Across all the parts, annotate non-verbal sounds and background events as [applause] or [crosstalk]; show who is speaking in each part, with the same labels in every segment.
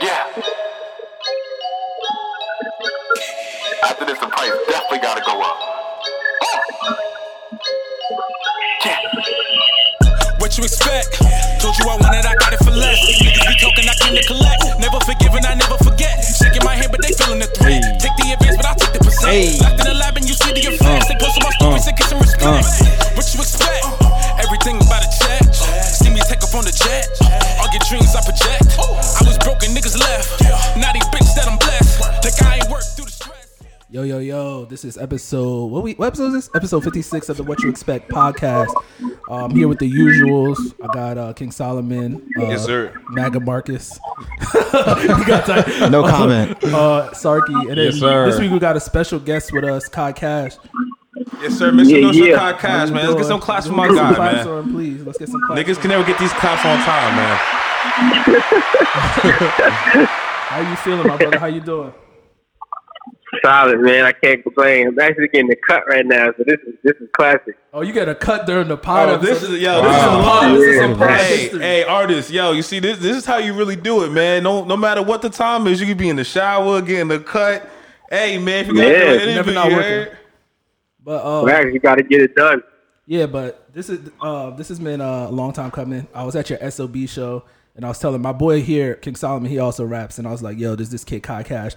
Speaker 1: Yeah. After this, the price definitely gotta go up. Yeah.
Speaker 2: What you expect? Told you I wanted, I got it for less. Niggas be talking, I came to collect. Never forgiving, I never forget. Shaking my hand, but they feeling the threat.
Speaker 3: Hey.
Speaker 2: Take the advance, but I took the percent.
Speaker 3: Hey.
Speaker 2: Locked in the lab and you see the effects.
Speaker 3: Uh,
Speaker 2: They posted my stories
Speaker 3: uh,
Speaker 2: and get some respect.
Speaker 3: uh.
Speaker 2: What you expect? Everything about a check. See me take up on the jet. All your dreams I project. I was broken, niggas left. Now these bitches that I'm blessed. Like I ain't worked through the stress.
Speaker 4: Yo, yo, yo, this is episode, what, we, what episode is this? Episode 56 of the What You Expect podcast. Um, here with the usuals. I got uh, King Solomon. Uh,
Speaker 5: Yes, sir.
Speaker 4: Maga Marcus. we got Ty-
Speaker 5: [laughs]
Speaker 3: No comment.
Speaker 4: uh, Sarky. And then
Speaker 5: Yes, sir.
Speaker 4: this week we got a special guest with us, Kai Cash.
Speaker 5: Yes, sir. Mr.
Speaker 6: Yeah,
Speaker 5: No
Speaker 6: yeah.
Speaker 5: Shot Cash, man. Let's get some claps for my
Speaker 4: Let's get
Speaker 5: guy,
Speaker 4: some claps
Speaker 5: man.
Speaker 4: on him, please. Let's get some claps.
Speaker 5: Niggas can never get these claps on time, man.
Speaker 4: How you feeling, my brother? How you doing?
Speaker 6: Solid, man. I can't complain. I'm actually getting the cut right now, so this is this is classic.
Speaker 4: Oh, you got a cut during the pot.
Speaker 5: Oh,
Speaker 4: up, so
Speaker 5: this is yo, this is
Speaker 4: Wow.
Speaker 5: love.
Speaker 4: This
Speaker 6: is some
Speaker 5: hey,
Speaker 4: prime
Speaker 5: hey,
Speaker 4: history.
Speaker 5: artists, yo, you see this? This is how you really do it, man. No, no matter what the time is, you could be in the shower, getting the cut. Hey, man, if you got
Speaker 6: Yeah.
Speaker 5: to do an
Speaker 4: Never
Speaker 5: interview,
Speaker 4: not
Speaker 5: you
Speaker 4: working.
Speaker 5: heard?
Speaker 4: But uh,
Speaker 6: We actually got to get it done.
Speaker 4: Yeah, but this is uh this has been uh, a long time coming. I was at your SOB show and I was telling my boy here, King Solomon, he also raps, and I was like, yo, there's this kid Kai Cash.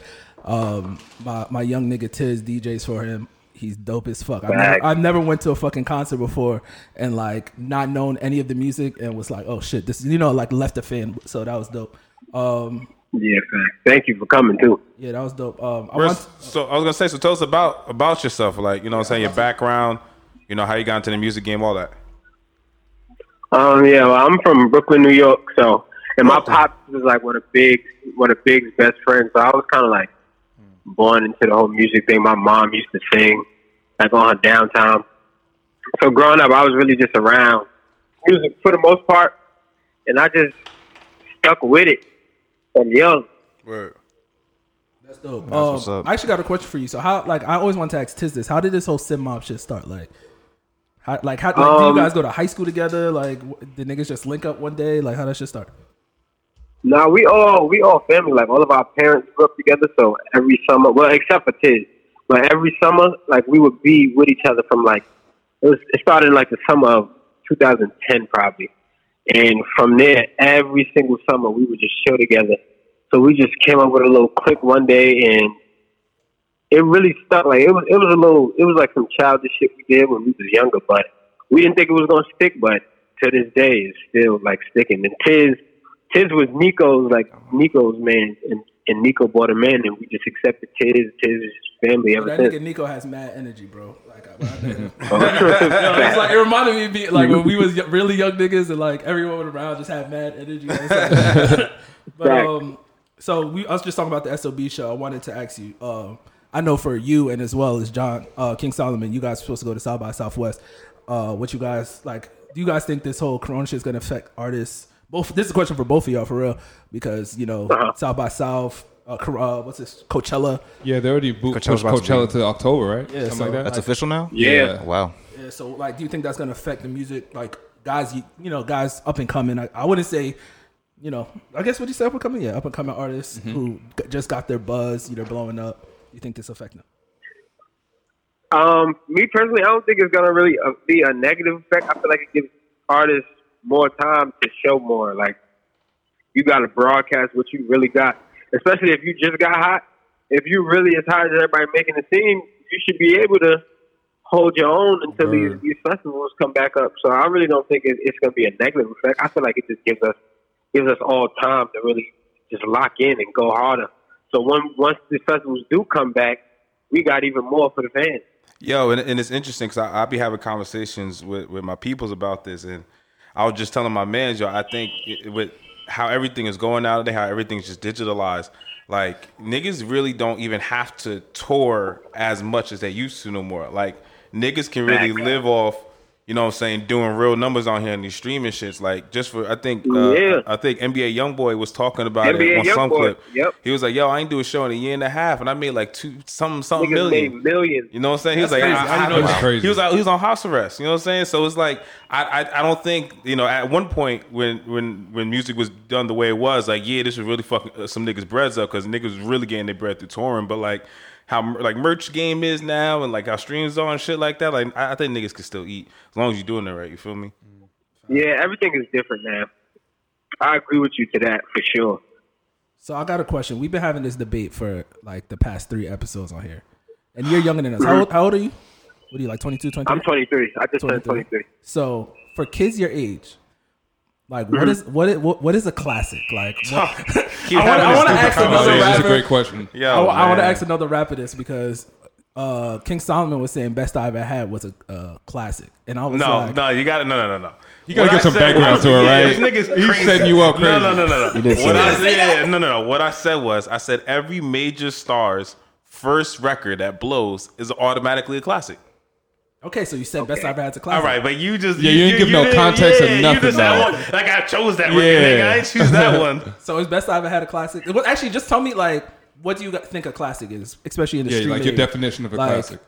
Speaker 4: Um my, my young nigga Tiz DJs for him. He's dope as fuck. I've never,
Speaker 6: Facts.
Speaker 4: I've never went to a fucking concert before and like not known any of the music and was like, oh shit, this you know, like left a fan. So that was dope. Um
Speaker 6: Yeah, man. Thank you for coming too.
Speaker 4: yeah, that was dope. Um I
Speaker 5: First,
Speaker 4: want,
Speaker 5: so I was gonna say, so tell us about about yourself, like you know, what I'm saying your background, you know, how you got into the music game, all that.
Speaker 6: Um, yeah, well, I'm from Brooklyn, New York, so and my pops was like one of big one of Big's best friends. So I was kind of like born into the whole music thing. My mom used to sing like on her downtime. So growing up, I was really just around music for the most part, and I just stuck with it from young.
Speaker 5: Word.
Speaker 4: That's dope.
Speaker 3: That's what's
Speaker 4: Um,
Speaker 3: up.
Speaker 4: I actually got a question for you. So how like I always want to ask Tiz this. How did this whole sim mob shit start? Like how like how like, do you
Speaker 6: Um,
Speaker 4: guys go to high school together? Like w- did niggas just link up one day? Like how that shit start?
Speaker 6: No, we all we all family. Like all of our parents grew up together, so every summer, well, except for Tiz, but every summer, like we would be with each other from like it was. It started in like the summer of 2010, probably, and from there, every single summer we would just chill together. So we just came up with a little click one day, and it really stuck. Like it was, it was a little, it was like some childish shit we did when we was younger, but we didn't think it was gonna stick. But to this day, it's still like sticking. And Tiz, Tiz was Nico's like Nico's man, and, and Nico bought him in, and we just accepted Tiz. Tiz is family ever
Speaker 4: That nigga
Speaker 6: since.
Speaker 4: Nico has mad energy, bro. Like, I, when I think of-
Speaker 6: [laughs]
Speaker 4: Yo, it's like it reminded me of being, like when we was y- really young niggas and like everyone around just had mad energy. It's like- [laughs] but
Speaker 6: Right.
Speaker 4: um, so we I was just talking about the SOB show. I wanted to ask you. Um, I know for you and as well as John uh, King Solomon, you guys are supposed to go to South by Southwest. Uh, what you guys like? Do you guys think this whole Corona shit is gonna affect artists? Both. This is a question for both of y'all for real because you know South by South. Uh, Cor- uh, what's this? Coachella.
Speaker 7: Yeah, they already booked
Speaker 3: Coachella's
Speaker 7: Coachella's
Speaker 3: about to
Speaker 7: Coachella to, October, right?
Speaker 4: Yeah,
Speaker 7: Something
Speaker 4: so,
Speaker 7: like that.
Speaker 3: That's official now?
Speaker 6: Yeah.
Speaker 3: Wow.
Speaker 4: Yeah, so like, do you think that's gonna affect the music? Like, guys, you, you know, guys up and coming. I, I wouldn't say, you know, I guess what you said up and coming. Yeah, up and coming artists who g- just got their buzz. They're blowing up. You think this affect them?
Speaker 6: Um, me personally, I don't think it's gonna really uh, be a negative effect. I feel like it gives artists more time to show more. Like you got to broadcast what you really got, especially if you just got hot. If you really as hot as everybody making the scene, you should be able to hold your own until these, these festivals come back up. So I really don't think it, it's going to be a negative effect. I feel like it just gives us gives us all time to really just lock in and go harder. So when once the festivals do come back, we got even more for the fans.
Speaker 5: Yo, and, and it's interesting because I, I be having conversations with, with my peoples about this, and I was just telling my mans, yo, I think it, with how everything is going out today, how everything's just digitalized, like niggas really don't even have to tour as much as they used to no more. Like niggas can really live off you know what I'm saying, doing real numbers on here and these streaming shits. Like just for I think uh,
Speaker 6: Yeah.
Speaker 5: I think NBA Youngboy was talking about
Speaker 6: NBA
Speaker 5: it on some
Speaker 6: YoungBoy,
Speaker 5: clip.
Speaker 6: yep.
Speaker 5: He was like, Yo, I ain't do a show in a year and a half and I made like two something something
Speaker 6: Niggas
Speaker 5: million.
Speaker 6: made millions.
Speaker 5: You know what I'm saying? He was like,
Speaker 4: That's
Speaker 5: I,
Speaker 4: crazy.
Speaker 5: I
Speaker 4: I
Speaker 5: don't know.
Speaker 4: didn't
Speaker 5: He
Speaker 4: know that.
Speaker 5: was, he was out- he was on house arrest. You know what I'm saying? So it's like I, I I don't think you know. At one point when when when music was done the way it was, like yeah, this was really fucking uh, some niggas' breads up because niggas was really getting their bread through touring. But like how mer- like merch game is now and like how streams are and shit like that. Like I, I think niggas can still eat as long as you're doing it right. You feel
Speaker 4: [laughs]
Speaker 5: me?
Speaker 6: Yeah, everything is different now. I agree with you to that for sure.
Speaker 4: So I got a question. We've been having this debate for like the past three episodes on here, and you're younger than us. How old, how old are you? What are you like? 22, 23?
Speaker 6: I'm 23. I just turned 23.
Speaker 4: 23. So for kids your age, like what is what is what, what is a classic? Like what,
Speaker 5: Keep
Speaker 4: wanna-
Speaker 5: having this
Speaker 4: I
Speaker 5: stupid
Speaker 4: wanna ask another
Speaker 5: conversation.
Speaker 4: rapper.
Speaker 3: That's a great question.
Speaker 5: Yo,
Speaker 4: I, want to
Speaker 5: Oh, man.
Speaker 4: ask another rapper this because uh, King Solomon was saying best I ever had was a uh, classic, and I was
Speaker 5: No,
Speaker 4: like,
Speaker 5: no, you got to no, no, no, no.
Speaker 3: You gotta
Speaker 5: What
Speaker 3: get
Speaker 5: I
Speaker 3: some
Speaker 5: said
Speaker 3: background
Speaker 5: was-
Speaker 3: to it,
Speaker 5: yeah,
Speaker 3: right?
Speaker 5: This nigga's
Speaker 3: He's
Speaker 5: crazy.
Speaker 3: setting you up
Speaker 5: No,
Speaker 3: crazy.
Speaker 5: no, no, no, no.
Speaker 7: did say
Speaker 5: What I
Speaker 7: that.
Speaker 5: said, no, no, no. What I said was, I said every major star's first record that blows is automatically a classic.
Speaker 4: okay, so you said best I ever had a classic.
Speaker 5: All right, but you just
Speaker 3: Yeah, you ain't give no
Speaker 5: didn't-
Speaker 3: context or
Speaker 5: yeah, you
Speaker 3: nothing,
Speaker 5: just said, I
Speaker 3: though.
Speaker 5: want- like I chose that record.
Speaker 3: Yeah.
Speaker 5: Nigga. I didn't choose
Speaker 3: [laughs]
Speaker 5: that one.
Speaker 4: So it's best I ever had a classic. Well, actually, just tell me like what do you think a classic is, especially in the
Speaker 3: Yeah,
Speaker 4: street.
Speaker 3: like your
Speaker 4: age?
Speaker 3: definition of a
Speaker 4: Like,
Speaker 3: classic.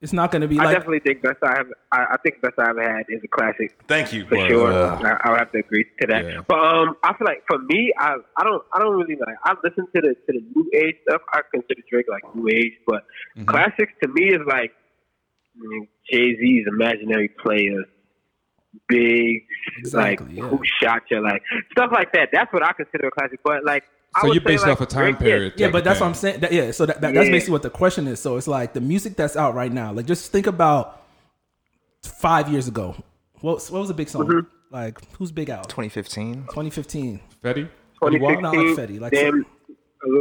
Speaker 4: It's not going to be
Speaker 6: I
Speaker 4: like
Speaker 6: definitely think best I have. I, I think best I ever had is a classic
Speaker 5: Thank you.
Speaker 6: for
Speaker 5: Word.
Speaker 6: sure.
Speaker 5: Uh,
Speaker 6: I, I would have to agree to that.
Speaker 3: Yeah.
Speaker 6: But um, I feel like for me, I I don't I don't really like I listen to the to the new age stuff. I consider Drake like new age, but
Speaker 3: Mm-hmm.
Speaker 6: classics to me is like I mean, Jay Z's Imaginary Players, Big,
Speaker 4: Exactly,
Speaker 6: like
Speaker 4: yeah.
Speaker 6: Who Shot You, like stuff like that. That's what I consider a classic. But like, I
Speaker 3: So
Speaker 6: would
Speaker 3: you're
Speaker 6: say,
Speaker 3: based
Speaker 6: like,
Speaker 3: off a time
Speaker 6: Drake is-
Speaker 3: period.
Speaker 4: yeah,
Speaker 3: type
Speaker 4: but
Speaker 3: of
Speaker 4: that's what
Speaker 3: thing.
Speaker 4: I'm saying. That- yeah, so that, that, that's
Speaker 6: Yeah.
Speaker 4: basically what the question is. So it's like the music that's out right now. Like just think about five years ago. What was, what was a big song? Like who's big out?
Speaker 7: 2015.
Speaker 4: 2015.
Speaker 3: Fetty? Fetty Wap?
Speaker 6: 2016,
Speaker 4: Not like Fetty, like
Speaker 6: damn, a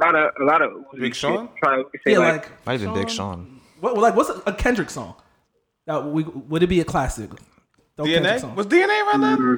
Speaker 6: lot of a lot of
Speaker 5: Big Sean?
Speaker 6: Trying to say
Speaker 4: Yeah,
Speaker 6: like,
Speaker 4: like
Speaker 7: Not even Big Sean.
Speaker 4: what, like what's a, a Kendrick song? That we, would it be a classic? The Kendrick
Speaker 5: DNA
Speaker 4: song.
Speaker 5: was DNA right now.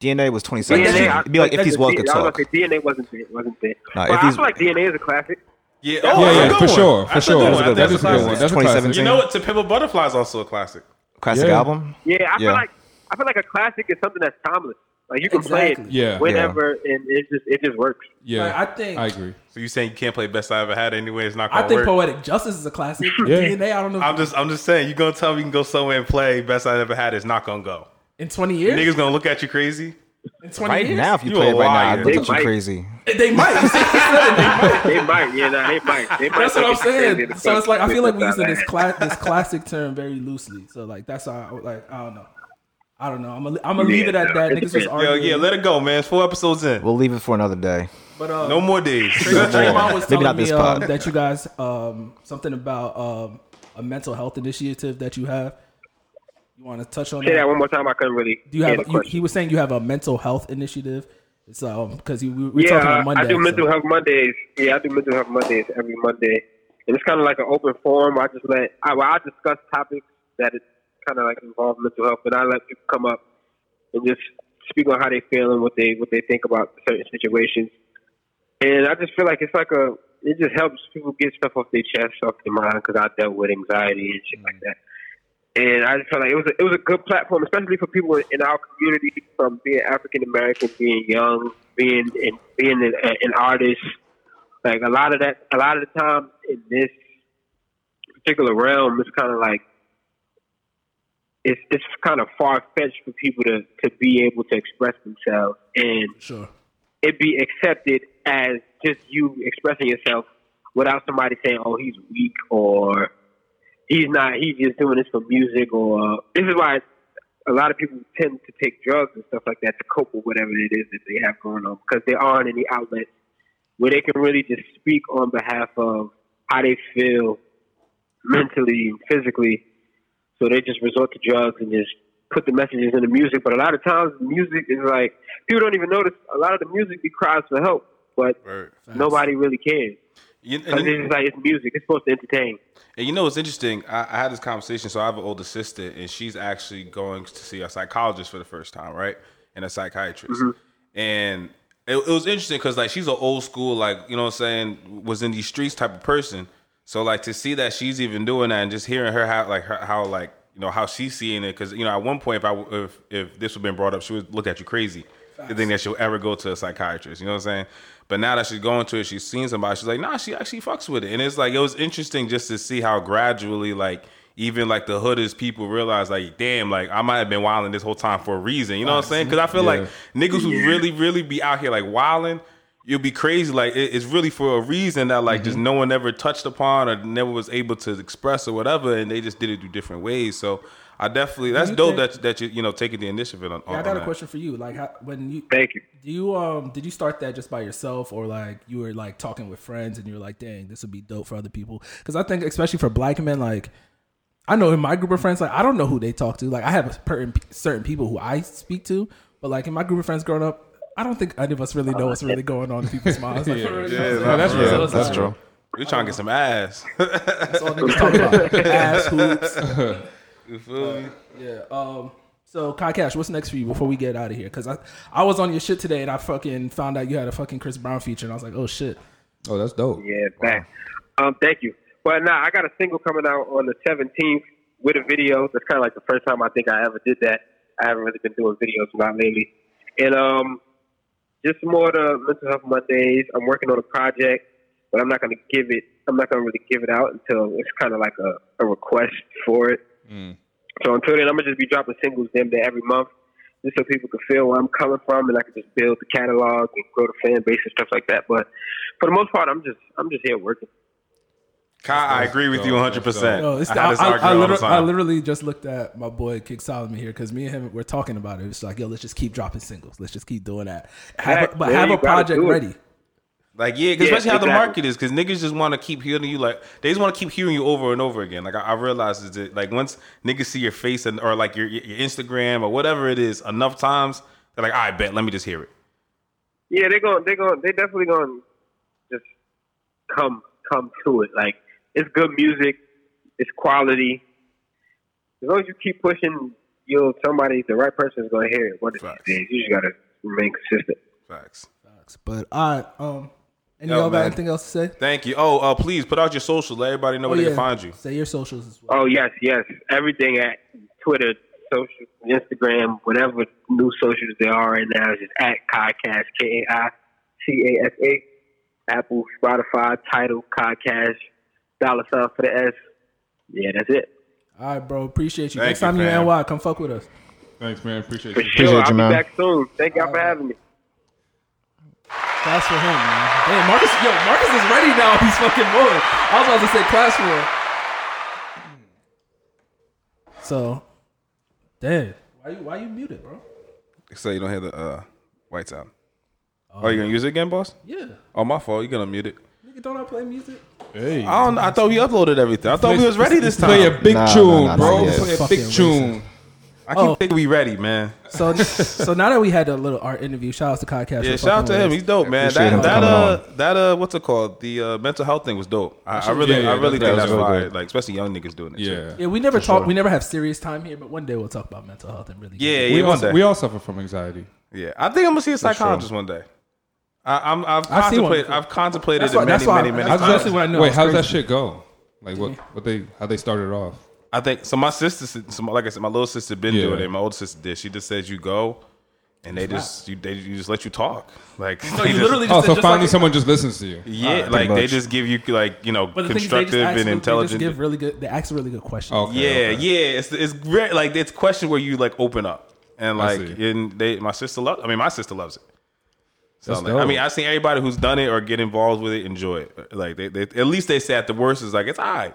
Speaker 7: DNA was 2017.
Speaker 6: I-
Speaker 7: It'd be like if
Speaker 6: that's
Speaker 7: he's
Speaker 6: the
Speaker 7: well
Speaker 6: D-
Speaker 7: could
Speaker 6: I was
Speaker 7: talk.
Speaker 6: gonna say DNA wasn't it, wasn't it?
Speaker 7: Nah,
Speaker 6: but
Speaker 7: if
Speaker 6: I
Speaker 7: he's-
Speaker 6: feel like DNA is a classic.
Speaker 5: Yeah, Oh,
Speaker 3: Yeah,
Speaker 5: that's a
Speaker 3: yeah,
Speaker 5: good
Speaker 3: for
Speaker 5: one.
Speaker 3: sure, for
Speaker 5: That's a
Speaker 3: sure.
Speaker 5: good
Speaker 3: That's
Speaker 5: one.
Speaker 3: a
Speaker 5: That's
Speaker 3: good- that
Speaker 5: a
Speaker 3: is a good one.
Speaker 5: classic.
Speaker 3: That's a classic.
Speaker 5: You know what? To Pimp a Butterfly is also a classic.
Speaker 7: Classic
Speaker 3: Yeah.
Speaker 7: album.
Speaker 6: Yeah, I feel
Speaker 7: Yeah.
Speaker 6: like I feel like a classic is something that's timeless. Like you can play it
Speaker 4: Exactly.
Speaker 3: Yeah.
Speaker 6: whenever, and it just it just works. [laughs]
Speaker 3: Yeah,
Speaker 4: Like, I think-
Speaker 3: I agree.
Speaker 5: So you saying you can't play Best I Ever Had anyway? It's not.
Speaker 4: I
Speaker 5: Gonna
Speaker 4: think
Speaker 5: work.
Speaker 4: Poetic Justice is a classic.
Speaker 7: [laughs]
Speaker 3: Yeah.
Speaker 4: DNA, I don't know.
Speaker 5: I'm just I'm just saying, you gonna tell me you can go somewhere and play best I ever had is not gonna go.
Speaker 4: in 20 years?
Speaker 5: Niggas gonna look at you crazy.
Speaker 4: in 20
Speaker 7: Right
Speaker 4: years?
Speaker 7: now, if you,
Speaker 5: You
Speaker 7: play
Speaker 5: a
Speaker 7: it right now,
Speaker 5: liar.
Speaker 7: I'd look
Speaker 6: They
Speaker 7: at you
Speaker 6: might.
Speaker 7: crazy.
Speaker 4: They might. You see what I'm saying? They might. [laughs]
Speaker 6: They might, yeah, nah, they might. They might
Speaker 4: That's what I'm
Speaker 6: think it's crazy
Speaker 4: saying.
Speaker 6: to
Speaker 4: So
Speaker 6: say
Speaker 4: it's like I feel like we're
Speaker 6: that's
Speaker 4: using
Speaker 6: not
Speaker 4: this
Speaker 6: bad.
Speaker 4: cla- this classic term very loosely. So like that's how I, like I don't know. I don't know. I'm gonna I'm gonna leave it at
Speaker 6: Yeah,
Speaker 4: that.
Speaker 6: it
Speaker 4: Niggas was
Speaker 6: depends.
Speaker 5: Yo,
Speaker 4: arguing.
Speaker 5: yeah, let it go, man. It's four episodes in.
Speaker 7: We'll leave it for another day.
Speaker 4: but uh,
Speaker 5: No more days.
Speaker 4: Trayvon was
Speaker 7: Maybe
Speaker 4: telling
Speaker 7: not
Speaker 4: me
Speaker 7: this
Speaker 4: um,
Speaker 7: pod.
Speaker 4: that you guys um something about um a mental health initiative that you have. You want to touch on
Speaker 6: Say that
Speaker 4: that?
Speaker 6: one more time. I couldn't really.
Speaker 4: Do you have?
Speaker 6: hear the
Speaker 4: You,
Speaker 6: question.
Speaker 4: he was saying you have a mental health initiative. So because you we we're
Speaker 6: yeah,
Speaker 4: talking on Monday.
Speaker 6: I do mental
Speaker 4: so-
Speaker 6: health Mondays. Yeah, I do mental health Mondays every Monday, and it's kind of like an open forum. I just let I, well, I discuss topics that it kind of like involve mental health, and I let people come up and just speak on how they feel and what they what they think about certain situations. And I just feel like it's like a it just helps people get stuff off their chest, off their mind, because I dealt with anxiety and shit
Speaker 4: Mm.
Speaker 6: like that. And I just felt like it was a, it was a good platform, especially for people in our community, from being African American, being young, being and being an, an artist. Like a lot of that, a lot of the time in this particular realm, it's kind of like it's it's kind of far fetched for people to to be able to express themselves and
Speaker 4: Sure.
Speaker 6: it be accepted as just you expressing yourself without somebody saying, "Oh, he's weak," or "He's not. He's just doing this for music," or uh, this is why a lot of people tend to take drugs and stuff like that to cope with whatever it is that they have going on because there aren't any outlets where they can really just speak on behalf of how they feel mentally and physically. So they just resort to drugs and just put the messages in the music. But a lot of times, music is like people don't even notice. A lot of the music be cries for help, but
Speaker 5: Word.
Speaker 6: nobody really cares.
Speaker 5: You,
Speaker 6: Because
Speaker 5: and,
Speaker 6: it's just like it's music. It's supposed to entertain.
Speaker 5: and you know what's interesting? I, I had this conversation. So I have an older sister, and she's actually going to see a psychologist for the first time, right? And a psychiatrist. And it, it was interesting because like she's an old school, like you know what I'm saying, was in these streets type of person. So like to see that she's even doing that, and just hearing her how like her, how like you know how she's seeing it because you know at one point if I w- if if this would been brought up, she would look at you crazy. The thing that she'll ever go to a psychiatrist, you know what I'm saying? But now that she's going to it, she's seen somebody. She's like, nah, she actually fucks with it, and it's like it was interesting just to see how gradually like. Even like the hoodest people realize, like, damn, like I might have been wilding this whole time for a reason. You know what I'm saying? Because I feel like niggas who really, really be out here like wilding, you'll be crazy. Like it, it's really for a reason that like
Speaker 4: Mm-hmm.
Speaker 5: just no one ever touched upon or never was able to express or whatever, and they just did it through different ways. So I definitely that's
Speaker 4: you
Speaker 5: dope
Speaker 4: think-
Speaker 5: that that you you know taking the initiative on. on
Speaker 4: I got a
Speaker 5: that.
Speaker 4: question for you. Like, how, when you
Speaker 6: Thank you.
Speaker 4: do you um did you start that just by yourself or like you were like talking with friends and you were like, dang, this would be dope for other people? Because I think especially for black men, like I know in my group of friends, like I don't know who they talk to. Like I have certain certain people who I speak to, but like in my group of friends growing up. I don't think any of us really know
Speaker 6: Uh,
Speaker 4: what's really going on in people's minds.
Speaker 3: [laughs]
Speaker 4: Like, for real.
Speaker 5: that's
Speaker 4: So
Speaker 7: Yeah,
Speaker 4: it's
Speaker 7: that's
Speaker 4: like,
Speaker 7: true.
Speaker 5: We trying to get some ass. [laughs]
Speaker 4: That's all niggas talk Oh, about. [laughs] Ass hoops.
Speaker 5: [laughs] you feel me?
Speaker 4: Uh, Yeah. Um. So, Kai Cash, what's next for you before we get out of here? Because I, I was on your shit today and I fucking found out you had a fucking Chris Brown feature and I was like, oh shit.
Speaker 3: Oh, that's dope.
Speaker 6: Yeah, back. Um, thank you. But nah, I got a single coming out on the 17th with a video. That's kind of like the first time I think I ever did that. I haven't really been doing videos a lot lately. And um, just more the mental health Mondays. I'm working on a project, but I'm not going to give it. I'm not going to really give it out until it's kind of like a, a request for it. So until then, I'm gonna just be dropping singles them there every month, just so people can feel where I'm coming from, and I can just build the catalog and grow the fan base and stuff like that. But for the most part, I'm just I'm just here working.
Speaker 5: Kai, I agree with you 100. percent
Speaker 4: No, it's
Speaker 5: I
Speaker 4: the,
Speaker 5: had this
Speaker 4: I, I,
Speaker 5: argument
Speaker 4: I,
Speaker 5: all the
Speaker 4: literally, I
Speaker 5: time.
Speaker 4: literally just looked at my boy Kick Solomon here because me and him we're talking about it. It's like, yo, let's just keep dropping singles. Let's just keep doing that. Have a,
Speaker 6: Exactly.
Speaker 4: but have
Speaker 6: You
Speaker 4: a
Speaker 6: gotta
Speaker 4: project
Speaker 6: do it.
Speaker 4: ready.
Speaker 5: Like yeah, 'cause
Speaker 6: Yeah,
Speaker 5: especially how the
Speaker 6: exactly.
Speaker 5: market is, because niggas just want to keep hearing you. Like they just want to keep hearing you over and over again. Like I, I realize is that like once niggas see your face and or like your your Instagram or whatever it is enough times, they're like, I bet, let me just hear it.
Speaker 6: Yeah, they're going they're going they definitely going to just come come to it. Like it's good music, it's quality. As long as you keep pushing, you know somebody, the right person is going to hear it. What it
Speaker 5: Facts.
Speaker 6: is, you just gotta remain consistent.
Speaker 5: Facts.
Speaker 4: But all right. Um. And
Speaker 5: Yo,
Speaker 4: y'all got
Speaker 5: man.
Speaker 4: anything else to say?
Speaker 5: Thank you. Oh, uh, please put out your socials. Let everybody
Speaker 4: Oh,
Speaker 5: know where they can find you.
Speaker 4: Say your socials as well.
Speaker 6: Oh yes, yes. Everything at Twitter, social, Instagram, whatever new socials there are right now is just at Podcast K A I C A S A. Apple, Spotify, Title, Podcast, dollar sign for the S. Yeah, that's it.
Speaker 4: All right, bro. Appreciate you.
Speaker 5: Thank
Speaker 4: Next
Speaker 5: you,
Speaker 4: time you're
Speaker 5: fam.
Speaker 4: in NY, come fuck with us.
Speaker 3: Thanks, man. Appreciate
Speaker 6: For
Speaker 3: you.
Speaker 6: sure. I'll
Speaker 7: you,
Speaker 6: be
Speaker 7: man.
Speaker 6: back soon. Thank y'all for having me.
Speaker 4: Class for him, man. Hey, Marcus, yo, Marcus is ready now. [laughs] He's fucking moving. I was about to say class for him. So, damn. Why you why you muted, bro?
Speaker 5: So you don't hear the uh, white sound. Oh, you gonna use it again, boss?
Speaker 4: Yeah.
Speaker 5: Oh, my fault. You gonna mute it?
Speaker 4: Nigga, don't I play music?
Speaker 3: Hey.
Speaker 5: I don't. I thought we uploaded everything. I thought we was ready this [laughs]
Speaker 3: Play a
Speaker 5: time.
Speaker 3: big
Speaker 7: Nah, nah,
Speaker 3: tune,
Speaker 7: nah,
Speaker 3: bro.
Speaker 7: not yet.
Speaker 3: Play a
Speaker 4: Fucking
Speaker 3: big tune.
Speaker 5: I keep thinking we ready, man.
Speaker 4: So [laughs] so now that we had a little art interview, shout out to Podcast.
Speaker 5: Yeah, shout out to him. He's dope, man.
Speaker 7: appreciate
Speaker 5: That
Speaker 7: him
Speaker 5: that
Speaker 7: coming
Speaker 5: uh that uh what's it called? The uh, mental health thing was dope. I, I really
Speaker 3: Yeah, yeah,
Speaker 5: I really
Speaker 3: that-
Speaker 5: think
Speaker 3: that
Speaker 5: that's
Speaker 3: was really
Speaker 5: why
Speaker 3: good.
Speaker 5: like especially young niggas doing it.
Speaker 3: Yeah.
Speaker 4: yeah, we never talk. We never have serious time here, but one day we'll talk about mental health and really.
Speaker 5: Yeah, yeah,
Speaker 3: We
Speaker 5: one
Speaker 3: all,
Speaker 5: day.
Speaker 3: we all suffer from anxiety.
Speaker 5: yeah, I think I'm gonna see a psychologist one day. I, I'm I've
Speaker 4: I've seen one
Speaker 5: contemplated
Speaker 4: before.
Speaker 5: I've contemplated
Speaker 4: That's
Speaker 5: it
Speaker 4: why-
Speaker 5: many
Speaker 4: that's why-
Speaker 5: many many
Speaker 4: that's
Speaker 3: How's
Speaker 5: times.
Speaker 4: why- Honestly, when I know
Speaker 3: wait,
Speaker 4: it's
Speaker 3: how's that
Speaker 4: crazy.
Speaker 3: shit go? Like what, what they how they started off?
Speaker 5: I think so. My sister, some like I said, my little sister been
Speaker 3: Yeah.
Speaker 5: doing it. My older sister did. She just says you go, and they just you they you just let you talk. Like [laughs]
Speaker 4: So
Speaker 5: they
Speaker 4: you
Speaker 5: just-
Speaker 4: literally just
Speaker 3: Oh, so
Speaker 4: just
Speaker 3: finally
Speaker 4: like-
Speaker 3: someone just listens to you.
Speaker 5: yeah, like
Speaker 7: pretty
Speaker 5: they
Speaker 7: much.
Speaker 5: just give you like you know
Speaker 4: But the thing is, they
Speaker 5: constructive
Speaker 4: just ask,
Speaker 5: and
Speaker 4: They just
Speaker 5: intelligent. Oh,
Speaker 4: give really good. They ask really good questions.
Speaker 3: Okay,
Speaker 5: yeah,
Speaker 3: okay.
Speaker 5: yeah. It's it's great. Like it's question where you like open up and
Speaker 3: I
Speaker 5: like
Speaker 3: see.
Speaker 5: and they my sister loves. I mean my sister loves it. So
Speaker 3: That's
Speaker 5: like, I
Speaker 3: dope.
Speaker 5: mean I've seen everybody who's done it or get involved with it enjoy it. Like they, they at least they say at the worst is like it's all right.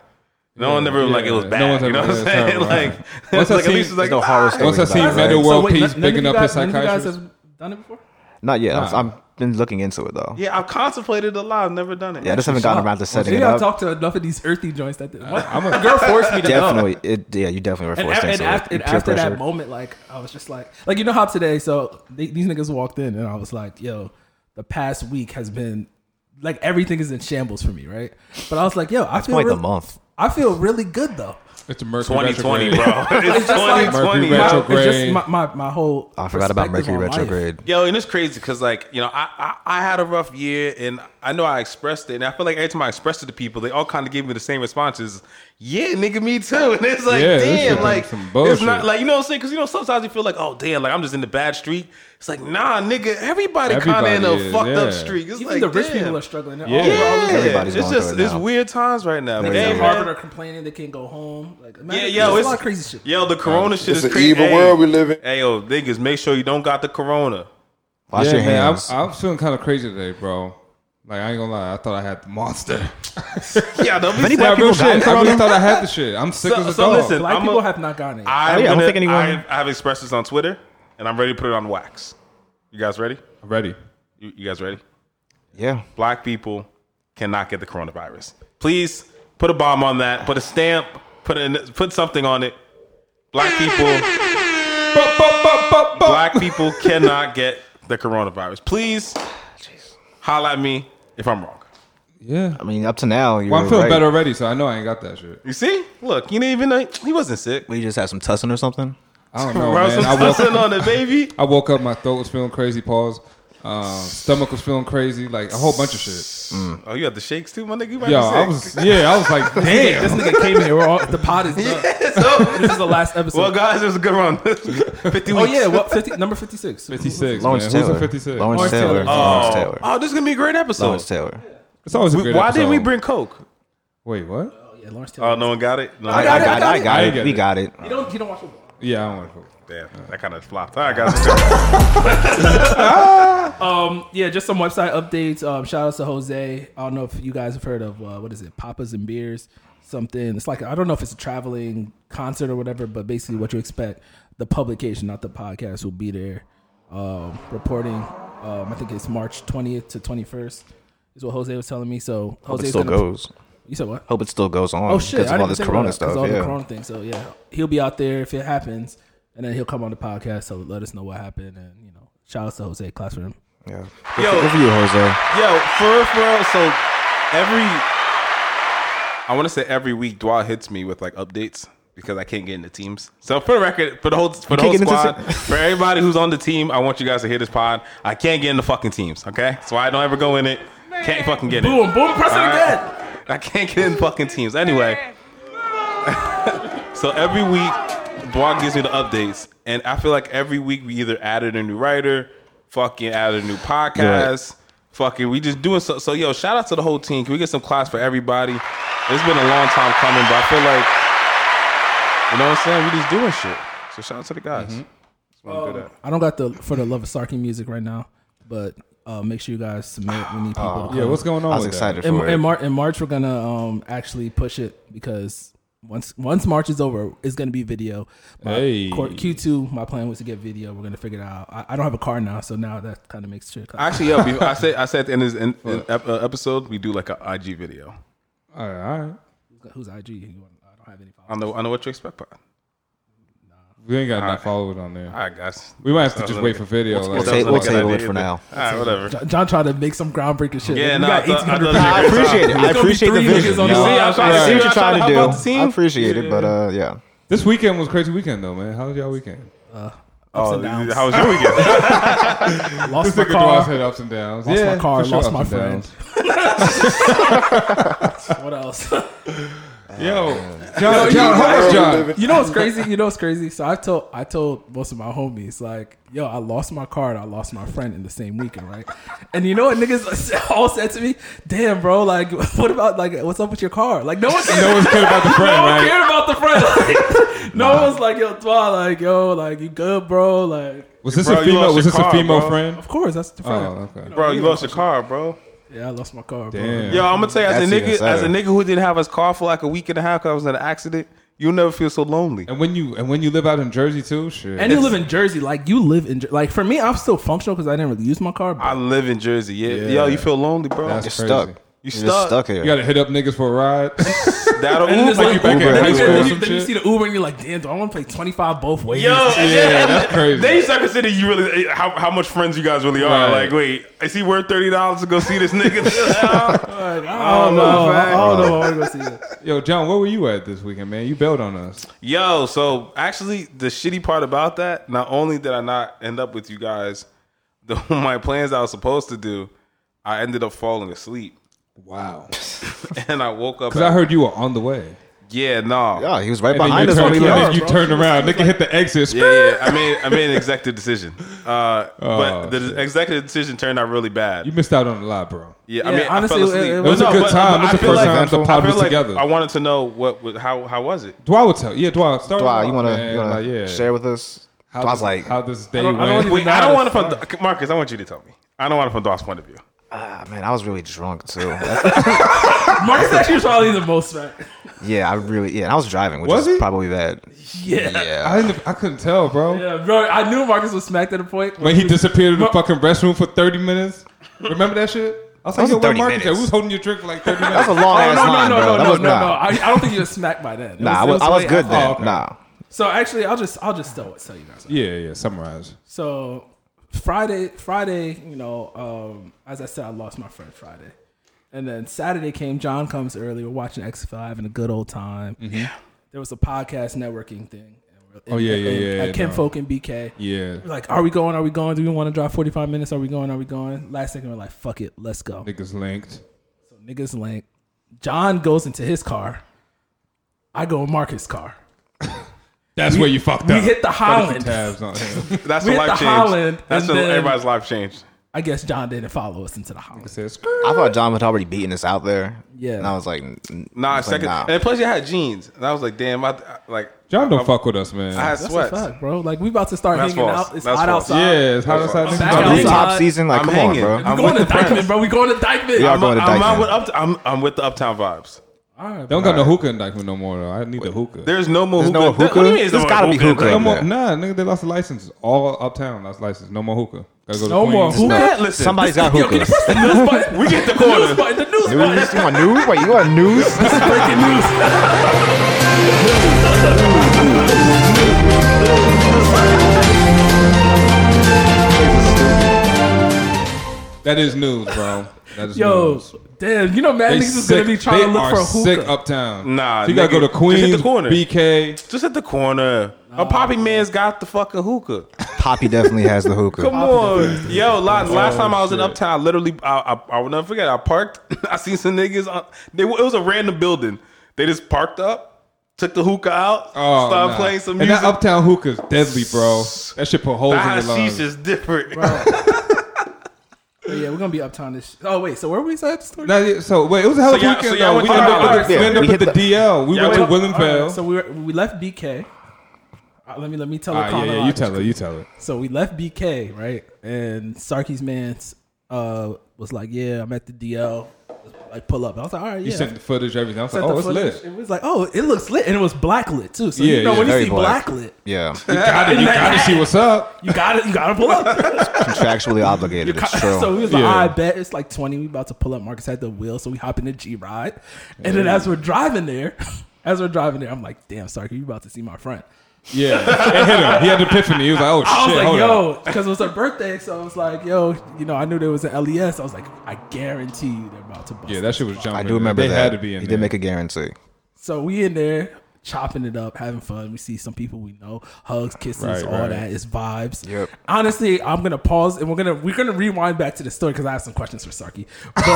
Speaker 5: No one ever like it was
Speaker 3: yeah.
Speaker 5: bad.
Speaker 3: No one's
Speaker 5: you know
Speaker 3: ever
Speaker 5: what I'm
Speaker 3: like, "Yeah,
Speaker 5: saying?
Speaker 3: it's
Speaker 5: [laughs]
Speaker 3: terrible."
Speaker 5: Like,
Speaker 3: Once
Speaker 5: it's
Speaker 3: I
Speaker 5: like at
Speaker 3: seen-
Speaker 5: least it's like
Speaker 7: There's no horror
Speaker 5: "Ah."
Speaker 7: stories
Speaker 3: Once I seen
Speaker 7: about it,
Speaker 3: Meadow
Speaker 7: right?
Speaker 3: World
Speaker 4: none-
Speaker 3: Peace
Speaker 4: none of
Speaker 3: picking
Speaker 4: you
Speaker 3: up his
Speaker 4: guys- none of you guys
Speaker 3: psychiatrist.
Speaker 4: have done it before.
Speaker 7: Not yet. I've, I've been looking into it though. Yeah,
Speaker 5: Yeah, I've contemplated a lot. I've never done it.
Speaker 7: I just haven't gotten around to
Speaker 4: Well,
Speaker 7: setting
Speaker 4: maybe
Speaker 7: it
Speaker 4: I'll
Speaker 7: up.
Speaker 4: talk to enough of these earthy joints that
Speaker 3: I'm a-
Speaker 4: the girl forced me to go.
Speaker 7: definitely, it. Yeah, you definitely were
Speaker 4: And,
Speaker 7: forced
Speaker 4: af- and
Speaker 7: into it.
Speaker 4: after, and
Speaker 7: Peer
Speaker 4: after that
Speaker 7: pressure.
Speaker 4: moment, like I was just like, like you know how today, so they, these niggas walked in, and I was like, yo, the past week has been like everything is in shambles for me, right? But I was like, yo, I feel
Speaker 7: like the
Speaker 4: real-
Speaker 7: month.
Speaker 4: I feel really good though.
Speaker 3: It's a Mercury
Speaker 5: 2020,
Speaker 3: retrograde.
Speaker 5: bro. [laughs] It's
Speaker 4: just like-
Speaker 5: 2020.
Speaker 3: Mercury
Speaker 5: bro.
Speaker 4: My, it's just
Speaker 3: Retrograde.
Speaker 4: my, my, my whole.
Speaker 7: Oh, I forgot about
Speaker 4: perspective
Speaker 7: Mercury
Speaker 4: on life.
Speaker 7: retrograde.
Speaker 5: Yo, and it's crazy because like you know, I, I I had a rough year, and I know I expressed it, and I feel like every time I expressed it to people, they all kind of gave me the same responses. Yeah, nigga, me too. [laughs] And it's like,
Speaker 3: Yeah, this shit
Speaker 5: damn,
Speaker 3: is
Speaker 5: like
Speaker 3: some
Speaker 5: it's
Speaker 3: bullshit.
Speaker 5: not like you know what I'm saying? Because you know sometimes you feel like, oh damn, like I'm just in the bad street. It's like, nah, nigga, everybody,
Speaker 3: Everybody
Speaker 5: kind of in a
Speaker 3: is,
Speaker 5: fucked
Speaker 3: yeah.
Speaker 5: up street. It's
Speaker 4: Even
Speaker 5: like
Speaker 4: the rich
Speaker 5: damn.
Speaker 4: people are struggling. They're
Speaker 3: Yeah.
Speaker 4: all-
Speaker 5: Yeah,
Speaker 7: Everybody's
Speaker 5: it's
Speaker 7: going
Speaker 5: just
Speaker 7: through it
Speaker 5: it's
Speaker 7: now.
Speaker 5: weird times right now.
Speaker 7: Everybody.
Speaker 5: Hey,
Speaker 4: They Harvard are
Speaker 5: man.
Speaker 4: complaining they can't go home. Like,
Speaker 5: Yeah,
Speaker 4: imagine,
Speaker 5: yo,
Speaker 4: there's
Speaker 5: it's
Speaker 4: a lot of crazy shit.
Speaker 5: Yo, the corona shit
Speaker 8: It's
Speaker 5: is
Speaker 8: an
Speaker 5: crazy.
Speaker 8: evil
Speaker 5: Hey,
Speaker 8: world we live in.
Speaker 5: Hey, yo, niggas, make sure you don't got the corona. [laughs]
Speaker 7: Wash
Speaker 3: yeah,
Speaker 7: your
Speaker 3: man,
Speaker 7: hands.
Speaker 3: I'm, I'm feeling kind of crazy today, bro. Like I ain't gonna lie, I thought I had the monster.
Speaker 5: Yeah, don't be
Speaker 7: Many
Speaker 5: sad.
Speaker 7: black
Speaker 3: Real
Speaker 7: people got
Speaker 3: shit,
Speaker 7: it.
Speaker 3: I really thought I had the shit. I'm sick
Speaker 5: So-
Speaker 3: as a
Speaker 5: so
Speaker 3: dog.
Speaker 5: listen,
Speaker 4: Black
Speaker 5: I'm a-
Speaker 4: people have not gotten
Speaker 5: I'm
Speaker 4: it.
Speaker 7: Oh, yeah, I don't
Speaker 5: gonna-
Speaker 7: think anyone-
Speaker 5: I have, I have expressed this on Twitter, and I'm ready to put it on wax. You guys ready?
Speaker 3: I'm ready.
Speaker 5: You, you guys ready?
Speaker 7: Yeah.
Speaker 5: Black people cannot get the coronavirus. Please put a bomb on that. Put a stamp. Put an, put something on it. Black people. Black people cannot get the coronavirus. Please, holla at me if I'm wrong.
Speaker 3: Yeah.
Speaker 7: I mean, up to now, you're
Speaker 3: Well, I'm feeling
Speaker 7: right.
Speaker 3: better already, so I know I ain't got that shit.
Speaker 5: You see? Look, you didn't even know he wasn't sick.
Speaker 7: We just had some tussing or something.
Speaker 3: I don't know,
Speaker 5: Bro, some
Speaker 3: man. I
Speaker 5: [laughs]
Speaker 3: woke,
Speaker 5: something on it, baby.
Speaker 3: I woke up, my throat was feeling crazy, pause. Um, stomach was feeling crazy, like a whole bunch of shit.
Speaker 5: Oh, you had the shakes too, my nigga. You might
Speaker 3: Yo,
Speaker 5: be sick.
Speaker 3: I was, yeah, I was
Speaker 5: [laughs]
Speaker 3: like, damn.
Speaker 4: This nigga came here. We're all the pod
Speaker 7: [laughs]
Speaker 4: is done. this is the last episode.
Speaker 5: Well, guys, it was a good run. Fifty weeks.
Speaker 4: oh yeah, well, 50, number fifty six.
Speaker 3: 56,
Speaker 7: Lawrence
Speaker 3: man.
Speaker 7: Taylor.
Speaker 3: Who's in 56?
Speaker 7: Lawrence,
Speaker 4: Lawrence Taylor.
Speaker 7: Taylor. Lawrence Taylor.
Speaker 5: Oh, this is gonna be a great episode.
Speaker 7: Lawrence Taylor.
Speaker 3: It's always a
Speaker 5: We-
Speaker 3: great
Speaker 5: Why didn't we
Speaker 3: episode.
Speaker 5: bring Coke?
Speaker 3: Wait, what?
Speaker 4: Yeah, Lawrence Taylor.
Speaker 5: Oh,
Speaker 7: Uh,
Speaker 5: no one got it. No,
Speaker 7: I,
Speaker 4: got it,
Speaker 7: got,
Speaker 4: I
Speaker 7: it. I got
Speaker 3: I
Speaker 7: it.
Speaker 3: get
Speaker 7: We
Speaker 3: it.
Speaker 7: got it.
Speaker 4: you don't. You don't watch football.
Speaker 3: Yeah, I don't want to.
Speaker 5: Damn, that kind of flopped. All right, guys.
Speaker 4: Um, Yeah, just some website updates. Um, shout outs to Jose. I don't know if you guys have heard of uh, what is it, Papas and Beers, something. It's like I don't know if it's a traveling concert or whatever, but basically what you expect. The publication, not the podcast, will be there um, reporting. Um, I think it's March twentieth to twenty first. Is what Jose was telling me. So
Speaker 7: Hope
Speaker 4: Jose
Speaker 7: it still goes.
Speaker 4: You said what?
Speaker 7: Hope it still goes on.
Speaker 4: Oh shit!
Speaker 7: Because
Speaker 4: I
Speaker 7: Um, of all
Speaker 4: didn't
Speaker 7: this
Speaker 4: think
Speaker 7: corona
Speaker 4: about that, 'cause of
Speaker 7: stuff.
Speaker 4: all
Speaker 7: yeah.
Speaker 4: the corona thing. So yeah, he'll be out there if it happens, and then he'll come on the podcast to let us know what happened. And you know, shout out to Jose Classroom.
Speaker 7: Yeah.
Speaker 5: Yo.
Speaker 7: Good for you, Jose.
Speaker 5: [laughs] Yo, for real, for real. So every, I want to say every week, Dwa hits me with like updates because I can't get into teams. So for the record, for the whole for the
Speaker 7: You
Speaker 5: whole
Speaker 7: can't get into
Speaker 5: squad, for everybody who's on the team, I want you guys to hear this pod. I can't get into fucking teams. Okay, so I don't ever go in it. Can't fucking get in.
Speaker 4: Boom! Boom! Press it
Speaker 5: All
Speaker 4: again.
Speaker 5: right. I can't get in fucking teams. Anyway. [laughs] so every week, Blog gives me the updates. And I feel like every week we either added a new writer, fucking added a new podcast, fucking we just doing so. So, yo, shout out to the whole team. Can we get some claps for everybody? It's been a long time coming, but I feel like, you know what I'm saying? We just doing shit. So, shout out to the guys. Mm-hmm. Um, That's what I'm good at.
Speaker 4: I don't got the for the love of Sarky music right now, but uh, make sure you guys submit. We need people. to come.
Speaker 3: Yeah, what's going on?
Speaker 7: I was
Speaker 3: with that?
Speaker 7: excited
Speaker 4: in,
Speaker 7: for
Speaker 4: in
Speaker 7: it.
Speaker 4: Mar- in March we're gonna um, actually push it because once once March is over, it's gonna be video. My,
Speaker 3: Hey.
Speaker 4: Q two. My plan was to get video. We're gonna figure it out. I, I don't have a car now, so now that kind of makes shit.
Speaker 5: Actually, yo, before- I said I said at the end of this in, in ep- uh, episode, we do like an IG video.
Speaker 3: All right, all right.
Speaker 4: Who's IG? You want- I don't have any. Followers.
Speaker 5: I know I know what you expect. Pod.
Speaker 3: We ain't got
Speaker 5: right.
Speaker 3: enough followers on there.
Speaker 5: All right, guys.
Speaker 3: We might have to just wait for video.
Speaker 7: We'll,
Speaker 3: Like,
Speaker 5: that was
Speaker 7: ta- we'll
Speaker 5: a good
Speaker 7: table it
Speaker 5: idea,
Speaker 7: for
Speaker 5: dude.
Speaker 7: now.
Speaker 5: All right, whatever.
Speaker 4: John tried to make some groundbreaking shit.
Speaker 5: Yeah,
Speaker 4: Like,
Speaker 5: no,
Speaker 4: we
Speaker 5: I thought- I
Speaker 4: got eighteen hundred
Speaker 5: thought you-
Speaker 7: I
Speaker 4: pounds.
Speaker 7: appreciate it. I
Speaker 4: gonna be
Speaker 7: appreciate the
Speaker 4: three niggas
Speaker 7: vision.
Speaker 4: on
Speaker 7: yo.
Speaker 4: the scene.
Speaker 5: I'm trying to
Speaker 7: I
Speaker 5: see what
Speaker 7: see what
Speaker 5: I'm
Speaker 7: you're
Speaker 5: trying
Speaker 7: trying
Speaker 5: to
Speaker 7: to do.
Speaker 5: help out the team.
Speaker 7: I appreciate it, but uh, yeah.
Speaker 3: this weekend was a crazy weekend though, man. How was y'all weekend?
Speaker 4: Ups
Speaker 5: Oh,
Speaker 4: and downs.
Speaker 5: how was your weekend?
Speaker 4: Lost my
Speaker 3: Look at Dwight's
Speaker 4: car.
Speaker 3: head ups and downs.
Speaker 4: Lost
Speaker 3: yeah,
Speaker 4: my car.
Speaker 3: for sure
Speaker 4: Lost
Speaker 3: ups
Speaker 4: my
Speaker 3: and
Speaker 4: friend.
Speaker 3: downs.
Speaker 5: [laughs]
Speaker 4: What else?
Speaker 3: Yo, John, John, how
Speaker 8: World
Speaker 3: much
Speaker 8: we
Speaker 3: John?
Speaker 8: live in.
Speaker 4: [laughs] You know what's crazy? You know what's crazy? So I told I told most of my homies like, "Yo, I lost my car and I lost my friend in the same weekend, right?" And you know what niggas [laughs] all said to me? "Damn, bro, like, [laughs] what about like, what's up with your car?"
Speaker 5: [laughs]
Speaker 4: Like, no one cared,
Speaker 3: No
Speaker 4: no
Speaker 3: one's cared about the friend,
Speaker 4: one [laughs]
Speaker 3: right?
Speaker 4: cared about the friend.
Speaker 5: [laughs]
Speaker 4: [laughs] Like, no one's like, "Yo, Twa, like, yo, like, you good, bro?" Like,
Speaker 3: Was this
Speaker 5: Bro,
Speaker 3: a
Speaker 5: you
Speaker 3: female?
Speaker 5: lost
Speaker 3: Was
Speaker 5: your
Speaker 3: this a
Speaker 5: car,
Speaker 3: female
Speaker 5: bro.
Speaker 3: friend?
Speaker 4: of course, that's the
Speaker 3: Oh,
Speaker 4: friend.
Speaker 3: okay.
Speaker 5: bro, you lost your car, bro.
Speaker 4: Yeah, I lost my car, bro.
Speaker 3: Damn.
Speaker 5: Yo, I'm gonna tell you, as a
Speaker 7: That's even
Speaker 5: nigga, as a
Speaker 7: sadder.
Speaker 5: nigga who didn't have his car for like a week and a half because I was in an accident, you'll never feel so lonely.
Speaker 3: And when you and when you live out in Jersey too, shit.
Speaker 4: And you live in Jersey, like you live in Jer- like for me, I'm still functional because I didn't really use my car. But
Speaker 5: I live in Jersey, yeah. Yo, you feel lonely, bro.
Speaker 3: That's crazy.
Speaker 7: You're stuck.
Speaker 5: you
Speaker 7: You're just
Speaker 5: stuck.
Speaker 7: stuck
Speaker 3: you
Speaker 7: here.
Speaker 3: gotta hit up niggas for a ride.
Speaker 5: That'll
Speaker 4: [laughs] And
Speaker 5: Uber.
Speaker 4: it's like,
Speaker 3: you back
Speaker 4: Uber.
Speaker 3: in
Speaker 4: Then
Speaker 3: high
Speaker 4: you-
Speaker 3: school
Speaker 4: then
Speaker 3: or
Speaker 4: you-
Speaker 3: some
Speaker 4: then you
Speaker 3: shit.
Speaker 4: see the Uber and you're like, damn, do I want to play 25 both ways?
Speaker 5: Yo, and
Speaker 3: Yeah,
Speaker 5: then-
Speaker 3: that's crazy.
Speaker 5: Then you start to consider you really eh, how, how much friends you guys really are.
Speaker 3: Right.
Speaker 5: Like, wait, is he worth thirty dollars to go see this nigga?
Speaker 4: Like, I don't know. I don't know. I want to go see that.
Speaker 3: Yo, John, where were you at this weekend, man? You bailed on us.
Speaker 5: Yo, so actually, the shitty part about that, [laughs] not only did I not end up with you guys, the my plans I was supposed to do, I ended up falling asleep, [laughs]
Speaker 3: Wow.
Speaker 5: and I woke up.
Speaker 3: Because I heard you were on the way.
Speaker 5: yeah, no,
Speaker 7: Yeah, he was right
Speaker 3: And then
Speaker 7: behind
Speaker 3: you
Speaker 7: us
Speaker 3: turned,
Speaker 7: when we
Speaker 3: and then
Speaker 7: left.
Speaker 3: you turned around. Nigga hit the exit.
Speaker 5: Yeah, yeah. I made I made an executive decision,
Speaker 3: [laughs]
Speaker 5: uh, but the
Speaker 3: Oh, shit.
Speaker 5: executive decision turned out really bad.
Speaker 3: You missed out on a lot, bro.
Speaker 5: Yeah, I
Speaker 4: Yeah,
Speaker 5: mean,
Speaker 4: honestly,
Speaker 5: I fell
Speaker 4: it-
Speaker 5: asleep.
Speaker 4: it
Speaker 3: was a good time. It's
Speaker 5: I
Speaker 3: the
Speaker 5: feel
Speaker 3: first
Speaker 5: like-
Speaker 3: time the
Speaker 5: I
Speaker 3: pod
Speaker 5: feel
Speaker 3: was
Speaker 5: like
Speaker 3: together.
Speaker 5: I wanted to know what, was- how how was it?
Speaker 3: Dwight will tell. Yeah, Dwight. Start
Speaker 7: Dwight,
Speaker 3: with
Speaker 7: you want to
Speaker 3: man.
Speaker 7: you wanna
Speaker 3: Like, yeah.
Speaker 7: share with us?
Speaker 3: How
Speaker 7: Dwight's
Speaker 3: this-
Speaker 7: like,
Speaker 3: how this day
Speaker 4: don't- I don't
Speaker 3: went.
Speaker 4: even-
Speaker 5: Wait, I
Speaker 4: not
Speaker 5: don't
Speaker 4: a
Speaker 5: want it from Th- Marcus. I want you to tell me. I don't want it from Doss' point of view.
Speaker 7: ah, man, I was really drunk too.
Speaker 4: Marcus actually was probably the most fat.
Speaker 7: yeah, I really, yeah, and I was driving, which
Speaker 3: Was
Speaker 7: is
Speaker 3: he?
Speaker 7: probably bad.
Speaker 4: Yeah. yeah.
Speaker 3: I, didn't, I couldn't tell, bro.
Speaker 4: bro. I knew Marcus was smacked at a point.
Speaker 3: When he disappeared in the fucking restroom for 30 minutes. Remember that shit? I was
Speaker 7: That
Speaker 3: like,
Speaker 7: was
Speaker 3: yo, where
Speaker 7: 30
Speaker 3: Marcus at?
Speaker 7: minutes.
Speaker 3: We was holding your drink for like 30 minutes.
Speaker 7: That's a long
Speaker 4: Oh,
Speaker 7: ass
Speaker 4: no, no,
Speaker 7: line,
Speaker 4: no,
Speaker 7: bro.
Speaker 4: no,
Speaker 7: that
Speaker 4: no,
Speaker 7: was
Speaker 4: no,
Speaker 7: not.
Speaker 4: no. I, I don't think you were smacked by then. It
Speaker 7: Nah, I was, I
Speaker 4: it
Speaker 7: was
Speaker 4: way
Speaker 7: good
Speaker 4: after.
Speaker 7: then.
Speaker 3: Oh, okay.
Speaker 7: Nah,
Speaker 4: So actually, I'll just I'll just tell tell you guys.
Speaker 3: yeah, yeah. Summarize.
Speaker 4: So Friday, Friday, you know, um, as I said, I lost my friend Friday, and then Saturday came. John comes early. We're watching X Five, having a good old time. Yeah. There was a podcast networking thing.
Speaker 3: Mm-hmm. Oh, yeah, yeah, yeah,
Speaker 4: At
Speaker 3: yeah,
Speaker 4: Ken
Speaker 3: no.
Speaker 4: Folk and BK.
Speaker 3: Yeah.
Speaker 4: We're like, are we going? Are we going? Do we want to drive 45 minutes? Are we going? Are we going? Last second, we're like, fuck it, let's go.
Speaker 3: Niggas linked.
Speaker 4: So niggas link. John goes into his car. I go in Marcus' car.
Speaker 3: That's where you fucked
Speaker 4: we
Speaker 3: up.
Speaker 4: hit the
Speaker 3: Fucking
Speaker 4: Highland.
Speaker 3: Tabs on him. [laughs]
Speaker 5: That's
Speaker 4: We
Speaker 5: the
Speaker 4: hit
Speaker 5: life
Speaker 4: the
Speaker 5: change.
Speaker 4: Holland,
Speaker 5: That's
Speaker 4: and
Speaker 5: the,
Speaker 4: then-
Speaker 5: everybody's life change.
Speaker 4: I guess John didn't follow us into the house.
Speaker 3: Says,
Speaker 7: I thought John was already beating us out there.
Speaker 4: Yeah.
Speaker 7: and I was like, n-
Speaker 5: Nah,
Speaker 7: I was like,
Speaker 5: second,
Speaker 7: nah.
Speaker 5: and plus you had jeans, and I was like, damn, I, I- like
Speaker 3: John don't
Speaker 5: I-
Speaker 3: fuck with us, man.
Speaker 5: I had
Speaker 4: That's
Speaker 5: sweats.
Speaker 4: a fact, bro. Like we about to start
Speaker 5: That's
Speaker 4: hanging
Speaker 5: false.
Speaker 4: out. It's
Speaker 5: That's
Speaker 4: hot
Speaker 5: false.
Speaker 4: outside.
Speaker 3: yeah, it's hot
Speaker 5: That's
Speaker 3: outside.
Speaker 5: fine.
Speaker 3: Niggas
Speaker 4: Back out.
Speaker 3: don't do that.
Speaker 7: Rooftop
Speaker 4: outside.
Speaker 7: season, like,
Speaker 5: I'm
Speaker 7: come
Speaker 5: hanging.
Speaker 7: on, bro.
Speaker 5: I'm
Speaker 4: We going to
Speaker 5: with the
Speaker 4: Dykeman,
Speaker 5: friends.
Speaker 4: bro. We going to Dykeman.
Speaker 7: Yeah.
Speaker 5: I'm,
Speaker 7: going to
Speaker 5: I'm, I'm
Speaker 7: Dykeman.
Speaker 5: with up. I'm, I'm with the uptown vibes.
Speaker 4: All right, bro.
Speaker 3: Don't got no hookah in Dykeman no more, though. I need the hookah.
Speaker 5: There's no more
Speaker 7: There's
Speaker 5: hookah.
Speaker 7: no
Speaker 5: What do
Speaker 7: hookah?
Speaker 5: you mean there's
Speaker 7: There's
Speaker 5: no
Speaker 7: gotta be hookah.
Speaker 3: no
Speaker 5: Like,
Speaker 7: Come
Speaker 3: more,
Speaker 7: on.
Speaker 3: nah, nigga, they lost the license. All uptown lost license. No more hookah. Gotta go to
Speaker 4: No
Speaker 3: Queens.
Speaker 4: more hookah.
Speaker 5: Man, listen.
Speaker 7: somebody's got
Speaker 4: Yo, can you
Speaker 7: hookahs.
Speaker 4: press the news button?
Speaker 5: We get the
Speaker 4: The news
Speaker 5: corner.
Speaker 4: button. The news
Speaker 7: News?
Speaker 4: button.
Speaker 7: You want news? Wait, you want news?
Speaker 5: [laughs]
Speaker 4: Breaking news.
Speaker 3: That is news, bro.
Speaker 4: [laughs]
Speaker 3: That is
Speaker 4: Yo,
Speaker 3: news.
Speaker 4: damn. You know, mad
Speaker 3: They
Speaker 4: niggas is gonna be
Speaker 3: sick-
Speaker 4: trying to
Speaker 3: they
Speaker 4: look
Speaker 3: are
Speaker 4: for a
Speaker 3: sick
Speaker 4: hookah.
Speaker 3: uptown.
Speaker 5: Nah,
Speaker 3: so you gotta
Speaker 5: nigga,
Speaker 3: go to
Speaker 5: just hit the
Speaker 3: Queens,
Speaker 5: corner.
Speaker 3: BK.
Speaker 5: Just at the corner. a poppy man's got the fucking hookah.
Speaker 7: Poppy definitely has the hookah.
Speaker 5: Come on, yo! Last, last time I was in
Speaker 3: shit.
Speaker 5: Uptown, I literally, I, I, I will never forget. I parked. [laughs] I seen some niggas. On, they it was a random building. They just parked up, took the hookah out,
Speaker 3: Oh,
Speaker 5: started
Speaker 3: nah.
Speaker 5: playing some
Speaker 3: And
Speaker 5: music.
Speaker 3: that uptown hookah's deadly, bro. That shit put holes
Speaker 5: the
Speaker 3: in your
Speaker 5: hashish
Speaker 3: lungs.
Speaker 5: is different.
Speaker 3: [laughs]
Speaker 4: But yeah, we're gonna be uptown this. Sh- oh wait, so where we at the story?
Speaker 3: Nah, yeah, so wait, it was a hell of a
Speaker 5: So y'all-
Speaker 3: weekend.
Speaker 5: so y'all
Speaker 3: though.
Speaker 5: went
Speaker 3: we
Speaker 5: to-
Speaker 3: ended up,
Speaker 5: alright,
Speaker 3: we
Speaker 7: yeah,
Speaker 3: ended up
Speaker 7: we
Speaker 3: at the,
Speaker 7: hit
Speaker 3: DL. We
Speaker 5: Y'all
Speaker 3: went to
Speaker 5: went-
Speaker 3: Willenville.
Speaker 4: So we were, we left BK. Uh, let me let me tell
Speaker 3: Ah,
Speaker 4: the
Speaker 3: yeah, yeah, you tell
Speaker 4: chronological.
Speaker 3: it. You tell it.
Speaker 4: So we left BK, right? And Sarkis man uh, was like, "Yeah, I'm at the DL. Like, pull up." I was like, "All right,
Speaker 3: You
Speaker 4: yeah."
Speaker 3: sent the footage, everything. I was like,
Speaker 4: Sent the
Speaker 3: oh, it's
Speaker 4: footage.
Speaker 3: lit.
Speaker 4: It was like, "Oh, it looks lit," and it was black lit too. So
Speaker 3: Yeah,
Speaker 4: you know
Speaker 3: yeah,
Speaker 4: when you
Speaker 7: very
Speaker 4: see black.
Speaker 7: black.
Speaker 4: lit,
Speaker 7: Yeah,
Speaker 3: Got it. You gotta see what's up.
Speaker 4: you got to You got to pull
Speaker 3: [laughs]
Speaker 4: up.
Speaker 5: [laughs]
Speaker 7: contractually obligated. It's true.
Speaker 4: so we was like,
Speaker 3: Yeah.
Speaker 4: "I bet it's like 20. We about to pull up." Marcus had the wheel, so we hop in the G ride, and then as we're driving there, [laughs] as we're driving there, I'm like, "Damn, Sarkis, you about to see my friend."
Speaker 3: Yeah, [laughs] it hit him. He had the epiphany. He was like, oh shit,
Speaker 4: I was like,
Speaker 3: hold up.
Speaker 4: yo, because it was her birthday, so I was like, yo, you know, I knew there was an LES. I was like, I guarantee you they're about to bust.
Speaker 3: Yeah,
Speaker 4: it.
Speaker 3: that shit was jumping.
Speaker 7: I do remember
Speaker 3: they
Speaker 7: that.
Speaker 3: had to be in
Speaker 7: he
Speaker 3: there.
Speaker 7: did make a guarantee.
Speaker 4: So we in there chopping it up, having fun. We see some people we know, hugs, kisses,
Speaker 3: Right,
Speaker 4: all
Speaker 3: right.
Speaker 4: that. It's vibes.
Speaker 7: Yep.
Speaker 4: Honestly, I'm gonna pause and we're gonna we're gonna rewind back to the story because I have some questions for Sarky.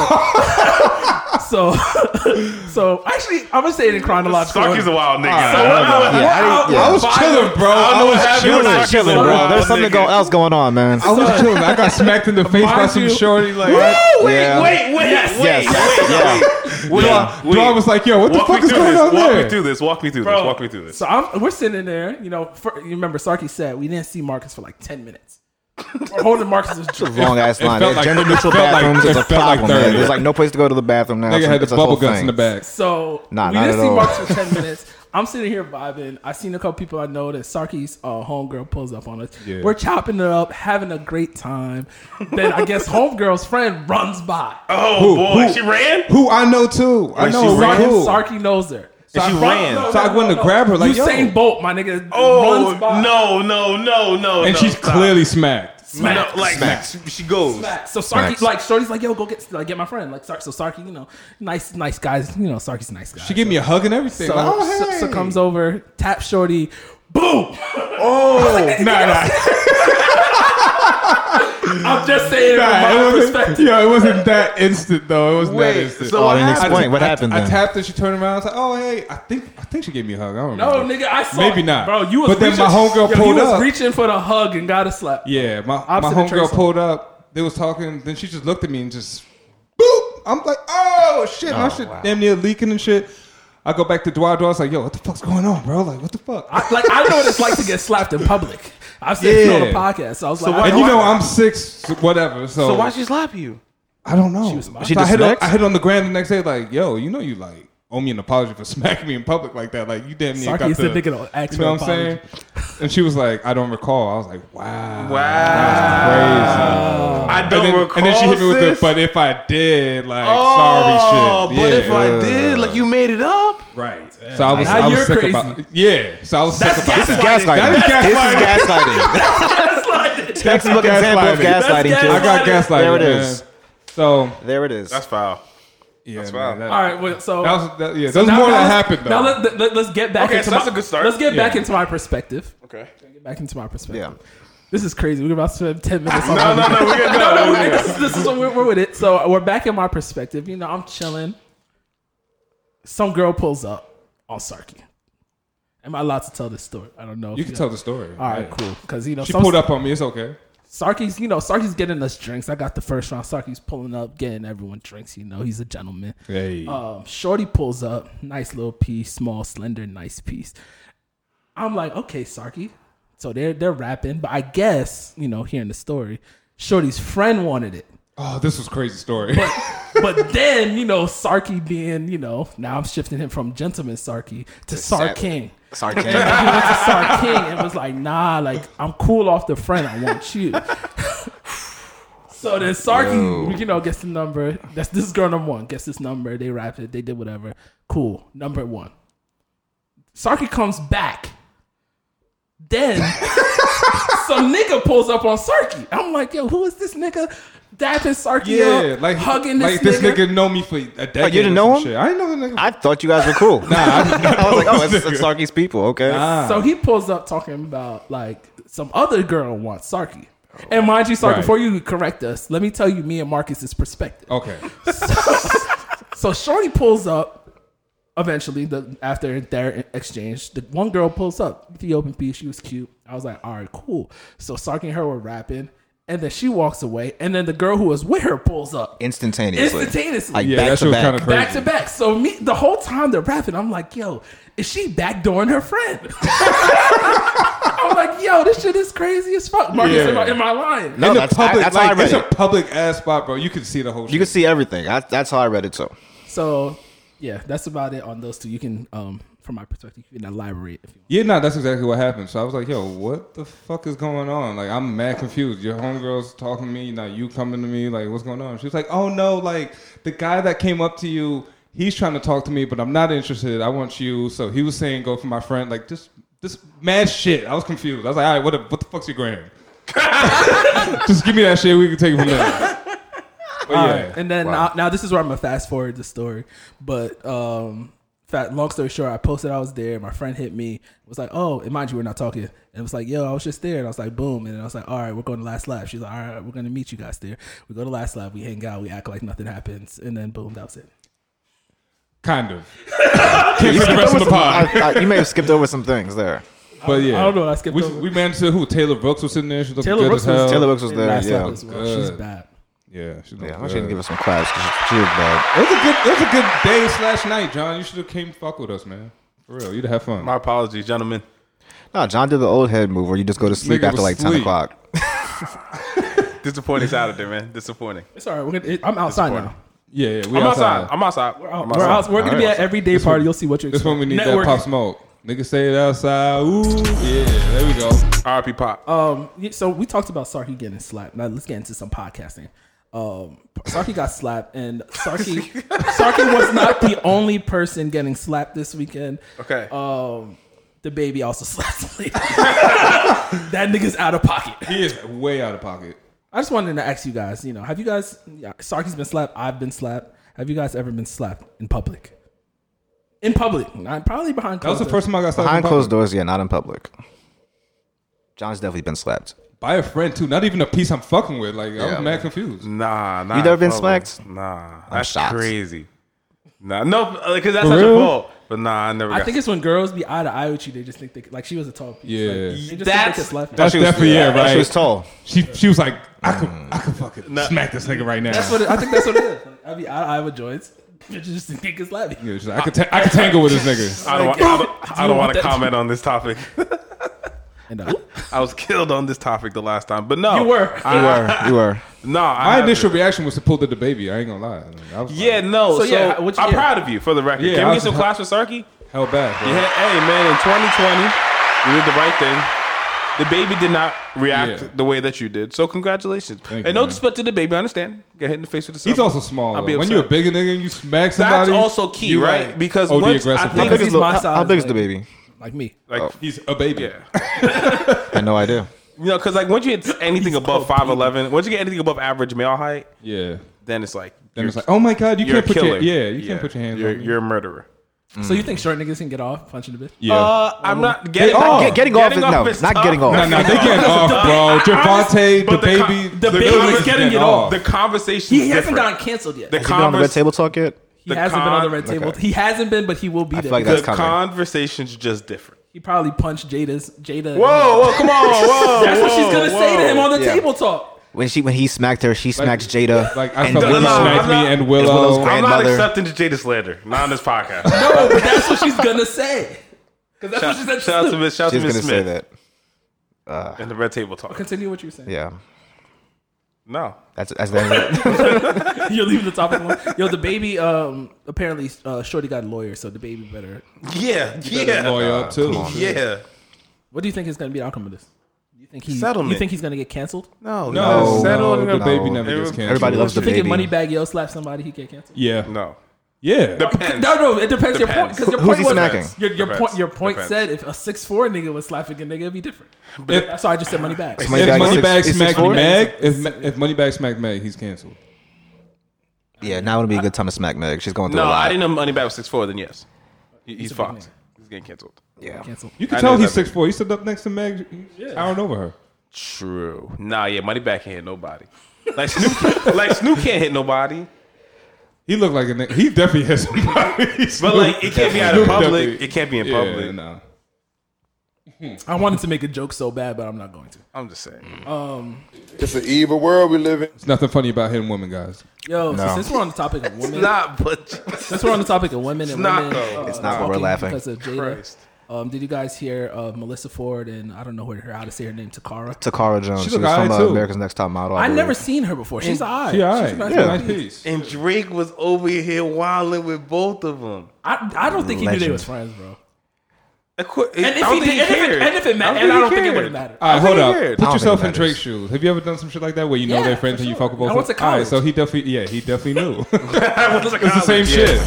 Speaker 4: But-
Speaker 7: [laughs]
Speaker 4: so, [laughs] so actually, I'm gonna say it in chronological.
Speaker 5: Sarky's a
Speaker 4: order.
Speaker 5: wild nigga.
Speaker 4: So
Speaker 5: I
Speaker 4: what-
Speaker 5: don't know.
Speaker 4: what-
Speaker 7: I didn't-
Speaker 4: what-
Speaker 7: yeah. I was
Speaker 4: what-
Speaker 3: chilling, bro.
Speaker 5: I don't
Speaker 3: I
Speaker 5: know
Speaker 3: was
Speaker 5: what happened.
Speaker 3: chilling.
Speaker 5: You're not
Speaker 7: chilling,
Speaker 5: chilling,
Speaker 7: bro.
Speaker 5: wild
Speaker 7: There's something
Speaker 5: nigga.
Speaker 7: go- else going on, man.
Speaker 3: I was chilling. I got smacked in the face by
Speaker 4: Mind
Speaker 3: some
Speaker 4: you-
Speaker 3: shorty. Like,
Speaker 5: Oh, wait,
Speaker 7: Yeah.
Speaker 5: wait, wait, wait,
Speaker 7: Yes.
Speaker 5: wait, wait,
Speaker 3: Dwa-
Speaker 5: wait.
Speaker 3: Dwa was like, yo, what the
Speaker 5: Walk
Speaker 3: fuck
Speaker 5: me
Speaker 3: is
Speaker 5: through
Speaker 3: going
Speaker 5: this.
Speaker 3: on
Speaker 5: Walk
Speaker 3: there?
Speaker 5: me through this. Walk me through this. Walk me through this.
Speaker 4: So I'm, we're sitting in there, you know. For, you remember, Sarky said we didn't see Marcus for like ten
Speaker 7: [laughs]
Speaker 4: minutes. We're holding Marcus's drink.
Speaker 7: Long ass
Speaker 3: It
Speaker 7: line.
Speaker 3: felt like-
Speaker 7: Gender
Speaker 3: it
Speaker 7: neutral
Speaker 3: felt like-
Speaker 7: bathrooms
Speaker 3: it
Speaker 7: is a
Speaker 3: felt like
Speaker 7: problem. man.
Speaker 3: 30.
Speaker 7: There's like no place to go to the bathroom now.
Speaker 3: Nigga had the
Speaker 7: It's a whole
Speaker 3: bubble guts
Speaker 7: thing.
Speaker 3: in the back.
Speaker 4: So
Speaker 7: Nah,
Speaker 4: we
Speaker 7: not
Speaker 4: didn't
Speaker 7: at
Speaker 4: see
Speaker 7: all.
Speaker 4: Marcus for ten minutes. I'm sitting here vibing. I seen a couple people I know that Sarky's uh, homegirl pulls up on us.
Speaker 3: Yeah.
Speaker 4: We're chopping it up, having a great time. Then I guess homegirl's friend runs by.
Speaker 5: oh
Speaker 3: Who-
Speaker 5: boy,
Speaker 3: who-
Speaker 5: she ran.
Speaker 3: Who I know too. I
Speaker 5: Wait, she
Speaker 3: know. Ray
Speaker 5: ran?
Speaker 4: Sarky,
Speaker 3: Cool.
Speaker 4: Sarky knows her. So
Speaker 5: And she
Speaker 4: I run-
Speaker 5: ran.
Speaker 3: So I went to grab her, like, yo.
Speaker 4: Usain Bolt, my nigga.
Speaker 5: Oh
Speaker 4: runs by.
Speaker 5: no, no, no, no!
Speaker 3: And
Speaker 5: no,
Speaker 3: she's
Speaker 5: stop.
Speaker 3: clearly smacked.
Speaker 5: no, like
Speaker 7: Smack.
Speaker 5: She, she goes.
Speaker 4: Back. So Sarky,
Speaker 7: Smacks.
Speaker 4: like, Shorty's like, yo, go get, like, get my friend. Like, Sark, so Sarky, you know, nice, nice guys. You know, Sarky's a nice guy.
Speaker 3: She gave me a hug and everything.
Speaker 4: So,
Speaker 3: Like, oh,
Speaker 4: so-
Speaker 3: hey.
Speaker 4: so comes over,
Speaker 3: Oh.
Speaker 4: tap shorty, boom.
Speaker 3: Nah, nah.
Speaker 4: I'm just saying it
Speaker 3: Nah,
Speaker 4: from
Speaker 3: it
Speaker 4: my
Speaker 3: wasn't-
Speaker 4: perspective.
Speaker 3: yeah, it wasn't that instant though. It wasn't that
Speaker 5: Wait,
Speaker 3: instant.
Speaker 5: so
Speaker 7: Oh,
Speaker 5: what
Speaker 7: you didn't
Speaker 5: happened?
Speaker 7: explain what
Speaker 3: I-
Speaker 7: happened
Speaker 3: I
Speaker 7: then.
Speaker 3: tapped her. She turned around. I was like, "Oh, hey, I think I think she gave me a hug. I don't
Speaker 4: No,
Speaker 3: remember.
Speaker 4: nigga, I saw.
Speaker 3: Maybe not.
Speaker 4: bro. You was
Speaker 3: But then
Speaker 4: reaching,
Speaker 3: my homegirl
Speaker 4: yo,
Speaker 3: pulled
Speaker 4: you was
Speaker 3: up.
Speaker 4: reaching for the hug and got a slap.
Speaker 3: Yeah, my my
Speaker 4: Opposite
Speaker 3: homegirl
Speaker 4: attraction.
Speaker 3: pulled up. They was talking. Then she just looked at me and just boop. I'm like, oh shit, my shit damn near leaking and shit. I go back to Dwight. I was like, yo, what the fuck's going on, bro? Like, what the fuck?
Speaker 4: I, like I know what it's like to get slapped in public. I've said it
Speaker 3: Yeah.
Speaker 4: on the podcast. So I was like, I
Speaker 3: [laughs] and you
Speaker 4: why-
Speaker 3: know I'm six, whatever. So,
Speaker 5: So why'd she slap you?
Speaker 3: I don't know.
Speaker 4: was
Speaker 3: So
Speaker 4: mine.
Speaker 7: She
Speaker 3: I,
Speaker 7: just
Speaker 3: hit on,
Speaker 7: smacked?
Speaker 3: I hit on the ground the next day, like, yo, you know, you like owe me an apology for [laughs] smacking me in public like that. Like, you damn near
Speaker 4: Sarkis
Speaker 3: got
Speaker 4: said
Speaker 3: the,
Speaker 4: they could ask
Speaker 3: you know what
Speaker 4: for
Speaker 3: I'm
Speaker 4: an [laughs]
Speaker 3: saying? And she was like, I don't recall. I was like, wow,
Speaker 5: Wow.
Speaker 3: crazy.
Speaker 5: I
Speaker 3: And
Speaker 5: don't
Speaker 3: then,
Speaker 5: recall.
Speaker 3: and then she hit me with
Speaker 5: sis.
Speaker 3: the, but if I did, like,
Speaker 5: Oh,
Speaker 3: sorry shit.
Speaker 5: but
Speaker 3: yeah.
Speaker 5: if I did, like you made it up.
Speaker 3: Right. So I was,
Speaker 4: Now
Speaker 3: I was
Speaker 4: you're
Speaker 3: sick
Speaker 4: crazy.
Speaker 3: about Yeah. So I was sick about
Speaker 7: This is
Speaker 3: that.
Speaker 7: gaslighting.
Speaker 3: That is
Speaker 7: This is
Speaker 3: [laughs]
Speaker 7: gaslighting.
Speaker 3: That's
Speaker 7: Textbook example of
Speaker 3: gaslighting.
Speaker 7: gaslighting.
Speaker 4: That's
Speaker 7: kids.
Speaker 3: I got
Speaker 4: Gaslighting.
Speaker 3: gaslighted.
Speaker 7: There it
Speaker 3: man.
Speaker 7: is.
Speaker 3: So,
Speaker 7: There it is.
Speaker 5: That's foul.
Speaker 3: yeah.
Speaker 5: That's
Speaker 3: man,
Speaker 5: wild.
Speaker 3: that-
Speaker 4: All right, well, so
Speaker 3: That was, that, yeah,
Speaker 4: so
Speaker 3: there's
Speaker 4: now-
Speaker 3: more
Speaker 4: now
Speaker 3: that
Speaker 4: let's-
Speaker 3: happened, though.
Speaker 4: Now let, let, us get back.
Speaker 5: Okay,
Speaker 4: into
Speaker 5: so that's
Speaker 4: my-
Speaker 5: a good start.
Speaker 4: Let's get back
Speaker 3: Yeah.
Speaker 4: into my perspective.
Speaker 5: Okay.
Speaker 4: Get back into my perspective.
Speaker 7: Yeah.
Speaker 4: This is crazy. We're about to spend ten
Speaker 3: [laughs]
Speaker 4: minutes. on
Speaker 5: No, no, no. We got
Speaker 4: [laughs] no, no,
Speaker 5: no.
Speaker 4: this, is- this is what we're, we're with it. So uh, we're back in my perspective. You know, I'm chilling. Some girl pulls up on Sarky. Am I allowed to tell this story? I don't know.
Speaker 3: You can tell the story.
Speaker 4: All right,
Speaker 3: Yeah.
Speaker 4: cool. Because you know,
Speaker 3: She
Speaker 4: some-
Speaker 3: pulled up on me. It's okay.
Speaker 4: Sarkis, you know, Sarkis getting us drinks. I got the first round. Sarkis pulling up, getting everyone drinks. You know, he's a gentleman.
Speaker 3: Hey.
Speaker 4: Um, Shorty pulls up, nice little piece, small, slender, nice piece. I'm like, okay, Sarky. So they're they're rapping, but I guess you know, hearing the story, Shorty's friend wanted it.
Speaker 3: oh, this was a crazy story.
Speaker 4: But then, you know, Sarky being, you know, now I'm shifting him from gentleman Sarky to Sar
Speaker 7: sad-
Speaker 4: King.
Speaker 3: [laughs]
Speaker 7: Sarcasm.
Speaker 4: He went to Sar King and was like, nah, like, I'm cool off the friend. I want you. so then Sarky, you know, gets the number. That's this is girl number one. Gets this number. They rap it. They did whatever. Cool. Number one. Sarky comes back. Then [laughs] some nigga pulls up on Sarky. I'm like, yo, who is this nigga? Dapping Sarky
Speaker 3: [laughs] yeah,
Speaker 4: up,
Speaker 3: like
Speaker 4: hugging this
Speaker 3: like
Speaker 4: nigga.
Speaker 3: this nigga know me for a decade.
Speaker 7: Oh, you didn't
Speaker 3: or
Speaker 7: know
Speaker 3: some
Speaker 7: him?
Speaker 3: Shit. I didn't know the nigga.
Speaker 7: I thought you guys were cool. Nah, [laughs] I was like, oh, it's,
Speaker 3: [laughs]
Speaker 7: it's Sarkis people. Okay.
Speaker 3: Ah.
Speaker 4: So he pulls up talking about like some other girl wants Sarky. And mind you, Sark,
Speaker 3: Right.
Speaker 4: before you correct us, let me tell you me and Marcus's perspective. [laughs]
Speaker 3: okay.
Speaker 7: Oh,
Speaker 4: So Shorty pulls up eventually the, after their exchange. The one girl pulls up, Ethiopian piece. She was cute. I was like, all right, cool. So Sark and her were rapping. And then she walks away. And then the girl who was with her pulls up.
Speaker 7: Instantaneously.
Speaker 4: Instantaneously.
Speaker 7: Like
Speaker 3: Yeah,
Speaker 7: back
Speaker 3: that shit
Speaker 7: to
Speaker 3: was
Speaker 7: back.
Speaker 3: kind of crazy.
Speaker 4: Back to back. So me, the whole time they're rapping, I'm like, yo, is she backdooring her friend? [laughs] I'm like, yo, this shit is crazy as fuck. Marcus,
Speaker 3: Yeah.
Speaker 4: am, I, am I lying?
Speaker 7: No,
Speaker 3: In the
Speaker 7: that's,
Speaker 3: public,
Speaker 7: I, that's how I
Speaker 3: like,
Speaker 7: read
Speaker 3: it's
Speaker 7: it.
Speaker 3: a public ass spot, bro. You can see the whole.
Speaker 7: you can see everything. I, that's how I read
Speaker 3: [laughs]
Speaker 7: it too.
Speaker 4: So yeah, that's about it on those two. You can, um, from my perspective, you can elaborate if you want.
Speaker 3: Yeah, no, that's exactly what happened. So I was like, yo, what the fuck is going on? Like, I'm mad confused. Your homegirl's talking to me, now you coming to me. Like, what's going on? She was like, oh no, like, the guy that came up to you, he's trying to talk to me, but I'm not interested. I want you. So he was saying, go for my friend. Like, just, just mad shit. I was confused. I was like, all right, what the, what the fuck's your gram? [laughs] just give me that shit. We can take it from there. But yeah.
Speaker 4: And then now, now this is where I'm gonna fast forward the story. But um, fat, long story short, I posted I was there. My friend hit me. Was like, oh, and mind you, we're not talking. And it was like, yo, I was just there. And I was like, boom. And then I was like, all right, we're going to last lab. She's like, all right, we're gonna meet you guys there. We go to last lab. We hang out. We act like nothing happens. And then boom, that was it.
Speaker 3: Kind of. Can't see the rest of the pod.
Speaker 7: I, I, you may have skipped over some things there.
Speaker 3: But yeah,
Speaker 4: I don't know. I skipped
Speaker 3: we,
Speaker 4: over.
Speaker 3: we managed to who? Taylor Brooks was sitting there. She looked
Speaker 4: Taylor
Speaker 3: good
Speaker 4: Brooks
Speaker 3: as
Speaker 4: was-
Speaker 3: hell.
Speaker 7: Taylor Brooks was there.
Speaker 4: Last
Speaker 7: Uh, Yeah.
Speaker 4: lab as well. She's
Speaker 3: good.
Speaker 4: bad.
Speaker 3: Yeah, she looked
Speaker 7: Yeah, I want you to
Speaker 3: good.
Speaker 7: give us some class. 'cause She was bad.
Speaker 3: It was a good, it was a good day slash night, John. You should have came fuck with us, man. For real, you'd have fun.
Speaker 5: [laughs] My apologies, gentlemen.
Speaker 7: No, John did the old head move where you just go to sleep
Speaker 3: Nigga
Speaker 7: after
Speaker 3: was
Speaker 7: like ten
Speaker 3: sleep.
Speaker 7: o'clock.
Speaker 5: Disappointing out of there, man. Disappointing.
Speaker 4: It's all right. We're gonna, it, I'm outside now. Oh,
Speaker 3: yeah, yeah, we
Speaker 5: I'm outside.
Speaker 3: outside.
Speaker 5: I'm outside. I'm outside.
Speaker 4: We're, out, we're gonna be
Speaker 5: All
Speaker 4: at
Speaker 5: right.
Speaker 4: every day party. You'll see what you.
Speaker 3: This one we need that
Speaker 4: Networking.
Speaker 3: pop smoke. Nigga say it outside. Ooh, yeah, there we go.
Speaker 5: RIP Pop.
Speaker 3: Uh,
Speaker 4: Um, y- so we talked about Sarky getting slapped. Now let's get into some podcasting. Um, Sarky got slapped, and Sarky Sarky was not the only person getting slapped this weekend.
Speaker 5: okay.
Speaker 3: uh,
Speaker 4: Um, the baby also [laughs] slapped somebody. that nigga's out of pocket.
Speaker 3: He is way out of pocket.
Speaker 4: I just wanted to ask you guys. You know, have you guys? yeah, Sarky's been slapped. I've been slapped. Have you guys ever been slapped in public? In public, not probably behind.
Speaker 3: That was the
Speaker 4: closed doors.
Speaker 3: first time I got slapped. in
Speaker 7: Behind
Speaker 3: public.
Speaker 7: closed doors, yeah, not in public. John's definitely been slapped.
Speaker 3: by a friend too. Not even a piece I'm fucking with. Like I
Speaker 7: Yeah.
Speaker 3: was mad confused.
Speaker 5: Nah, nah.
Speaker 7: You never been
Speaker 5: probably.
Speaker 7: smacked?
Speaker 5: Nah, that's
Speaker 7: shocked.
Speaker 5: crazy. Nah, no, because that's
Speaker 3: For
Speaker 5: not your
Speaker 3: real?
Speaker 5: fault. But nah, I never.
Speaker 4: I
Speaker 5: got
Speaker 4: think it's when girls be eye to eye with you, they just think they like she was a tall piece.
Speaker 3: Yeah.
Speaker 4: Like, they just think they
Speaker 5: That's-
Speaker 4: could slap you.
Speaker 3: That's
Speaker 7: She was-
Speaker 3: definitely yeah,
Speaker 7: She was
Speaker 3: right.
Speaker 7: tall.
Speaker 3: She she was like, I could I could fucking
Speaker 5: Nah.
Speaker 3: smack this nigga right now.
Speaker 4: That's what it, I think. That's what it is. Like, I be eye to eye with joints. [laughs] Bitches just think they could slap you.
Speaker 3: Yeah, she's like, I could ta- I could tangle with this nigga.
Speaker 5: I don't, want, I
Speaker 4: [laughs]
Speaker 5: don't,
Speaker 4: you
Speaker 5: I don't
Speaker 4: want
Speaker 5: want to
Speaker 4: that?
Speaker 5: comment on this
Speaker 4: [laughs]
Speaker 5: topic.
Speaker 4: And, uh,
Speaker 5: I was killed on this topic the last time, but no,
Speaker 4: You were.
Speaker 5: I,
Speaker 7: You were.
Speaker 3: Ah. [laughs]
Speaker 7: You were.
Speaker 5: No, I
Speaker 3: My
Speaker 5: haven't.
Speaker 3: initial reaction was to pull the, the baby. I ain't gonna lie. Like, I was
Speaker 5: Yeah,
Speaker 3: like,
Speaker 5: no. So,
Speaker 4: So, yeah, what you-
Speaker 5: I'm
Speaker 4: yeah.
Speaker 5: proud of you for the record.
Speaker 3: Yeah,
Speaker 5: Can
Speaker 3: I
Speaker 5: we get
Speaker 3: was-
Speaker 5: some claps for Sarky?
Speaker 3: hell back.
Speaker 5: Yeah, hey man, in 2020, you did the right thing. The baby did not react
Speaker 3: Yeah.
Speaker 5: the way that you did, so congratulations.
Speaker 3: Thank
Speaker 5: and
Speaker 3: you,
Speaker 5: no
Speaker 3: man.
Speaker 5: disrespect to the baby, I understand. Get hit in the face with the.
Speaker 3: He's
Speaker 5: sub.
Speaker 3: also small.
Speaker 5: I'll
Speaker 3: though.
Speaker 5: be
Speaker 3: When
Speaker 5: upset.
Speaker 3: you're a bigger nigga and you smack
Speaker 5: That's
Speaker 3: somebody,
Speaker 5: also key,
Speaker 3: you
Speaker 5: right?
Speaker 3: like
Speaker 5: Because
Speaker 3: OD
Speaker 5: once I
Speaker 3: aggressive.
Speaker 5: think
Speaker 7: How big
Speaker 4: he's
Speaker 7: is the,
Speaker 4: my
Speaker 7: how,
Speaker 4: size,
Speaker 7: how big is the
Speaker 4: like-
Speaker 7: baby?
Speaker 4: like me.
Speaker 5: like
Speaker 3: he's a baby.
Speaker 5: yeah.
Speaker 7: I had no
Speaker 3: [laughs]
Speaker 7: idea.
Speaker 5: You know, because like once you hit anything above five eleven, once you get anything above average male height,
Speaker 3: Yeah.
Speaker 5: then it's like
Speaker 3: Then
Speaker 5: you're-
Speaker 3: it's like, oh my god, you
Speaker 5: you're
Speaker 3: can't
Speaker 5: a
Speaker 3: put
Speaker 5: killer.
Speaker 3: your yeah, you can't put your hands
Speaker 5: You're,
Speaker 3: on me.
Speaker 5: you're a murderer.
Speaker 4: So you think
Speaker 5: Mm.
Speaker 4: short niggas can get off punching a bitch?
Speaker 3: yeah.
Speaker 5: Uh, I'm not getting
Speaker 3: are.
Speaker 5: off.
Speaker 3: Get-
Speaker 7: getting off is- no, not getting off.
Speaker 3: no, no, they getting off, bro. Javante, the,
Speaker 5: But the,
Speaker 3: baby,
Speaker 5: con- the, baby
Speaker 3: little
Speaker 5: was
Speaker 3: niggas
Speaker 5: getting it off. The
Speaker 3: The,
Speaker 5: conversation.
Speaker 4: He hasn't gotten canceled yet.
Speaker 5: The
Speaker 7: Has he been on the red
Speaker 5: convers-
Speaker 7: table talk yet?
Speaker 4: he
Speaker 5: the
Speaker 4: hasn't been on the red
Speaker 5: con-
Speaker 4: table.
Speaker 7: okay.
Speaker 4: He hasn't been, but he will be
Speaker 7: I
Speaker 4: there.
Speaker 7: feel like
Speaker 5: The
Speaker 7: that's coming.
Speaker 5: conversation's just different.
Speaker 4: he probably punched Jada's Jada.
Speaker 5: Whoa, whoa, come on, [laughs] whoa.
Speaker 4: That's what she's gonna say to him on the
Speaker 7: Yeah.
Speaker 4: table talk.
Speaker 7: when she when he smacked her, she smacked Jada.
Speaker 3: like I
Speaker 7: and
Speaker 3: felt like
Speaker 5: no,
Speaker 3: he
Speaker 5: no,
Speaker 7: Willow.
Speaker 3: smacked
Speaker 5: I'm
Speaker 3: me
Speaker 5: not-
Speaker 3: and
Speaker 7: Willow's
Speaker 3: Willow.
Speaker 7: grand-
Speaker 5: I'm not
Speaker 7: Grandmother.
Speaker 5: accepting the Jada slander. Not on this podcast.
Speaker 4: No, but that's what she's gonna say. Because that's what she said.
Speaker 5: shout, shout out to Miss shout out
Speaker 7: She's
Speaker 5: to
Speaker 7: gonna
Speaker 5: Miss
Speaker 7: say
Speaker 5: Smith
Speaker 7: that.
Speaker 5: and the red table talk.
Speaker 4: Continue what you were saying.
Speaker 7: Yeah,
Speaker 5: No,
Speaker 7: that's that's the end of
Speaker 4: [laughs]
Speaker 7: it.
Speaker 4: You're leaving the topic one. Yo, the baby. Um, apparently, uh, Shorty got a lawyer, so the baby better.
Speaker 5: yeah,
Speaker 3: Yeah.
Speaker 5: yeah,
Speaker 3: up too.
Speaker 5: yeah.
Speaker 4: What do you think is gonna be the outcome of this? You think he?
Speaker 5: Settlement.
Speaker 4: You think he's gonna get canceled?
Speaker 5: Oh, No,
Speaker 3: [laughs] No,
Speaker 7: No,
Speaker 5: settle
Speaker 3: no,
Speaker 5: it
Speaker 3: the
Speaker 5: up.
Speaker 3: baby never gets canceled.
Speaker 7: Everybody loves
Speaker 4: So
Speaker 7: the
Speaker 4: you think
Speaker 7: baby.
Speaker 4: if Moneybag Yo slap somebody, he get canceled?
Speaker 3: Yeah,
Speaker 5: No,
Speaker 3: yeah.
Speaker 5: depends.
Speaker 4: No, no, it depends. Your point,
Speaker 5: Depends.
Speaker 4: because your
Speaker 7: Who's
Speaker 4: point
Speaker 7: he
Speaker 4: was
Speaker 7: smacking?
Speaker 4: your, your
Speaker 5: Depends.
Speaker 4: point. Your point
Speaker 5: Depends.
Speaker 4: said if a six four nigga was slapping a nigga, it'd be different.
Speaker 3: If-
Speaker 4: That's why I just said money back.
Speaker 7: Money-
Speaker 3: if
Speaker 7: Moneybag is
Speaker 3: Moneybag
Speaker 7: six- is
Speaker 3: smacked
Speaker 7: 6'4"?
Speaker 3: Meg, if, Ma- if Moneybag smacked Meg, he's canceled.
Speaker 7: Yeah, now would be a good time to smack Meg. She's going through
Speaker 5: No,
Speaker 7: a lot.
Speaker 5: I didn't know Money Bag was six four. Then yes, He- he's
Speaker 4: a big
Speaker 5: fucked.
Speaker 4: man.
Speaker 5: He's getting canceled.
Speaker 7: Yeah.
Speaker 4: Cancel.
Speaker 3: You can
Speaker 5: I
Speaker 3: tell
Speaker 5: know
Speaker 3: he's
Speaker 5: that.
Speaker 3: six four. He stood up next to Meg, yeah. towering over her.
Speaker 5: True. Nah, yeah, Money Bag can't hit nobody. Like Snoop, [laughs] like Snoop can't hit nobody.
Speaker 3: He looked like a nigga. He definitely hit somebody.
Speaker 5: But like, it can't be out in
Speaker 3: Snoop
Speaker 5: public.
Speaker 3: definitely-
Speaker 5: It can't be in
Speaker 3: yeah,
Speaker 5: public.
Speaker 3: nah.
Speaker 4: I wanted to make a joke so bad, but I'm not going to.
Speaker 5: I'm just saying.
Speaker 8: It's an evil world we live in.
Speaker 3: It's nothing funny about hitting women, guys.
Speaker 4: Yo, so
Speaker 7: No.
Speaker 4: since we're on the topic of women,
Speaker 5: Not,
Speaker 4: [laughs]
Speaker 5: but
Speaker 4: since we're on the topic of women and
Speaker 5: not,
Speaker 4: women,
Speaker 5: though.
Speaker 4: uh,
Speaker 7: It's not, but we're
Speaker 4: talking
Speaker 7: laughing.
Speaker 4: because of Jada.
Speaker 5: Christ.
Speaker 4: Um, did you guys hear of Melissa Ford and I don't know her, how to say her name, Takara?
Speaker 7: Takara Jones.
Speaker 3: She
Speaker 7: She
Speaker 3: look
Speaker 7: was from
Speaker 3: alright,
Speaker 7: uh,
Speaker 3: too.
Speaker 7: America's Next Top Model. I
Speaker 4: I never
Speaker 7: believe.
Speaker 4: seen her before. She's alright.
Speaker 3: She all right.
Speaker 4: She's not-
Speaker 3: Yeah.
Speaker 7: Yeah.
Speaker 3: Nice piece.
Speaker 5: and Drake was over here wilding with both of them.
Speaker 4: I, I don't think he knew they
Speaker 7: Legend.
Speaker 4: was friends, bro.
Speaker 5: Of course-
Speaker 4: And if he did, and if it, and if it mattered, and I don't think it would have mattered.
Speaker 3: All right, hold
Speaker 5: think
Speaker 3: up.
Speaker 5: he cared.
Speaker 7: I
Speaker 3: Put
Speaker 7: don't
Speaker 3: yourself in
Speaker 7: think it
Speaker 3: Drake's shoes. Have you ever done some shit like that where you know
Speaker 4: Yeah,
Speaker 3: their friends
Speaker 4: for
Speaker 3: and you
Speaker 4: sure.
Speaker 3: fuck with both?
Speaker 4: I went
Speaker 3: of them?
Speaker 4: to
Speaker 3: All right,
Speaker 4: college.
Speaker 3: so he definitely, yeah, he definitely
Speaker 4: [laughs]
Speaker 5: [laughs]
Speaker 3: knew.
Speaker 5: it's
Speaker 3: the same shit.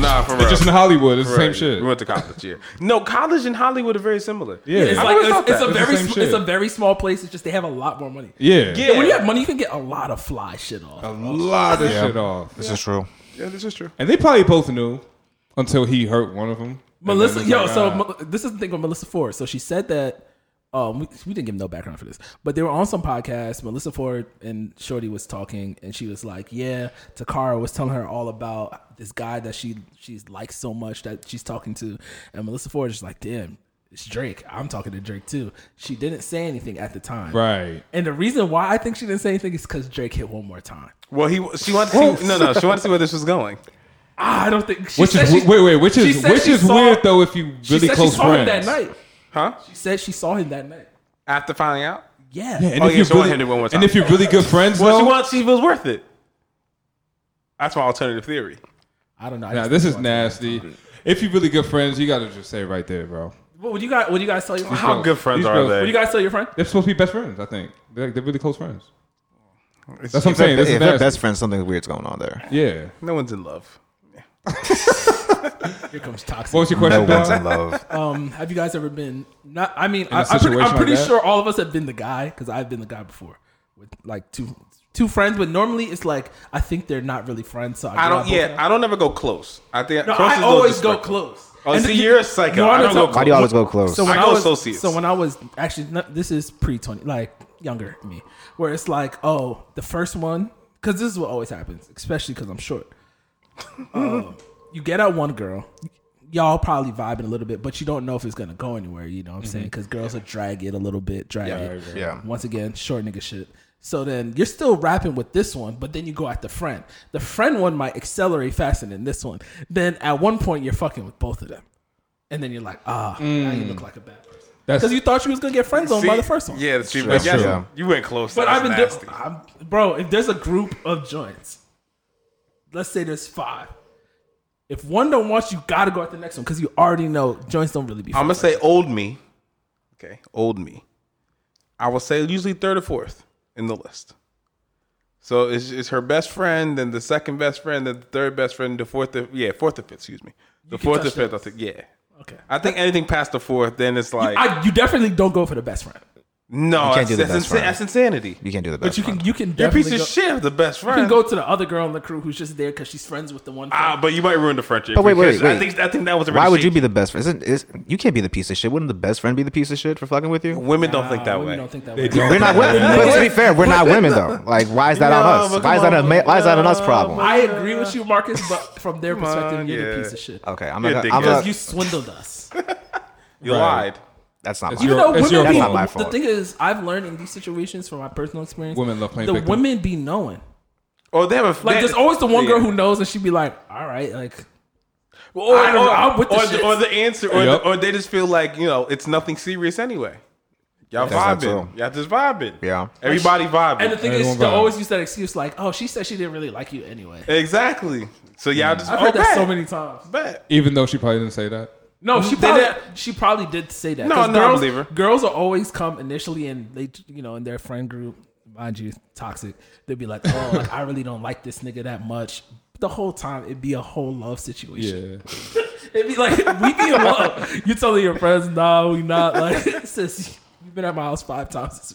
Speaker 5: Nah, for real.
Speaker 3: Just in Hollywood, it's the same
Speaker 5: Right.
Speaker 3: shit.
Speaker 5: We went to college, yeah. No, college and Hollywood are very similar.
Speaker 3: Yeah.
Speaker 4: It's
Speaker 3: I
Speaker 4: like
Speaker 5: always
Speaker 4: it's,
Speaker 5: thought
Speaker 4: it's
Speaker 5: that.
Speaker 4: a
Speaker 3: It's the
Speaker 4: very
Speaker 3: same
Speaker 4: sm-
Speaker 3: shit.
Speaker 4: it's a very small place. It's just they have a lot more money.
Speaker 3: yeah.
Speaker 5: Yeah.
Speaker 4: When you have money, you can get a lot of fly shit off.
Speaker 3: A lot of shit off.
Speaker 7: This is true.
Speaker 5: Yeah, this is true.
Speaker 3: And they probably both knew until he hurt one of them.
Speaker 4: Melissa, yo, so
Speaker 3: ah, uh,
Speaker 4: Mel- this is the thing with Melissa Ford. So she said that um, we, we didn't give no background for this, but they were on some podcast. Melissa Ford and Shorty was talking, and she was like, "Yeah, Takara was telling her all about this guy that she she likes so much that she's talking to," and Melissa Ford is like, "Damn." It's Drake. I'm talking to Drake too. She didn't say anything at the time.
Speaker 3: Right.
Speaker 4: And the reason why I think she didn't say anything is because Drake hit one more time.
Speaker 5: Well, he she wanted to see, no, no, she wanted to see where this was going.
Speaker 4: Ah, I don't think she
Speaker 3: Which
Speaker 4: said
Speaker 3: is
Speaker 4: she,
Speaker 3: wait, wait, which
Speaker 4: she
Speaker 3: is
Speaker 4: said
Speaker 3: which
Speaker 4: she
Speaker 3: is
Speaker 4: saw-
Speaker 3: weird though if you
Speaker 4: she
Speaker 3: really
Speaker 4: said
Speaker 3: close
Speaker 4: she saw
Speaker 3: friends.
Speaker 4: him that night.
Speaker 5: Huh?
Speaker 4: She said she saw him that night.
Speaker 5: After finding out?
Speaker 4: Yeah.
Speaker 3: And
Speaker 5: Oh,
Speaker 3: if
Speaker 5: yeah,
Speaker 3: you
Speaker 5: so I
Speaker 3: really,
Speaker 5: hit it one more time.
Speaker 3: and if you're really good friends
Speaker 5: Well, she
Speaker 3: though,
Speaker 5: wants she was worth it. That's my alternative theory.
Speaker 4: I don't know. I
Speaker 3: nah,
Speaker 4: just
Speaker 3: this
Speaker 4: think
Speaker 3: is
Speaker 4: it was-
Speaker 3: nasty. If you're really good friends, you gotta just say it right there, bro.
Speaker 4: What would you guys? What do you guys tell your? Friend?
Speaker 5: How
Speaker 3: girls-
Speaker 5: good friends
Speaker 3: these
Speaker 5: are
Speaker 3: girls-
Speaker 5: they?
Speaker 4: What do you guys tell your friend?
Speaker 3: They're supposed to be best friends, I think. They're, like, they're really close friends.
Speaker 5: It's-
Speaker 3: That's what I'm saying. This
Speaker 7: if
Speaker 3: is
Speaker 7: they're
Speaker 3: nasty.
Speaker 7: best friends, something weird's going on there.
Speaker 3: Yeah.
Speaker 5: No one's in love.
Speaker 4: Here comes toxic.
Speaker 3: What was your
Speaker 7: No
Speaker 3: question?
Speaker 7: one's
Speaker 3: Dom?
Speaker 7: in love.
Speaker 4: um, have you guys ever been? Not. I mean,
Speaker 3: a
Speaker 4: I, am pretty,
Speaker 3: situation
Speaker 4: I'm
Speaker 3: like
Speaker 4: pretty
Speaker 3: that?
Speaker 4: sure all of us have been the guy because I've been the guy before with like two two friends. But normally it's like I think they're not really friends. So I,
Speaker 5: I don't.
Speaker 4: grab both
Speaker 5: Yeah,
Speaker 4: of them.
Speaker 5: I don't ever go close. I think
Speaker 4: No,
Speaker 5: close is
Speaker 4: I
Speaker 5: a little
Speaker 4: always go
Speaker 5: disrespectful.
Speaker 4: close.
Speaker 5: Oh,
Speaker 4: And
Speaker 5: see,
Speaker 4: the-
Speaker 5: you're a psycho.
Speaker 4: You know
Speaker 5: I
Speaker 4: what
Speaker 5: don't
Speaker 4: I'm
Speaker 5: go
Speaker 4: saying?
Speaker 5: close.
Speaker 7: Why do you always go close?
Speaker 4: So when
Speaker 5: I
Speaker 4: I,
Speaker 5: go
Speaker 4: was
Speaker 5: associates.
Speaker 4: so when I was actually no, this is pre twenty like younger than me, where it's like, oh, the first one, because this is what always happens, especially because I'm short. [laughs] Uh, you get out one girl, y'all probably vibing a little bit, but you don't know if it's gonna go anywhere. You know what I'm saying? Because girls will drag it a little bit, drag it.
Speaker 1: Mm-hmm. yeah.
Speaker 4: Once again, short nigga shit. So then you're still rapping with this one, but then you go at the friend. The friend one might accelerate faster than this one. Then at one point you're fucking with both of them, and then you're like, ah, now you look like a bad person
Speaker 3: That's
Speaker 4: because you thought you was gonna get friend zoned by
Speaker 5: Mm. See?
Speaker 4: the first one.
Speaker 5: Yeah, see,
Speaker 3: That's
Speaker 5: but that's-
Speaker 3: true.
Speaker 5: you went close.
Speaker 4: But I've been,
Speaker 5: nasty.
Speaker 4: do- I'm, bro. If there's a group of joints, let's say there's five. If one don't want you, gotta go at the next one because you already know joints don't really be.
Speaker 5: I'm
Speaker 4: friends.
Speaker 5: gonna say old me. Okay, old me. I will say usually third or fourth in the list. So it's, it's her best friend, then the second best friend, then the third best friend, the fourth, or, yeah, fourth or fifth, excuse me, the
Speaker 4: can
Speaker 5: fourth or
Speaker 4: touch
Speaker 5: fifth. I
Speaker 4: those.
Speaker 5: think, yeah.
Speaker 4: okay.
Speaker 5: I think anything past the fourth, then it's like
Speaker 4: I, you definitely don't go for the best friend,
Speaker 5: no,
Speaker 7: can't
Speaker 5: that's,
Speaker 7: do the
Speaker 5: that's,
Speaker 7: best
Speaker 5: insa-
Speaker 7: friend.
Speaker 5: that's insanity.
Speaker 7: You can't do the best.
Speaker 4: but you can you can
Speaker 5: You're a piece
Speaker 4: definitely
Speaker 5: of
Speaker 4: go,
Speaker 5: shit. The best
Speaker 4: you
Speaker 5: friend.
Speaker 4: can go to the other girl in the crew who's just there because she's friends with the one.
Speaker 5: ah,
Speaker 4: friend.
Speaker 5: but you might ruin the friendship.
Speaker 7: But wait, wait,
Speaker 5: because I
Speaker 7: wait.
Speaker 5: think I think that was a
Speaker 7: Why would you
Speaker 5: shaky-
Speaker 7: be the best friend? Isn't is you can't be the piece of shit? Wouldn't the best friend be the piece of shit for fucking with you?
Speaker 5: Women don't think
Speaker 4: Nah,
Speaker 5: that
Speaker 4: women
Speaker 5: way.
Speaker 4: Don't think that
Speaker 3: They
Speaker 4: way.
Speaker 3: don't.
Speaker 7: We're not women. But to be fair, we're not women though. Like, why is that
Speaker 5: No,
Speaker 7: on us?
Speaker 5: but
Speaker 7: Why is
Speaker 5: come
Speaker 7: that a
Speaker 5: on,
Speaker 7: ma- why is that on us
Speaker 5: no,
Speaker 7: problem?
Speaker 4: I agree with you, Marcus, but from their
Speaker 5: on,
Speaker 4: perspective, you're the
Speaker 5: yeah.
Speaker 4: piece of shit.
Speaker 7: Okay, I'm
Speaker 5: You're
Speaker 7: not.
Speaker 5: a
Speaker 7: I'm
Speaker 5: dickhead.
Speaker 7: not.
Speaker 4: You swindled us.
Speaker 5: You
Speaker 3: Right.
Speaker 5: lied.
Speaker 7: That's not.
Speaker 3: It's
Speaker 7: my
Speaker 4: You
Speaker 3: your-
Speaker 4: know, women
Speaker 3: it's your
Speaker 4: be,
Speaker 7: That's not my fault.
Speaker 4: The thing is, I've learned in these situations from my personal experience,
Speaker 3: Women love playing
Speaker 4: the
Speaker 3: victim.
Speaker 4: women be knowing.
Speaker 5: Oh, they have a
Speaker 4: Like,
Speaker 5: they-
Speaker 4: there's always the one girl
Speaker 5: yeah.
Speaker 4: who knows, and she be like, "All right, like,
Speaker 5: Or,
Speaker 4: I don't know.
Speaker 5: or-
Speaker 4: I'm with the
Speaker 5: or
Speaker 4: shits.
Speaker 5: or the answer, or,
Speaker 3: Yep.
Speaker 5: the, or they just feel like you know it's nothing serious anyway. Y'all
Speaker 7: not
Speaker 5: vibing,
Speaker 7: true.
Speaker 5: y'all just vibing.
Speaker 7: Yeah.
Speaker 5: everybody vibing.
Speaker 4: And the thing
Speaker 3: Everyone
Speaker 4: is, they
Speaker 3: vibe.
Speaker 4: always use that excuse like, "Oh, she said she didn't really like you anyway."
Speaker 5: exactly. So y'all just
Speaker 4: I've heard
Speaker 5: oh,
Speaker 4: that
Speaker 5: bet,
Speaker 4: so many times.
Speaker 5: bet.
Speaker 3: Even though she probably didn't say that.
Speaker 4: No, she
Speaker 5: They
Speaker 4: probably
Speaker 5: did-
Speaker 4: she probably did say that.
Speaker 5: No,
Speaker 4: 'Cause
Speaker 5: no, I
Speaker 4: girls,
Speaker 5: believe her.
Speaker 4: Girls will always come initially, and they you know in their friend group, mind you, toxic. They'd be like, "Oh, like, I really don't like this nigga that much." The whole time, it'd be a whole love situation.
Speaker 3: Yeah.
Speaker 4: It'd be like, we be in love. [laughs] You telling your friends, no, we not. [laughs] Like, sis, you've been at my house five times. this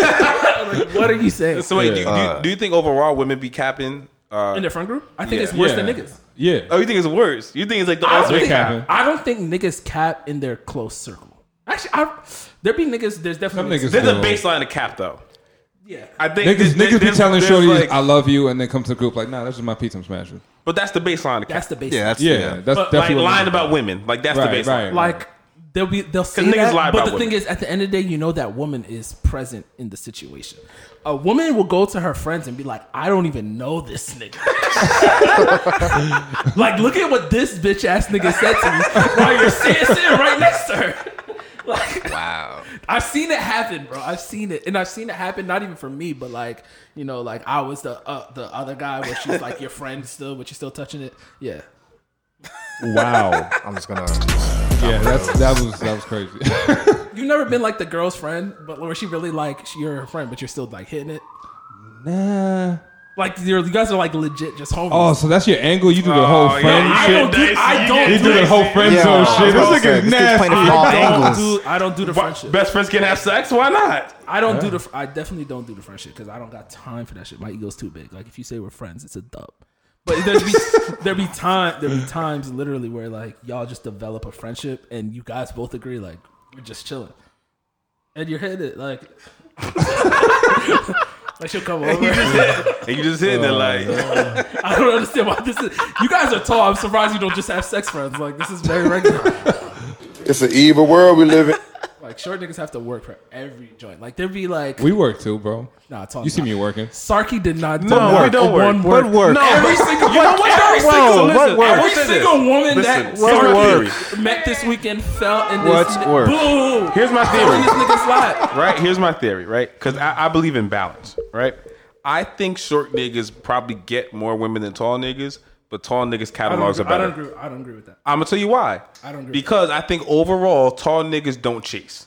Speaker 4: week." like, what are you saying?
Speaker 5: So wait, do, you, do,
Speaker 7: Yeah.
Speaker 5: you, do you think overall women be capping? Uh,
Speaker 4: In the friend group? I think
Speaker 5: Yeah.
Speaker 4: it's worse than
Speaker 3: Yeah.
Speaker 4: niggas.
Speaker 3: Yeah.
Speaker 5: oh, you think it's worse? You think it's like the
Speaker 4: I don't,
Speaker 5: ultimate
Speaker 4: think,
Speaker 5: cap?
Speaker 3: capping.
Speaker 4: I don't think niggas cap in their close circle. Actually, I, there be niggas, there's definitely.
Speaker 3: Some niggas-
Speaker 5: There's a
Speaker 3: No.
Speaker 5: baseline of cap though.
Speaker 4: Yeah.
Speaker 5: I think
Speaker 3: Niggas,
Speaker 5: there's-
Speaker 3: niggas be
Speaker 5: there's-
Speaker 3: telling
Speaker 5: there's
Speaker 3: shorties,
Speaker 5: like-
Speaker 3: "I love you," and then come to the group like, "Nah, that's just my pizza I'm smashing."
Speaker 5: but that's the baseline of cap.
Speaker 4: That's the baseline.
Speaker 7: Yeah, that's
Speaker 3: Yeah,
Speaker 7: yeah.
Speaker 3: that's
Speaker 5: But like
Speaker 3: definitely what
Speaker 5: lying
Speaker 3: it is.
Speaker 5: about women, like that's
Speaker 3: Right,
Speaker 5: the baseline.
Speaker 3: right.
Speaker 4: like, they'll be, they'll say
Speaker 5: niggas
Speaker 4: that,
Speaker 5: lie
Speaker 4: but
Speaker 5: about
Speaker 4: the thing
Speaker 5: women.
Speaker 4: is, at the end of the day, you know that woman is present in the situation. A woman will go to her friends and be like, I don't even know this nigga. [laughs] Like, look at what this bitch ass nigga said to me while you're sitting, sitting right next to her. [laughs] Like,
Speaker 7: Wow.
Speaker 4: I've seen it happen, bro. I've seen it, and I've seen it happen not even for me, but like, you know, like I was the uh, the other guy where she's like your friend still, but you're still touching it. Yeah,
Speaker 5: [laughs]
Speaker 4: [laughs]
Speaker 7: Wow. I'm just gonna.
Speaker 3: Yeah, that's that was that was crazy.
Speaker 5: [laughs]
Speaker 4: you've never been like the girl's friend, but where she really like she- you're her friend, but you're still like hitting it.
Speaker 3: nah.
Speaker 4: Like you're, you guys are like legit just homies.
Speaker 3: [laughs] Oh, so that's your angle? You do the whole
Speaker 5: Oh, yeah,
Speaker 3: friend
Speaker 5: I
Speaker 3: shit.
Speaker 4: don't do- I don't
Speaker 3: he do the whole friend
Speaker 7: Yeah,
Speaker 3: zone
Speaker 7: I was
Speaker 3: shit. This
Speaker 7: gonna say,
Speaker 3: nigga is
Speaker 7: this dude's playing
Speaker 3: nasty.
Speaker 7: from all
Speaker 4: I don't
Speaker 7: angles.
Speaker 4: do I don't do the
Speaker 5: [laughs]
Speaker 4: friendship.
Speaker 5: Best friends can have sex. Why not?
Speaker 4: I don't do the. fr- I definitely don't do the friend shit because I don't got time for that shit. My ego's too big. Like if you say we're friends, it's a dub. But there be [laughs] there be time there be times literally where like y'all just develop a friendship and you guys both agree like we're just chilling, and you're hitting it like. [laughs] like she'll come over.
Speaker 5: And you just hitting there
Speaker 3: Uh,
Speaker 5: like
Speaker 4: [laughs] I don't understand why this is. You guys are tall. I'm surprised you don't just have sex friends. Like this is very regular.
Speaker 8: [laughs] It's an evil world we live in.
Speaker 4: Like short niggas have to work for every joint. Like there'd be like,
Speaker 3: We work too, bro.
Speaker 4: nah, tall.
Speaker 3: You see
Speaker 4: nah.
Speaker 3: me working.
Speaker 4: Sarky did not do
Speaker 5: No,
Speaker 4: work.
Speaker 5: we don't work.
Speaker 4: One
Speaker 7: What work?
Speaker 5: No,
Speaker 4: Every single
Speaker 5: you know what? Every
Speaker 7: Whoa,
Speaker 5: single,
Speaker 7: what
Speaker 5: listen,
Speaker 7: work?
Speaker 5: every
Speaker 4: Every single woman that
Speaker 5: Listen, here's my
Speaker 4: Sarky
Speaker 5: theory.
Speaker 4: met this weekend fell in this.
Speaker 7: What's
Speaker 4: ni-
Speaker 7: worse?
Speaker 4: Boo!
Speaker 5: Here's my
Speaker 4: Fell in
Speaker 5: theory.
Speaker 4: this
Speaker 5: [laughs]
Speaker 4: nigga's lap.
Speaker 5: right? Here's my theory, right? Because I, I believe in balance, right? I think short niggas probably get more women than tall niggas, but tall niggas
Speaker 4: I don't,
Speaker 5: catalogs are
Speaker 4: agree, I
Speaker 5: better.
Speaker 4: don't agree. I don't agree with that.
Speaker 5: I'm gonna tell you why.
Speaker 4: I don't agree with
Speaker 5: because I think overall tall niggas don't chase.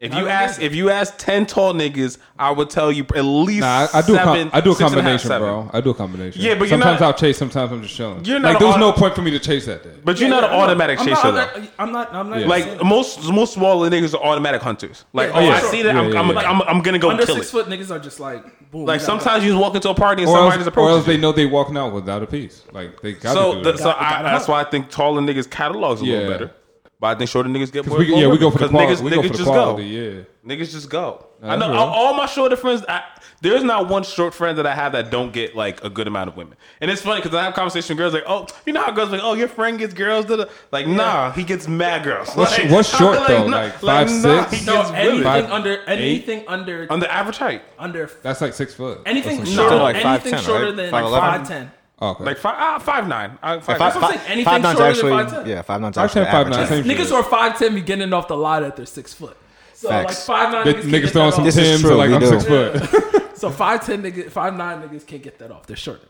Speaker 5: If you
Speaker 4: don't
Speaker 5: ask,
Speaker 4: either.
Speaker 5: if you ask ten tall niggas, I would tell you at least
Speaker 3: Nah, I, I do. A
Speaker 5: seven,
Speaker 3: com- I do a
Speaker 5: six and half,
Speaker 3: combination,
Speaker 5: seven.
Speaker 3: bro. I do a combination.
Speaker 5: Yeah, but you're
Speaker 3: sometimes
Speaker 5: not-
Speaker 3: I'll chase. Sometimes I'm just chilling.
Speaker 5: You're not
Speaker 3: like, there's
Speaker 5: an
Speaker 3: no
Speaker 5: auto-
Speaker 3: point for me to chase that day.
Speaker 5: But you're not an automatic
Speaker 4: I'm
Speaker 5: chaser
Speaker 4: Not,
Speaker 5: though.
Speaker 4: auto- I'm not. I'm not.
Speaker 3: Yeah.
Speaker 4: saying
Speaker 5: Like most most smaller niggas are automatic hunters. Like,
Speaker 4: Yeah,
Speaker 5: oh,
Speaker 4: yeah,
Speaker 5: I
Speaker 4: sure.
Speaker 5: see that,
Speaker 3: Yeah,
Speaker 5: I'm,
Speaker 3: yeah,
Speaker 5: I'm,
Speaker 3: yeah.
Speaker 5: I'm, I'm gonna go
Speaker 4: under
Speaker 5: kill
Speaker 4: six
Speaker 5: it.
Speaker 4: foot niggas are just like boom.
Speaker 5: Like sometimes you just walk into a party and
Speaker 3: or
Speaker 5: somebody
Speaker 3: else,
Speaker 5: just
Speaker 3: or else
Speaker 5: approaches.
Speaker 3: they know they walking out without a piece. Like they got
Speaker 5: you. So,
Speaker 3: to do
Speaker 5: the,
Speaker 3: that.
Speaker 5: so I, that's why I think taller niggas catalogs a
Speaker 3: Yeah.
Speaker 5: little better. But I think shorter niggas get more.
Speaker 3: We, yeah, we go for the
Speaker 5: 'cause
Speaker 3: quality.
Speaker 5: Niggas,
Speaker 3: we
Speaker 5: niggas
Speaker 3: go for the
Speaker 5: just
Speaker 3: quality. Yeah.
Speaker 5: go. Niggas just go. I
Speaker 3: that's
Speaker 5: know
Speaker 3: real.
Speaker 5: all, all my shorter friends. I, there's not one short friend that I have that don't get like a good amount of women. And it's funny because I have conversations with girls like, oh, you know how girls like, oh, your friend gets girls. Da-da. Like, nah, he gets mad girls.
Speaker 3: What's-
Speaker 5: like,
Speaker 3: what's
Speaker 5: I'm
Speaker 3: short, though?
Speaker 5: nah,
Speaker 3: Like, five,
Speaker 5: nah,
Speaker 3: six?
Speaker 5: he
Speaker 4: No,
Speaker 5: gets really
Speaker 4: anything
Speaker 3: Five,
Speaker 4: under
Speaker 3: eight?
Speaker 4: anything under
Speaker 5: on the average height.
Speaker 4: under
Speaker 3: That's like six foot.
Speaker 4: anything
Speaker 3: That's
Speaker 7: some
Speaker 3: some
Speaker 7: shit.
Speaker 4: shorter,
Speaker 7: Like
Speaker 4: anything
Speaker 7: 5'10",,
Speaker 4: shorter
Speaker 7: right?
Speaker 4: than
Speaker 7: 5'11"?
Speaker 4: five ten.
Speaker 3: Oh, okay.
Speaker 5: Like five, ah, five nine. I, five,
Speaker 4: what
Speaker 7: Five,
Speaker 4: I'm
Speaker 7: five,
Speaker 4: saying, anything
Speaker 7: five nine's
Speaker 4: shorter
Speaker 7: actually
Speaker 4: than five ten.
Speaker 7: yeah, five nine's
Speaker 3: Five
Speaker 7: actually
Speaker 3: ten, five
Speaker 7: average.
Speaker 3: nine, same
Speaker 4: Niggas
Speaker 3: shit.
Speaker 4: who are five ten be getting off the lot at their six foot. So like
Speaker 7: Facts.
Speaker 4: five nine
Speaker 3: Big
Speaker 4: niggas,
Speaker 3: niggas
Speaker 4: can
Speaker 3: throwing
Speaker 4: get
Speaker 3: some
Speaker 4: that
Speaker 7: This is
Speaker 3: Tim's
Speaker 7: true,
Speaker 3: or like
Speaker 7: we
Speaker 3: I'm
Speaker 7: do.
Speaker 3: six foot.
Speaker 4: off. So five ten niggas, five nine niggas can't get that off. They're short.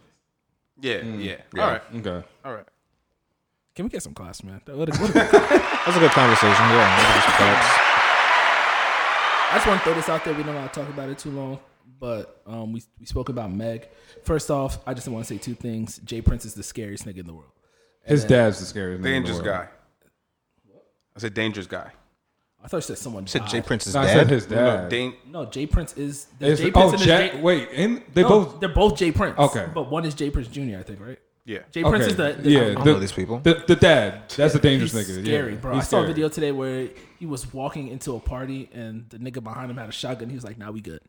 Speaker 5: Yeah,
Speaker 3: Mm.
Speaker 5: yeah, All right,
Speaker 3: okay.
Speaker 5: all right.
Speaker 4: Can we get some class, man? That- what a- what a-
Speaker 7: That's a good conversation. Yeah, Niggas just collapse.
Speaker 4: I just want to throw this out there. We don't want to talk about it too long, but um, we we spoke about Meg. First off, I just want to say two things. Jay Prince is the scariest nigga in the world.
Speaker 3: His dad's the scariest. nigga in the
Speaker 5: Dangerous
Speaker 3: world.
Speaker 5: guy. I said dangerous guy.
Speaker 4: I thought you said someone
Speaker 7: Said
Speaker 4: died.
Speaker 7: Jay Prince is
Speaker 3: No, I said
Speaker 7: dead.
Speaker 3: his
Speaker 5: No,
Speaker 3: dad.
Speaker 5: dan-
Speaker 4: No, Jay Prince is. there's
Speaker 3: It's-
Speaker 4: Jay Prince
Speaker 3: oh,
Speaker 4: and there's
Speaker 3: Jack.
Speaker 4: Jay-
Speaker 3: wait, and they
Speaker 4: No,
Speaker 3: both.
Speaker 4: they're both Jay Prince.
Speaker 3: Okay.
Speaker 4: but one is Jay Prince Jr. I think, right?
Speaker 5: Yeah.
Speaker 4: Jay
Speaker 3: Okay.
Speaker 4: Prince is the, the
Speaker 3: yeah,
Speaker 7: I
Speaker 3: the,
Speaker 7: know these people.
Speaker 3: The, the dad. That's a dangerous
Speaker 4: he's
Speaker 3: nigga.
Speaker 4: Scary,
Speaker 3: yeah.
Speaker 4: bro.
Speaker 3: He's
Speaker 4: I saw a
Speaker 3: scary.
Speaker 4: video today where he was walking into a party and the nigga behind him had a shotgun. He was like, "Nah, we good."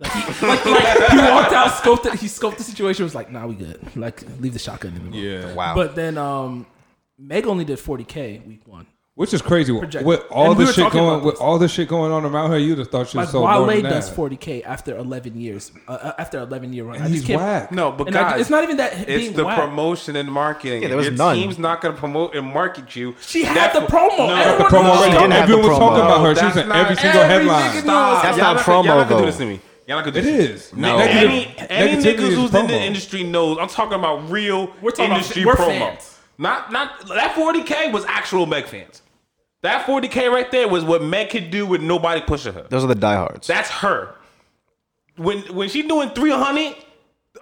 Speaker 4: Like he, [laughs] like, like, he walked out, scoped it. He scoped the situation. Was like, "Nah, we good." Like leave the shotgun in the room.
Speaker 3: Yeah.
Speaker 7: Wow.
Speaker 4: But then um, Meg only did 40k week one.
Speaker 3: Which is crazy.
Speaker 4: Project.
Speaker 3: With all
Speaker 4: And we
Speaker 3: the
Speaker 4: were
Speaker 3: shit
Speaker 4: talking
Speaker 3: going,
Speaker 4: about
Speaker 3: with
Speaker 4: this.
Speaker 3: all the shit going on around her, you'd have thought she was
Speaker 4: Like
Speaker 3: so
Speaker 4: Wale
Speaker 3: more than
Speaker 4: does
Speaker 3: that.
Speaker 4: 40k after 11 years. Uh, Uh, after 11 year run,
Speaker 3: And
Speaker 4: I just
Speaker 3: he's
Speaker 4: can't.
Speaker 3: whack.
Speaker 5: No, but
Speaker 4: And I-
Speaker 5: guys,
Speaker 4: it's not even that
Speaker 5: It's
Speaker 4: being
Speaker 5: the
Speaker 4: whack.
Speaker 5: promotion and marketing.
Speaker 7: Yeah, there was
Speaker 5: Your
Speaker 7: none.
Speaker 5: team's not going to promote and market you.
Speaker 4: She had the promo.
Speaker 5: No,
Speaker 4: Everyone
Speaker 3: The promo
Speaker 4: knows
Speaker 3: already
Speaker 4: that.
Speaker 7: didn't have the
Speaker 3: Everyone was talking
Speaker 7: promo.
Speaker 3: about her. She
Speaker 5: that's
Speaker 3: was in
Speaker 5: not-
Speaker 3: every single
Speaker 5: every
Speaker 3: headline.
Speaker 5: nigga knows-
Speaker 7: That's
Speaker 5: y'all
Speaker 7: not
Speaker 5: not gonna- Y'all not
Speaker 7: promo,
Speaker 5: gonna do
Speaker 7: though.
Speaker 5: this to me. Y'all not gonna do
Speaker 3: It
Speaker 5: this to me.
Speaker 3: is.
Speaker 5: No.
Speaker 3: Negative-
Speaker 5: Any, any
Speaker 3: negativity
Speaker 5: niggas
Speaker 3: is
Speaker 5: who's in the
Speaker 3: promo.
Speaker 5: industry knows. I'm talking about real
Speaker 4: We're talking about-
Speaker 5: industry
Speaker 4: we're
Speaker 5: promo.
Speaker 4: fans.
Speaker 5: Not not that 40k was actual Meg fans. That 40k right there was what Meg could do with nobody pushing her.
Speaker 7: Those are the diehards.
Speaker 5: That's her. When when she doing 300,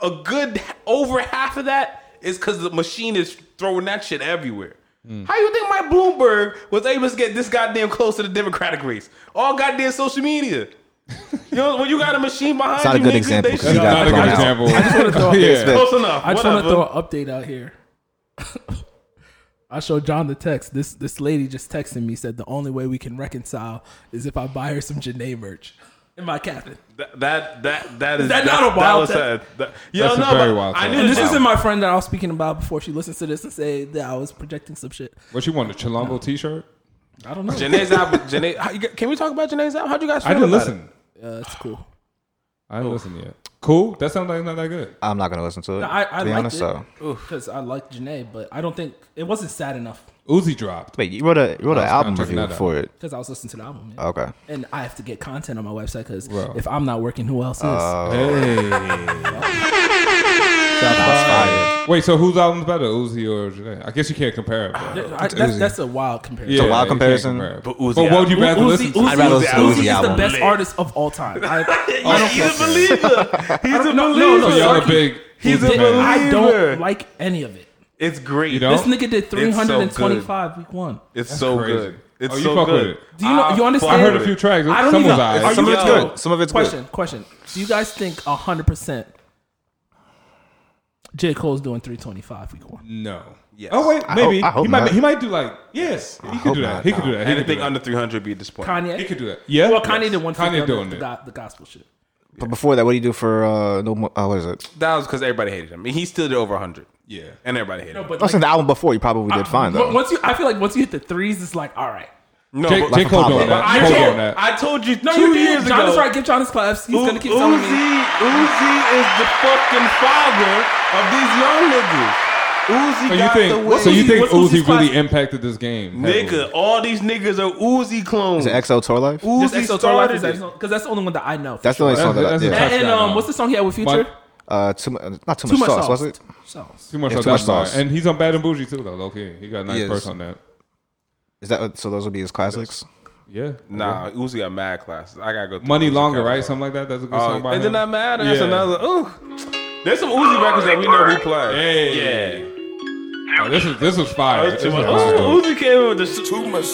Speaker 5: a good h- over half of that is because the machine is throwing that shit everywhere.
Speaker 7: Hmm.
Speaker 5: How you think Mike Bloomberg was able to get this goddamn close to the Democratic race? All goddamn social
Speaker 7: [laughs]
Speaker 5: media. You know, when you got a machine behind
Speaker 7: It's not a
Speaker 5: you,
Speaker 7: good
Speaker 5: nigga,
Speaker 7: example,
Speaker 5: they
Speaker 7: 'cause
Speaker 5: should-
Speaker 7: you got
Speaker 3: Not a
Speaker 7: blown
Speaker 3: good
Speaker 7: out.
Speaker 3: example. [laughs]
Speaker 7: Yeah.
Speaker 5: close enough.
Speaker 4: I just want
Speaker 5: Whatever.
Speaker 4: to throw an update out here. [laughs] I showed John the text. This this lady just texted me said the only way we can reconcile is if I buy her some Janae merch in my cabin.
Speaker 5: That- that that that is that,
Speaker 4: that not a wild
Speaker 5: was
Speaker 4: thing?
Speaker 5: sad. That- Yo,
Speaker 3: That's a
Speaker 5: no,
Speaker 3: very
Speaker 5: but
Speaker 3: wild
Speaker 5: I
Speaker 3: thing.
Speaker 5: knew
Speaker 4: And this
Speaker 5: this
Speaker 4: isn't my friend that I was speaking about before she listens to this and say that I was projecting some shit.
Speaker 3: What you want? A Chilombo T-shirt?
Speaker 4: I don't know.
Speaker 5: Janae's album. Janae, how you g- can we talk about Janae's album? How'd you guys feel
Speaker 3: I didn't
Speaker 5: about it? Oh.
Speaker 3: listen.
Speaker 4: Uh, it's cool.
Speaker 3: I didn't listen yet. Cool. That sounds like not that good.
Speaker 7: I'm not gonna listen to it.
Speaker 4: I, I
Speaker 7: to be
Speaker 4: liked
Speaker 7: honest, so
Speaker 4: it because I liked Janae, but I don't think it wasn't sad enough
Speaker 3: Uzi dropped.
Speaker 7: wait, you wrote a you wrote
Speaker 3: was
Speaker 7: an album
Speaker 3: kinda checking
Speaker 7: review
Speaker 3: that out.
Speaker 7: for it.
Speaker 4: because I was listening to the album. man.
Speaker 7: Okay,
Speaker 4: And I have to get content on my website because
Speaker 3: Bro.
Speaker 4: if I'm not working, who else is?
Speaker 7: Uh,
Speaker 3: Hey. Shots fired. Wait, so whose album's better, Uzi or Janae? I guess you can't compare it. but-
Speaker 4: I- that's, that's a wild comparison.
Speaker 3: Yeah,
Speaker 7: wild
Speaker 3: you can't
Speaker 7: comparison.
Speaker 3: compare it.
Speaker 5: But Uzi
Speaker 3: what would you rather
Speaker 4: Uzi-
Speaker 3: listen to?
Speaker 4: Uzi-
Speaker 7: I'd rather listen to
Speaker 4: Uzi
Speaker 7: Uzi
Speaker 4: is the
Speaker 7: album.
Speaker 4: best
Speaker 5: Lit.
Speaker 4: artist of all [laughs] time. I, I don't care.
Speaker 5: He's a
Speaker 4: [laughs]
Speaker 5: believer. He's a believer.
Speaker 4: No, no, no,
Speaker 3: So y'all are
Speaker 4: Sarky-
Speaker 3: big.
Speaker 5: He's
Speaker 3: Uzi
Speaker 5: a
Speaker 3: fans.
Speaker 5: believer.
Speaker 4: I don't like any of it.
Speaker 5: It's great.
Speaker 3: You don't?
Speaker 4: This nigga did 325 week one.
Speaker 5: It's so
Speaker 3: crazy.
Speaker 5: good. It's
Speaker 3: Oh, you
Speaker 5: so
Speaker 3: fuck with
Speaker 5: good.
Speaker 3: it.
Speaker 4: Do you know?
Speaker 5: I
Speaker 4: you understand?
Speaker 3: I heard a few tracks.
Speaker 4: I don't
Speaker 3: Some
Speaker 4: even.
Speaker 3: was alright.
Speaker 7: Some of it's
Speaker 5: yo.
Speaker 7: good. Some of it's
Speaker 4: question,
Speaker 7: good.
Speaker 4: question. Do you guys think hundred percent J Cole's doing 325 week one?
Speaker 3: No.
Speaker 5: Yes.
Speaker 3: Oh wait,
Speaker 7: I
Speaker 3: maybe
Speaker 7: hope- I hope
Speaker 3: he might.
Speaker 7: not.
Speaker 3: He might do like yes. He could
Speaker 7: hope
Speaker 3: do that.
Speaker 7: not,
Speaker 3: he could do
Speaker 7: no.
Speaker 3: that. He could do
Speaker 5: Anything
Speaker 3: that.
Speaker 5: under 300 be disappointing.
Speaker 4: Kanye.
Speaker 3: He could do that. Yeah.
Speaker 4: Well, Kanye did one.
Speaker 3: Kanye doing
Speaker 4: the,
Speaker 3: it.
Speaker 4: go- the gospel shit.
Speaker 7: But before that, what do you do for uh, no? Mo- Uh, what is it?
Speaker 5: That was because everybody hated him. He still did over 100.
Speaker 3: Yeah.
Speaker 5: And everybody hated him.
Speaker 4: But
Speaker 7: Listen to the album before. You probably
Speaker 4: Uh,
Speaker 7: did fine though.
Speaker 4: once you, I feel like once you hit the threes, it's like all right.
Speaker 5: No,
Speaker 3: J,
Speaker 5: but-
Speaker 3: J.
Speaker 7: a
Speaker 3: Cole
Speaker 7: problem.
Speaker 3: doing
Speaker 5: but
Speaker 3: that.
Speaker 5: I,
Speaker 3: Cole
Speaker 5: told,
Speaker 3: doing that.
Speaker 5: I told you two
Speaker 4: No, you
Speaker 5: years
Speaker 4: did. John
Speaker 5: ago.
Speaker 4: is right. Give John his claps. He's
Speaker 5: U-
Speaker 4: gonna keep
Speaker 5: Uzi,
Speaker 4: telling me.
Speaker 5: Uzi is the fucking father of these young niggas. Uzi
Speaker 3: So you
Speaker 5: got the
Speaker 3: think?
Speaker 5: way.
Speaker 3: So you
Speaker 4: Uzi-
Speaker 3: think
Speaker 4: what's Uzi's
Speaker 3: Uzi really
Speaker 4: class-
Speaker 3: impacted this game?
Speaker 5: nigga,
Speaker 3: heavily?
Speaker 5: all these niggas are Uzi clones.
Speaker 7: Is it XO Tour Life?
Speaker 4: Just
Speaker 5: Uzi
Speaker 4: XO Tour Life is
Speaker 5: started it.
Speaker 4: because that's the only one that I know. for
Speaker 7: That's the
Speaker 4: sure.
Speaker 7: only song that. I,
Speaker 3: That's- that's
Speaker 7: yeah.
Speaker 3: a
Speaker 4: And, and,
Speaker 3: Touchdown.
Speaker 4: um, what's the song he had with Future?
Speaker 3: But-
Speaker 7: Uh, too much. Not too,
Speaker 4: Too
Speaker 7: much
Speaker 4: much
Speaker 7: sauce,
Speaker 4: sauce.
Speaker 7: was it?
Speaker 4: Sauce.
Speaker 3: Too much
Speaker 7: Yeah,
Speaker 3: on that
Speaker 7: too much
Speaker 3: side.
Speaker 7: sauce.
Speaker 3: and he's on Bad and Bougie too, though. Okay, he got a nice
Speaker 7: Yes.
Speaker 3: verse on that.
Speaker 7: Is that what- so? Those would be his classics.
Speaker 3: Yeah,
Speaker 5: Nah, Uzi got mad classes. I gotta go. through
Speaker 3: Money
Speaker 5: Uzi
Speaker 3: longer,
Speaker 5: catalog.
Speaker 3: right? Something like that. That's a good
Speaker 5: Oh,
Speaker 3: song by
Speaker 5: it did
Speaker 3: him.
Speaker 5: not matter. That's
Speaker 3: Yeah.
Speaker 5: another. Ooh, there's some Uzi records that we know we play.
Speaker 3: Hey.
Speaker 5: Yeah.
Speaker 3: Oh, this is this was fire.
Speaker 5: That's
Speaker 3: This
Speaker 5: too
Speaker 3: was
Speaker 5: much.
Speaker 3: fire.
Speaker 5: Ooh, Uzi came in with the. Too much.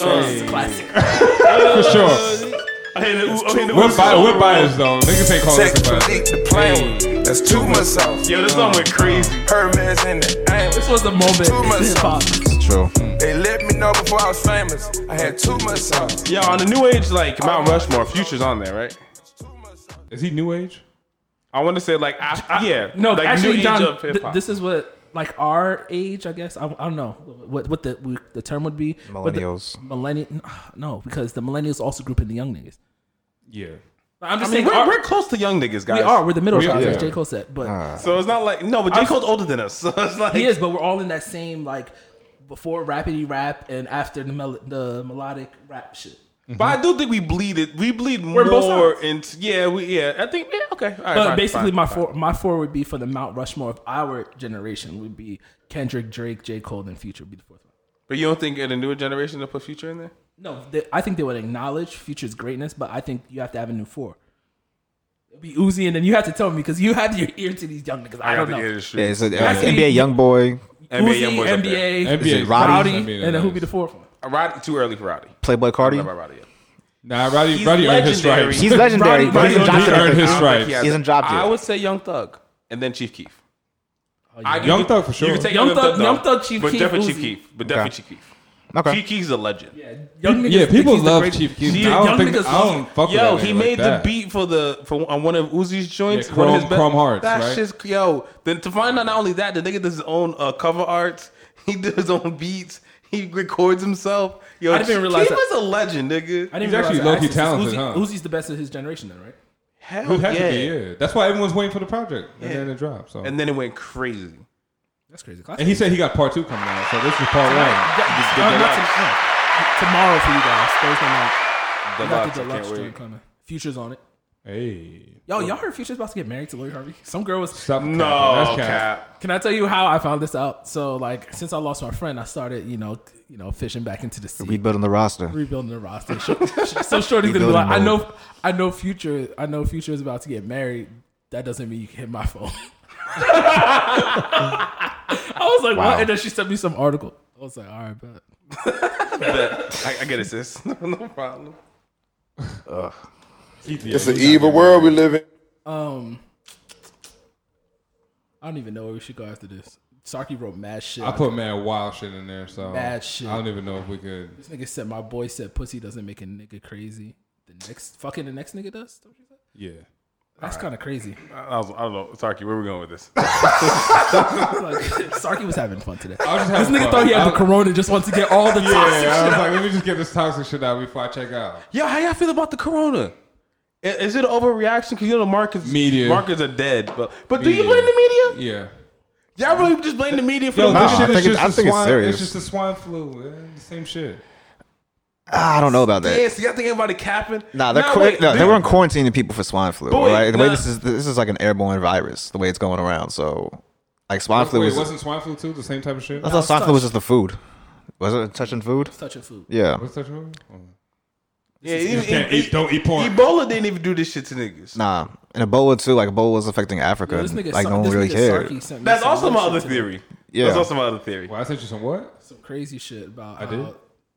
Speaker 4: Classic.
Speaker 3: for sure.
Speaker 5: I hate the Uzi. I hate the
Speaker 3: We're,
Speaker 5: Uzi.
Speaker 3: bi- we're biased though. Niggas ain't calling us biased.
Speaker 9: the plane. That's too much sauce.
Speaker 5: Yo, this song went crazy.
Speaker 9: Hermes in the aim.
Speaker 4: This was the moment. in
Speaker 9: Too much
Speaker 4: hip-hop.
Speaker 9: sauce.
Speaker 4: Mm.
Speaker 7: It's true.
Speaker 9: They let me didn't know before I was famous. I had too much sauce.
Speaker 5: Yeah, on the new age, like Mount Rushmore, Future's on there, right?
Speaker 3: Is he new age?
Speaker 5: I want to say like, I, I- yeah,
Speaker 4: No,
Speaker 5: like
Speaker 4: actually,
Speaker 5: new
Speaker 4: John,
Speaker 5: age of hip
Speaker 4: th-
Speaker 5: hop.
Speaker 4: this is what like our age, I guess. I, I don't know what what the what the term would be. But the-
Speaker 7: Millennials.
Speaker 4: Millennial, [sighs] no, because the millennials also group in the young niggas.
Speaker 3: Yeah.
Speaker 4: I'm
Speaker 5: I
Speaker 4: just
Speaker 5: mean,
Speaker 4: saying
Speaker 5: we're,
Speaker 4: our-
Speaker 5: we're close to young niggas, guys.
Speaker 4: we are. We're the middle
Speaker 5: We
Speaker 4: class,
Speaker 5: are,
Speaker 4: as
Speaker 5: yeah.
Speaker 4: J Cole said, but
Speaker 5: So it's not like no, but J Cole's older than us, [laughs] so it's like
Speaker 4: he is. But we're all in that same like before rapidy rap and after the mel- the melodic rap shit.
Speaker 5: But I do think we bleed it. We bleed
Speaker 4: both
Speaker 5: more into yeah. We yeah. I think yeah. Okay. All right,
Speaker 4: But
Speaker 5: fine,
Speaker 4: basically,
Speaker 5: fine,
Speaker 4: my
Speaker 5: fine.
Speaker 4: four my four would be for the Mount Rushmore of our generation would be Kendrick, Drake, J Cole, and Future would be the fourth one.
Speaker 5: But you don't think in the newer generation they'll put future in there?
Speaker 4: No, they, I think they would acknowledge Future's greatness, but I think you have to have a new four. It'd be Uzi, and then you have to tell me because you have your ear to these young niggas. I, don't know.
Speaker 7: Yeah,
Speaker 5: Industry.
Speaker 7: it's a,
Speaker 4: That's
Speaker 7: like,
Speaker 4: the-
Speaker 7: NBA young boy,
Speaker 5: NBA
Speaker 4: Uzi,
Speaker 5: YoungBoy's up there.
Speaker 4: NBA,
Speaker 3: NBA
Speaker 7: it Roddy?
Speaker 4: Rowdy,
Speaker 3: I mean,
Speaker 4: and then who be
Speaker 3: is-
Speaker 4: the fourth one?
Speaker 5: Uh, Roddy, too early for Roddy.
Speaker 7: Playboy
Speaker 5: I
Speaker 7: Cardi.
Speaker 5: love Roddy. yeah.
Speaker 3: Nah, Roddy,
Speaker 5: He's
Speaker 3: [laughs] Roddy earned his
Speaker 5: legendary.
Speaker 3: stripes.
Speaker 7: He's legendary,
Speaker 4: Roddy-
Speaker 7: but
Speaker 4: Roddy
Speaker 7: he's in
Speaker 4: Roddy
Speaker 7: job
Speaker 3: earned
Speaker 7: yet.
Speaker 3: his
Speaker 5: I don't
Speaker 3: stripes.
Speaker 5: think he has
Speaker 7: He's
Speaker 5: it.
Speaker 7: in job
Speaker 5: I
Speaker 7: yet.
Speaker 5: would say Young Thug and then Chief Keef. I-
Speaker 3: Young
Speaker 5: you-
Speaker 3: Thug for
Speaker 5: You
Speaker 3: sure.
Speaker 5: can take
Speaker 4: Oh, Young
Speaker 5: out
Speaker 4: Thug-
Speaker 5: though,
Speaker 4: Young Thug, Chief
Speaker 5: but
Speaker 4: Keef,
Speaker 5: definitely
Speaker 4: Uzi.
Speaker 5: Chief Keef, but definitely Chief Keef.
Speaker 7: Okay.
Speaker 5: Chief Keef's a legend.
Speaker 4: Young niggas
Speaker 3: Yeah,
Speaker 4: think
Speaker 3: people
Speaker 4: he's the
Speaker 3: love
Speaker 4: greatest-
Speaker 3: Chief Keef.
Speaker 5: See,
Speaker 3: I
Speaker 4: young
Speaker 3: don't think
Speaker 4: niggas
Speaker 3: I don't
Speaker 4: love-
Speaker 3: fuck
Speaker 5: Yo,
Speaker 3: with that
Speaker 5: he
Speaker 3: nigga like
Speaker 5: made the
Speaker 3: that.
Speaker 5: beat for the for on one of Uzi's joints.
Speaker 3: Yeah,
Speaker 5: one of
Speaker 3: Chrome- Chrome Hearts,
Speaker 5: That's
Speaker 3: right?
Speaker 5: just yo. Then to find out not only that, the nigga does his own uh, cover arts. [laughs] He did his own beats. He records himself. Yo,
Speaker 4: I didn't even realize
Speaker 5: he
Speaker 4: that.
Speaker 5: was a legend, nigga.
Speaker 4: I didn't
Speaker 3: He's actually
Speaker 4: realize that.
Speaker 3: low-key
Speaker 4: Axis is Uzi,
Speaker 3: talented, huh?
Speaker 4: Uzi's the best of his generation, then, right?
Speaker 5: Hell
Speaker 3: Who had
Speaker 5: yeah.
Speaker 3: to be, yeah. That's why everyone's waiting for the project. And then it dropped. So.
Speaker 5: And then it went crazy.
Speaker 4: That's crazy. Classic.
Speaker 3: And he said he got part two coming out, so this is part one.
Speaker 4: Yeah, uh, not to- yeah. tomorrow for you guys. Thursday night.
Speaker 5: The Lux,
Speaker 4: We got the
Speaker 5: I can't
Speaker 4: deluxe joint
Speaker 5: wait.
Speaker 4: coming. Future's on it.
Speaker 3: Hey,
Speaker 4: Yo, y'all heard Future's about to get married to Lori Harvey? Some girl was.
Speaker 3: stop.
Speaker 5: No,
Speaker 3: capping.
Speaker 5: cap.
Speaker 4: Can I tell you how I found this out? So, like, since I lost my friend, I started, you know, you know, fishing back into the sea,
Speaker 7: Rebuilding the roster.
Speaker 4: rebuilding the roster. [laughs] So, so Shorty's gonna be like, I
Speaker 7: Rebuilding
Speaker 4: know, I know, Future, I know, Future is about to get married. That doesn't mean you can hit my phone. [laughs] I was like,
Speaker 7: Wow.
Speaker 4: what? And then she sent me some article. I was like, all right, bet.
Speaker 5: But I, I get it, sis. [laughs] no problem.
Speaker 8: It's an evil world we live in.
Speaker 4: Um, I don't even know where we should go after this. Saki wrote mad shit.
Speaker 3: I put mad wild shit in there, so
Speaker 4: Mad shit.
Speaker 3: I don't even know if we could.
Speaker 4: this nigga said my boy said pussy doesn't make a nigga crazy. The next fucking the next nigga does. Don't you say?
Speaker 3: Yeah,
Speaker 4: That's kind of crazy.
Speaker 5: I, was, I don't know. Sarky, where we going with [laughs] this?
Speaker 4: Like, [laughs] Sarky was having fun today.
Speaker 3: I was just
Speaker 4: This
Speaker 3: having
Speaker 4: nigga
Speaker 3: fun.
Speaker 4: thought he had
Speaker 3: I
Speaker 4: the corona, just wants to get all the toxic
Speaker 3: [laughs] Yeah, I
Speaker 4: shit
Speaker 3: was
Speaker 4: out.
Speaker 3: like, let me just get this toxic shit out before I check out.
Speaker 5: Yo, how y'all feel about the corona? I- Is it an overreaction? Because you know the markets,
Speaker 3: Media.
Speaker 5: markets are dead. But but do you
Speaker 3: Media.
Speaker 5: blame the media?
Speaker 3: Yeah.
Speaker 5: Y'all really just blame the media for
Speaker 3: Yo,
Speaker 5: the
Speaker 7: Nah,
Speaker 3: this
Speaker 7: I
Speaker 3: shit is
Speaker 7: think it's-
Speaker 3: just
Speaker 7: I
Speaker 3: the
Speaker 7: think it's
Speaker 3: swine,
Speaker 7: serious.
Speaker 3: It's just the swine flu. Man. The same shit.
Speaker 7: Ah, I don't know about that.
Speaker 5: Yeah, so y'all think everybody capping?
Speaker 7: Nah, they're qu-
Speaker 5: wait,
Speaker 7: no, they
Speaker 5: dude.
Speaker 7: weren't quarantining people for swine flu.
Speaker 5: But wait,
Speaker 7: right? The way
Speaker 5: nah.
Speaker 7: this is, this is like an airborne virus. The way it's going around. So, like swine flu
Speaker 3: Wait,
Speaker 7: was.
Speaker 3: wasn't swine flu too the same type of shit?
Speaker 7: I thought swine
Speaker 4: it's
Speaker 7: flu was
Speaker 4: touch.
Speaker 7: just the food. Was it touching food?
Speaker 4: Touching food.
Speaker 7: Yeah.
Speaker 3: What's that shit?
Speaker 5: Yeah, even,
Speaker 3: can't eat- don't eat pork.
Speaker 5: Ebola didn't even do this shit to niggas.
Speaker 7: Nah, and Ebola too. Like Ebola was affecting Africa.
Speaker 4: Yo, this nigga,
Speaker 7: like
Speaker 4: Sa-
Speaker 7: no one
Speaker 4: this
Speaker 7: really
Speaker 4: nigga
Speaker 7: cared.
Speaker 4: Sarky sent me
Speaker 5: That's
Speaker 4: some
Speaker 5: also my
Speaker 4: bullshit
Speaker 5: other
Speaker 4: today.
Speaker 5: theory.
Speaker 7: Yeah.
Speaker 5: That's also my other theory.
Speaker 3: Well, I sent you some what?
Speaker 4: Some crazy shit about. I
Speaker 3: did?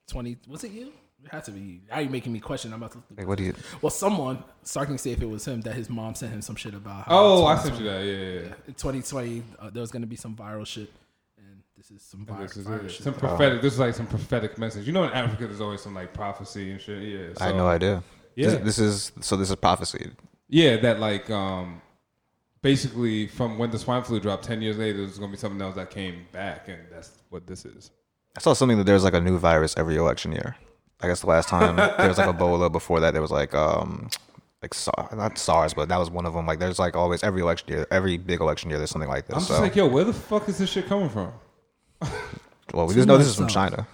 Speaker 4: Twenty. Was it you? It had to be. you. Now you're making me question. I'm about to. Look
Speaker 7: Like, what do you?
Speaker 4: Well, someone Sarkin say if it was him that his mom sent him some shit about. How
Speaker 3: Oh, I
Speaker 4: 2020
Speaker 3: sent you that. Yeah, yeah. yeah.
Speaker 4: In 2020, uh, there was gonna be some viral shit, and this is some vir-
Speaker 3: This is
Speaker 4: viral
Speaker 3: it.
Speaker 4: shit.
Speaker 7: Oh.
Speaker 3: Some prophetic. This is like some prophetic message. You know, in Africa, there's always some like prophecy and shit. Yeah.
Speaker 7: I had
Speaker 3: so-
Speaker 7: no idea. This,
Speaker 3: Yeah.
Speaker 7: this is so. This is prophecy.
Speaker 3: Yeah, that like um basically from when the swine flu dropped ten years later there's gonna be something else that came back and that's what this is.
Speaker 7: I saw something that there's like a new virus every election year. I guess the
Speaker 3: [laughs]
Speaker 7: last time there was like Ebola. Before that, there was like um like SARS, not SARS, but that was one of them. Like there's like always every election year, every big election year, there's something like this.
Speaker 3: I'm
Speaker 7: so
Speaker 3: just like, yo, where the fuck is this shit coming from?
Speaker 7: well, we just know this is from
Speaker 4: Sounds-
Speaker 7: China.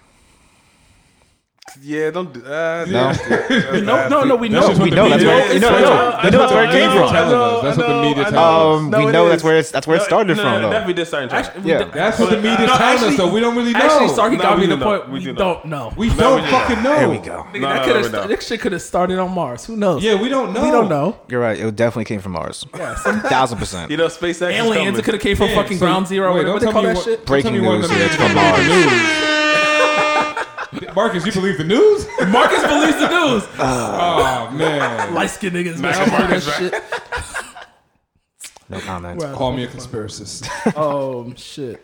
Speaker 5: Yeah, don't do that.
Speaker 3: [laughs]
Speaker 7: No, Oh,
Speaker 4: No, no, no. We
Speaker 3: That's
Speaker 4: know.
Speaker 3: just what
Speaker 7: we
Speaker 3: the
Speaker 7: know
Speaker 3: media-
Speaker 7: that's where we know that's where, we know that's where it came
Speaker 3: media
Speaker 7: from.
Speaker 3: tells us. That's what the media tells us.
Speaker 7: Um, we know that's where it's that's where it started
Speaker 5: no,
Speaker 7: from.
Speaker 5: No,
Speaker 7: though.
Speaker 5: definitely did start in China.
Speaker 4: Actually, we
Speaker 7: Yeah.
Speaker 4: don't-
Speaker 3: That's what the
Speaker 5: But- no,
Speaker 3: media tells us,
Speaker 5: actually-
Speaker 3: so we don't really know.
Speaker 4: actually, Sarkin
Speaker 5: No,
Speaker 4: got
Speaker 5: we
Speaker 4: me
Speaker 5: do
Speaker 4: the
Speaker 5: know.
Speaker 4: point.
Speaker 5: We
Speaker 4: We,
Speaker 5: do
Speaker 4: do
Speaker 5: know.
Speaker 4: not know.
Speaker 3: we
Speaker 5: No,
Speaker 3: don't
Speaker 5: we don't.
Speaker 3: fucking know.
Speaker 7: There we go.
Speaker 4: Nigga,
Speaker 5: No,
Speaker 4: that
Speaker 5: no,
Speaker 4: could
Speaker 5: we
Speaker 4: have.
Speaker 5: don't.
Speaker 4: This shit could have started on Mars. Who knows?
Speaker 3: Yeah, we don't know.
Speaker 4: We don't know.
Speaker 7: You're right. It definitely came from Mars. Thousand percent.
Speaker 5: You know, SpaceX
Speaker 4: Aliens.
Speaker 5: is
Speaker 4: It could
Speaker 5: coming.
Speaker 4: have came from
Speaker 3: Yeah,
Speaker 4: fucking
Speaker 3: so-
Speaker 4: Ground Zero.
Speaker 3: wait,
Speaker 4: Wait, what
Speaker 3: don't
Speaker 4: they call
Speaker 3: tell me
Speaker 4: that
Speaker 3: what-
Speaker 4: shit?
Speaker 3: Don't tell me
Speaker 7: Breaking
Speaker 3: what
Speaker 7: news.
Speaker 3: the
Speaker 7: Yeah,
Speaker 3: media
Speaker 7: it's from Mars.
Speaker 3: [laughs] Marcus, you believe the news?
Speaker 4: Marcus believes the news.
Speaker 3: [laughs] oh man.
Speaker 4: Light skinned niggas, man. I don't know that shit.
Speaker 7: No comment.
Speaker 3: Call me a conspiracist.
Speaker 4: Oh shit.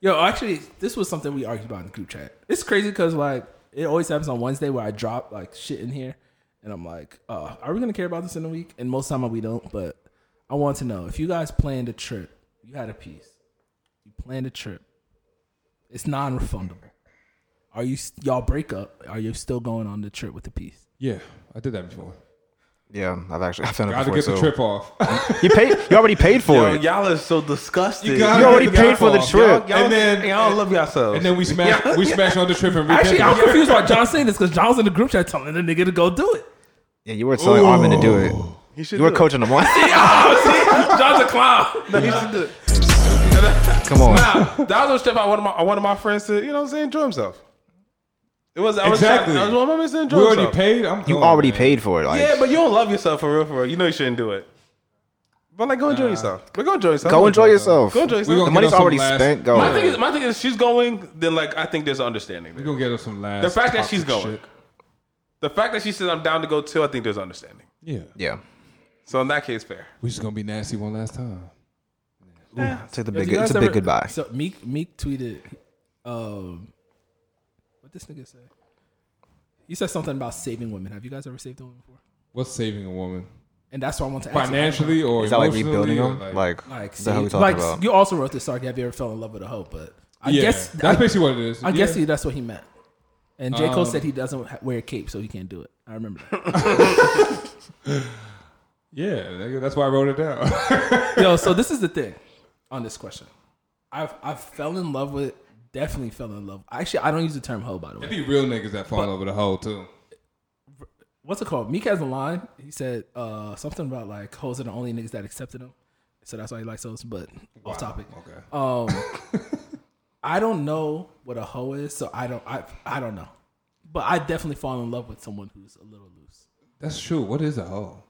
Speaker 4: Yo, actually, this was something we argued about in the group chat. It's crazy because like it always happens on Wednesday where I drop like shit in here, and I'm like, uh, are we gonna care about this in a week? And most time we don't. But I want to know if you guys planned a trip, you had a piece, you planned a trip, it's non-refundable. Are you y'all break up? Are you still going on the trip with the piece?
Speaker 3: [laughs] Yeah, I did that before.
Speaker 7: Yeah, I've actually I've done it
Speaker 3: Gotta
Speaker 7: before.
Speaker 3: get the
Speaker 7: too.
Speaker 3: trip
Speaker 7: [laughs]
Speaker 3: off.
Speaker 7: You paid. You already paid for
Speaker 5: Yo,
Speaker 7: it.
Speaker 5: y'all are so disgusted.
Speaker 3: You
Speaker 5: You,
Speaker 3: gotta
Speaker 7: already
Speaker 3: get the
Speaker 7: paid
Speaker 3: trip
Speaker 7: for the
Speaker 3: off.
Speaker 7: trip.
Speaker 5: all
Speaker 3: And then-
Speaker 5: y'all love yourselves.
Speaker 3: And then we smash [laughs] we smash on the trip and
Speaker 4: Actually, I'm
Speaker 3: rekindle.
Speaker 4: confused why John's saying this because John's in the group chat telling the nigga to go do it.
Speaker 7: Yeah, you were telling Armin to do it. You were coaching him. Why?
Speaker 5: [laughs]
Speaker 4: John's a clown.
Speaker 7: [laughs] Come on.
Speaker 5: Nah, that was a trip I wanted my I wanted my friends to you know what I'm saying enjoy himself. It was I was
Speaker 3: Exactly.
Speaker 5: trying, I was one of my mates to enjoy
Speaker 3: We already
Speaker 5: himself.
Speaker 3: paid. I'm
Speaker 7: You
Speaker 3: going,
Speaker 7: already
Speaker 3: man.
Speaker 7: paid for it. Like,
Speaker 5: Yeah, but you don't love yourself for real for real. You know you shouldn't do it. But like go enjoy yourself. But go enjoy yourself.
Speaker 7: go enjoy yourself.
Speaker 5: Go enjoy
Speaker 3: We
Speaker 5: yourself.
Speaker 3: gonna
Speaker 7: The money's
Speaker 3: get on some
Speaker 7: already
Speaker 3: last-
Speaker 7: spent. Go.
Speaker 5: my thing is my thing is she's going, then like I think there's an understanding
Speaker 3: We
Speaker 5: there.
Speaker 3: gonna get us some last.
Speaker 5: The fact that she's
Speaker 3: toxic
Speaker 5: going.
Speaker 3: shit.
Speaker 5: The fact that she said I'm down to go too, I think there's understanding.
Speaker 3: Yeah,
Speaker 7: yeah.
Speaker 5: So in that case, fair.
Speaker 3: we just gonna be nasty one last time.
Speaker 7: Take the
Speaker 4: Yo,
Speaker 7: big.
Speaker 4: do you
Speaker 7: It's
Speaker 4: guys
Speaker 7: a big
Speaker 4: ever-
Speaker 7: goodbye.
Speaker 4: So Meek Meek tweeted, um, what this nigga say? He said something about saving women. Have you guys ever saved a woman before?
Speaker 3: What's saving a woman
Speaker 4: And that's why I want to ask you.
Speaker 3: financially or
Speaker 7: Is that like
Speaker 3: emotionally
Speaker 7: rebuilding
Speaker 3: or,
Speaker 7: him? Like,
Speaker 4: Like,
Speaker 7: is that how we
Speaker 4: save-
Speaker 7: talking
Speaker 4: like
Speaker 7: about?
Speaker 4: you also wrote this, Sarky. Have you ever fell in love with a hoe? But I
Speaker 3: yeah,
Speaker 4: guess
Speaker 3: that's
Speaker 4: I,
Speaker 3: basically what it is.
Speaker 4: I guess
Speaker 3: yeah.
Speaker 4: he, that's what he meant. And J Cole
Speaker 3: Um,
Speaker 4: said he doesn't ha- wear a cape, so he can't do it. I remember.
Speaker 3: [laughs]
Speaker 4: That.
Speaker 3: yeah, nigga, that's why I wrote it down. [laughs]
Speaker 4: Yo, so this is the thing on this question. I've I fell in love with definitely fell in love. Actually, I don't use the term hoe by the way.
Speaker 3: It'd be real niggas that fall over the hole too.
Speaker 4: what's it called? Meek has a line. He said uh, something about like hoes are the only niggas that accepted him. So that's why he likes hoes. But off topic.
Speaker 3: Okay.
Speaker 4: Um,
Speaker 3: [laughs]
Speaker 4: I don't know what a hoe is, so I don't. I I don't know. But I definitely fall in love with someone who's a little loose.
Speaker 3: That's true. What is a hole?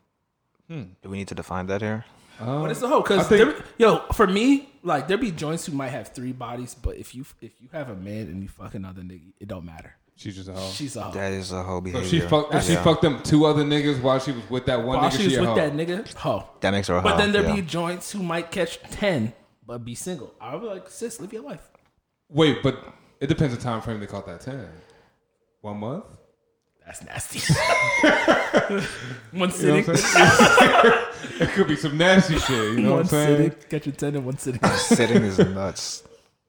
Speaker 7: Do we need to define that here?
Speaker 4: But it's a hoe
Speaker 3: I
Speaker 4: because
Speaker 3: think-
Speaker 4: yo, for me, like there be joints who might have three bodies, but if you if you have a man and you fuck another nigga, it don't matter.
Speaker 3: She's just a hole.
Speaker 4: She's a hoe.
Speaker 7: That is a whole
Speaker 3: So
Speaker 7: behavior.
Speaker 3: she fucked. If she
Speaker 7: Yeah.
Speaker 3: fucked them two other niggas while she was with that one
Speaker 4: While
Speaker 3: nigga.
Speaker 4: she was
Speaker 3: a
Speaker 4: with
Speaker 3: hoe. Oh,
Speaker 4: that nigga, hoe.
Speaker 7: That makes her a
Speaker 4: But
Speaker 7: hoe,
Speaker 4: then there
Speaker 7: yeah.
Speaker 4: be joints who might catch ten but be single. I would be like, sis, live your life.
Speaker 3: Wait, but it depends on time frame they caught that ten. One month.
Speaker 4: That's nasty. [laughs] one
Speaker 3: You know
Speaker 4: sitting,
Speaker 3: what I'm saying?
Speaker 4: [laughs]
Speaker 3: [laughs] it could be some nasty shit. You know what
Speaker 4: one
Speaker 3: I'm saying?
Speaker 4: sitting, catch your ten in one sitting.
Speaker 7: [laughs] Sitting
Speaker 4: [laughs]
Speaker 7: is nuts.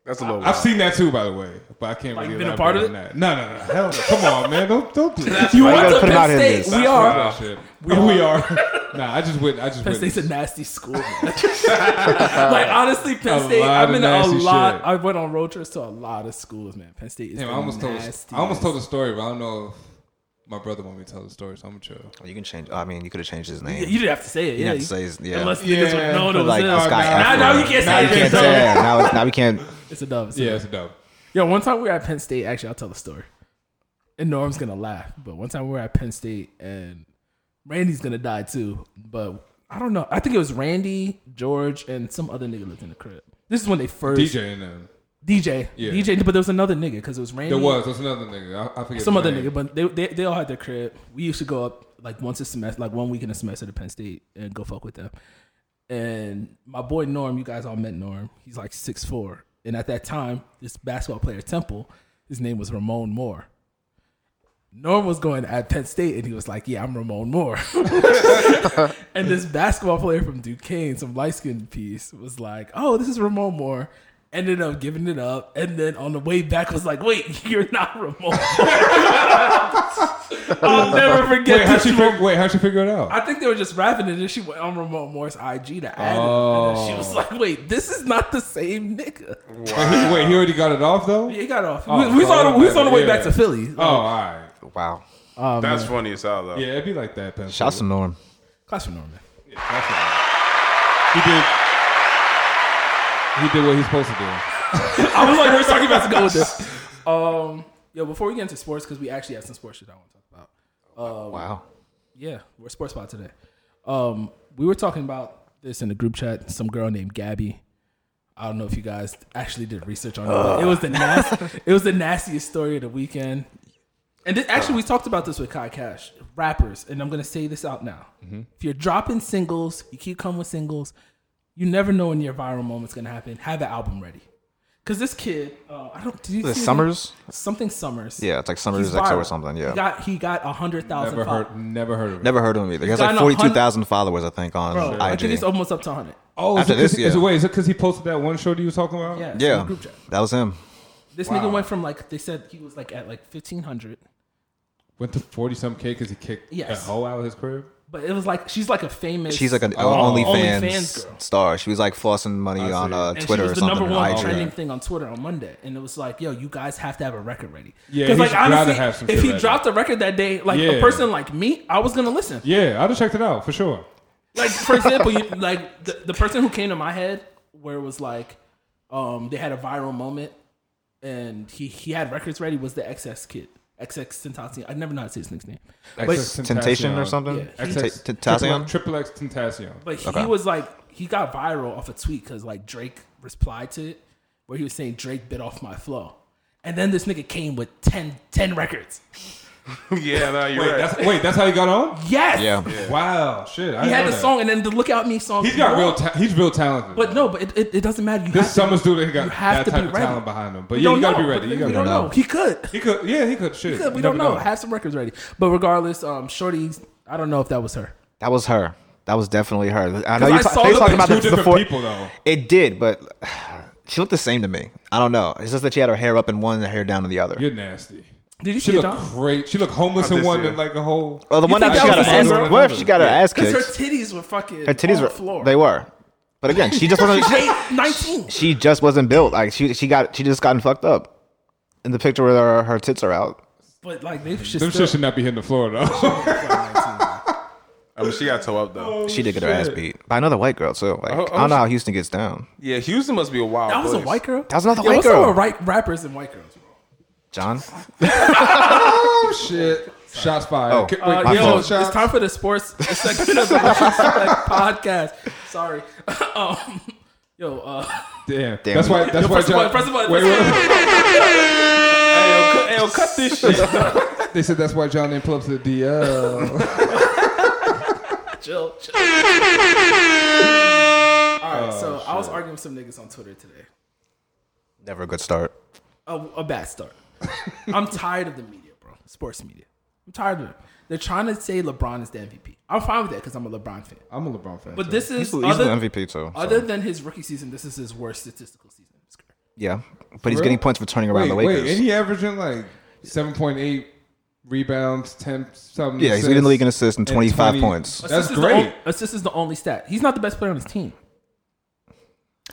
Speaker 5: That's a little
Speaker 3: I've seen that too, by the way, but I can't
Speaker 4: Like,
Speaker 3: really
Speaker 4: been a
Speaker 3: elaborate
Speaker 4: part of
Speaker 3: on That. No, no, no. Hell, no. come on, man. Don't don't
Speaker 4: [laughs]
Speaker 3: do that.
Speaker 4: you
Speaker 7: gotta
Speaker 4: want to
Speaker 7: put him out
Speaker 4: Penn
Speaker 7: in
Speaker 4: State?
Speaker 7: this.
Speaker 4: We are.
Speaker 3: Wow. Shit. We, we are. [laughs] Nah, I just went. I just
Speaker 4: Penn
Speaker 3: went.
Speaker 4: State's a nasty school.
Speaker 7: [laughs]
Speaker 4: man. like honestly, Penn
Speaker 3: A
Speaker 4: State.
Speaker 3: lot
Speaker 4: I've
Speaker 3: of
Speaker 4: been to a
Speaker 3: nasty
Speaker 4: lot.
Speaker 3: shit.
Speaker 4: I went on road trips to a lot of schools, man. Penn State is
Speaker 3: Damn, I
Speaker 4: the
Speaker 3: almost told. a-
Speaker 4: nastiest.
Speaker 3: I almost told a story, but I don't know if my brother wanted me to tell the story, so I'm gonna chill.
Speaker 7: You can change. I mean, you could have changed his name.
Speaker 4: You didn't have to say it.
Speaker 7: You
Speaker 4: Yeah, you-
Speaker 7: didn't have to say his- yeah.
Speaker 4: Unless
Speaker 3: Yeah.
Speaker 4: niggas would know that was
Speaker 7: like
Speaker 4: it.
Speaker 7: this guy.
Speaker 4: Now-
Speaker 7: after-
Speaker 4: now you can't
Speaker 7: Now
Speaker 4: say
Speaker 7: you
Speaker 4: it.
Speaker 7: can't say it. Now, it's- now we can't.
Speaker 4: It's a dub. It's a
Speaker 3: Yeah,
Speaker 4: dub.
Speaker 3: it's dope.
Speaker 4: Yo, one time we were at Penn State. Actually, I'll tell the story. And Norm's gonna laugh, but one time we were at Penn State, and Randy's gonna die too. But I don't know. I think it was Randy, George, and some other nigga lived in the crib. This is when they first
Speaker 3: DJ and them.
Speaker 4: DJ,
Speaker 3: Yeah.
Speaker 4: DJ. But there was another nigga because it was Randy.
Speaker 3: There was. There's another nigga. I, I forget.
Speaker 4: some
Speaker 3: his
Speaker 4: other
Speaker 3: name.
Speaker 4: nigga, but they, they they all had their crib. We used to go up like once a semester, like one week in a semester to Penn State and go fuck with them. And my boy Norm, you guys all met Norm. He's like six four, and at that time, this basketball player Temple, his name was Ramon Moore. Norm was going at Penn State, and he was like, "Yeah, I'm Ramon Moore." [laughs] and this basketball player from Duquesne, some light skinned piece, was like, "Oh, this is Ramon Moore." Ended up giving it up, and then on the way back was like, "Wait, [laughs] you're not Ramon." Moore." I'll never forget
Speaker 3: Wait, how
Speaker 4: this.
Speaker 3: she fig- wait, how she figure it out?
Speaker 4: I think they were just rapping, and then she went on Ramon Moore's IG to add it. And then she was
Speaker 3: Oh.
Speaker 4: like, "Wait, this is not the same nigga."
Speaker 3: But he- wait, he already got it off though.
Speaker 4: Yeah, he got off.
Speaker 3: Oh,
Speaker 4: we we was on the, we was
Speaker 3: okay,
Speaker 4: on the way
Speaker 3: yeah.
Speaker 4: back to Philly.
Speaker 3: Oh, all right.
Speaker 7: Wow.
Speaker 5: That's funny as hell though.
Speaker 3: Oh, Yeah, it'd be like that. Penn State.
Speaker 7: Shouts to Norm.
Speaker 4: Class for Norman.
Speaker 3: He did. He did what he's supposed to do.
Speaker 4: I was like, we're talking about to go with this. Um, yo, before we get into sports, because we actually have some sports shit I want to talk about.
Speaker 7: Wow.
Speaker 4: Yeah, we're sports spot today. Um, we were talking about this in the group chat. Some girl named Gabby. I don't know if you guys actually did research on it. But it was
Speaker 7: [laughs]
Speaker 4: the nas- it was the nastiest story of the weekend. And this, actually, we talked about this with Kai Cash, rappers. And I'm gonna say this out now:
Speaker 7: Mm-hmm.
Speaker 4: if you're dropping singles, you keep coming with singles. You never know when your viral moment's gonna happen. Have an album ready. Because this kid, uh, I don't. Did you
Speaker 7: Is it
Speaker 4: see his
Speaker 7: Summers?
Speaker 4: name? Something Summers.
Speaker 7: Yeah, it's like Summers
Speaker 4: He's
Speaker 7: XO or
Speaker 4: viral.
Speaker 7: something,
Speaker 4: He
Speaker 7: yeah.
Speaker 4: got he got a hundred thousand.
Speaker 3: Never
Speaker 4: followers.
Speaker 3: heard, never heard of it.
Speaker 7: Never heard of him either. He has
Speaker 4: got
Speaker 7: like
Speaker 4: a hundred-
Speaker 7: forty-two thousand followers, I think, on
Speaker 4: Bro,
Speaker 7: IG.
Speaker 4: I think he's almost up to hundred.
Speaker 3: Oh, is
Speaker 7: After
Speaker 3: it 'cause
Speaker 7: this,
Speaker 3: he- is
Speaker 7: yeah.
Speaker 3: it- wait, is it because he posted that one show that you was talking about?
Speaker 4: Yeah. it's in the
Speaker 7: yeah,
Speaker 4: Group chat.
Speaker 7: that was him.
Speaker 4: This nigga went from like they said he was like at like fifteen hundred,
Speaker 3: Went to 40 some K because he kicked
Speaker 4: Yes.
Speaker 3: that hoe out of his crib?
Speaker 4: but it was like she's like a famous.
Speaker 7: She's like an
Speaker 3: Oh.
Speaker 7: OnlyFans,
Speaker 4: OnlyFans girl.
Speaker 7: star. She was like flossing money
Speaker 3: I
Speaker 7: on
Speaker 3: see.
Speaker 7: uh,
Speaker 4: and
Speaker 7: Twitter
Speaker 4: she was
Speaker 7: or
Speaker 4: the
Speaker 7: something. uh,
Speaker 4: number one
Speaker 7: and IG.
Speaker 4: trending thing on Twitter on Monday, and it was like, "Yo, you guys have to have a record ready."
Speaker 3: Yeah,
Speaker 4: 'Cause,
Speaker 3: he
Speaker 4: like
Speaker 3: should rather
Speaker 4: honestly,
Speaker 3: have some
Speaker 4: if
Speaker 3: shit
Speaker 4: he
Speaker 3: ready.
Speaker 4: dropped a record that day, like a
Speaker 3: Yeah.
Speaker 4: person like me, I was gonna listen.
Speaker 3: Yeah, I'd have checked it out for sure.
Speaker 4: like for example, you, like the, the person who came to my head where it was like, um, they had a viral moment, and he he had records ready was the XX kid, XX Tentacion. I never know how to say his next name, but
Speaker 7: Temptation or something?
Speaker 4: Yeah.
Speaker 3: XX
Speaker 7: T- Tentacion?
Speaker 3: Triple X Tentacion.
Speaker 4: but he
Speaker 7: Okay.
Speaker 4: was like he got viral off a tweet because like Drake replied to it where he was saying Drake bit off my flow. And then this nigga came with 10, 10 records.
Speaker 5: [laughs] yeah, no, you're
Speaker 3: Wait,
Speaker 5: right.
Speaker 3: that's, wait, that's how he got on?
Speaker 4: Yes.
Speaker 7: Yeah.
Speaker 3: Wow, shit. I
Speaker 4: He
Speaker 3: didn't
Speaker 4: had
Speaker 3: know
Speaker 4: the
Speaker 3: that.
Speaker 4: song and then the Look Out Me song.
Speaker 3: He's got
Speaker 4: came
Speaker 3: real.
Speaker 4: out.
Speaker 3: Ta- he's real talented.
Speaker 4: But no, but it, it, it doesn't matter. You
Speaker 3: this
Speaker 4: have to-
Speaker 3: summer's dude, he got
Speaker 4: you have
Speaker 3: that
Speaker 4: to
Speaker 3: type
Speaker 4: be
Speaker 3: of
Speaker 4: ready.
Speaker 3: talent behind him. But
Speaker 4: We
Speaker 3: yeah,
Speaker 4: don't
Speaker 3: you gotta
Speaker 4: know,
Speaker 3: be ready.
Speaker 4: but
Speaker 3: You
Speaker 4: we
Speaker 3: gotta be
Speaker 4: don't
Speaker 3: ready.
Speaker 4: know. He could.
Speaker 3: He could. Yeah, he could. Shit,
Speaker 4: Good, we
Speaker 3: you
Speaker 4: don't
Speaker 3: never
Speaker 4: know. Have some records ready. But regardless, um, Shorty, I don't know if that was her.
Speaker 7: That was her. That was definitely her. I know
Speaker 4: I
Speaker 7: you
Speaker 4: saw
Speaker 7: ta- they
Speaker 4: the
Speaker 7: talking about
Speaker 3: two
Speaker 7: this
Speaker 3: different
Speaker 7: before.
Speaker 3: people, though.
Speaker 7: It did, but [sighs] she looked the same to me. I don't know. It's just that she had her hair up in one and her hair down in the other.
Speaker 3: You're nasty.
Speaker 4: Did you
Speaker 3: She
Speaker 4: see it,
Speaker 3: looked
Speaker 4: Don?
Speaker 3: great. She looked homeless
Speaker 5: Not
Speaker 3: in
Speaker 5: this
Speaker 3: one
Speaker 5: year.
Speaker 3: and like a whole.
Speaker 7: well, the one
Speaker 4: think
Speaker 7: that she
Speaker 4: that
Speaker 7: got her
Speaker 4: was the
Speaker 7: ass.
Speaker 4: same girl?
Speaker 7: What if she got her ass
Speaker 4: Because her
Speaker 7: kicked?
Speaker 4: titties were fucking
Speaker 7: Her titties
Speaker 4: on
Speaker 7: were.
Speaker 4: the floor. [laughs]
Speaker 7: They were. But again, she just wasn't. she,
Speaker 4: Eight, 19.
Speaker 7: she just wasn't built. Like she, she got, she just gotten fucked up. In the picture where her, her tits are out,
Speaker 4: But like they should
Speaker 3: Them
Speaker 4: still,
Speaker 3: shit should not be hitting the floor though.
Speaker 5: I mean, she got toe up though.
Speaker 3: Oh,
Speaker 7: she did get her ass beat by another white girl too. Like I don't know how Houston gets down.
Speaker 5: Yeah, Houston must be a wild.
Speaker 4: That was a
Speaker 5: place.
Speaker 4: white girl.
Speaker 7: That was another
Speaker 4: Yo,
Speaker 7: white
Speaker 4: what's
Speaker 7: girl.
Speaker 4: up with right rappers and white girls?
Speaker 7: John,
Speaker 3: oh shit! Shots fired.
Speaker 7: Oh.
Speaker 3: K- wait,
Speaker 4: Uh,
Speaker 7: My
Speaker 3: you
Speaker 4: yo,
Speaker 3: know,
Speaker 7: fault.
Speaker 4: it's
Speaker 3: shots-
Speaker 4: time for the sports [laughs] segment of the Disrespect podcast. Sorry. [laughs] um, yo, uh,
Speaker 3: Damn.
Speaker 7: Damn.
Speaker 3: That's why.
Speaker 4: yo,
Speaker 3: That's why.
Speaker 4: press the
Speaker 3: John-
Speaker 4: button, press the button,
Speaker 3: Wait,
Speaker 4: press the
Speaker 3: wait, wait.
Speaker 5: Hey, yo, cut, hey, yo, cut this shit.
Speaker 3: They said that's why John didn't pull up to the DL.
Speaker 4: chill, chill. All right, so I was arguing with some niggas on Twitter today.
Speaker 7: never a good start.
Speaker 4: a, a bad start. [laughs] I'm tired of the media, bro. Sports media. I'm tired of it. They're trying to say LeBron is the MVP. I'm fine with that because I'm a LeBron fan.
Speaker 3: [laughs] I'm a LeBron fan.
Speaker 4: But this is
Speaker 7: He's
Speaker 4: other,
Speaker 7: the MVP too. so-
Speaker 4: other than his rookie season, this is his worst statistical season of his career.
Speaker 7: Yeah, but he's
Speaker 3: real?
Speaker 7: getting points for turning around
Speaker 3: wait,
Speaker 7: the
Speaker 3: wait,
Speaker 7: Lakers.
Speaker 3: and he averaging like seven point eight rebounds, ten something.
Speaker 7: Yeah, he's
Speaker 3: assists,
Speaker 7: leading the league in assists and 25
Speaker 3: 20
Speaker 7: points.
Speaker 3: That's
Speaker 4: Assist is the
Speaker 3: great.
Speaker 4: on- assist is the only stat. He's not the best player on his team.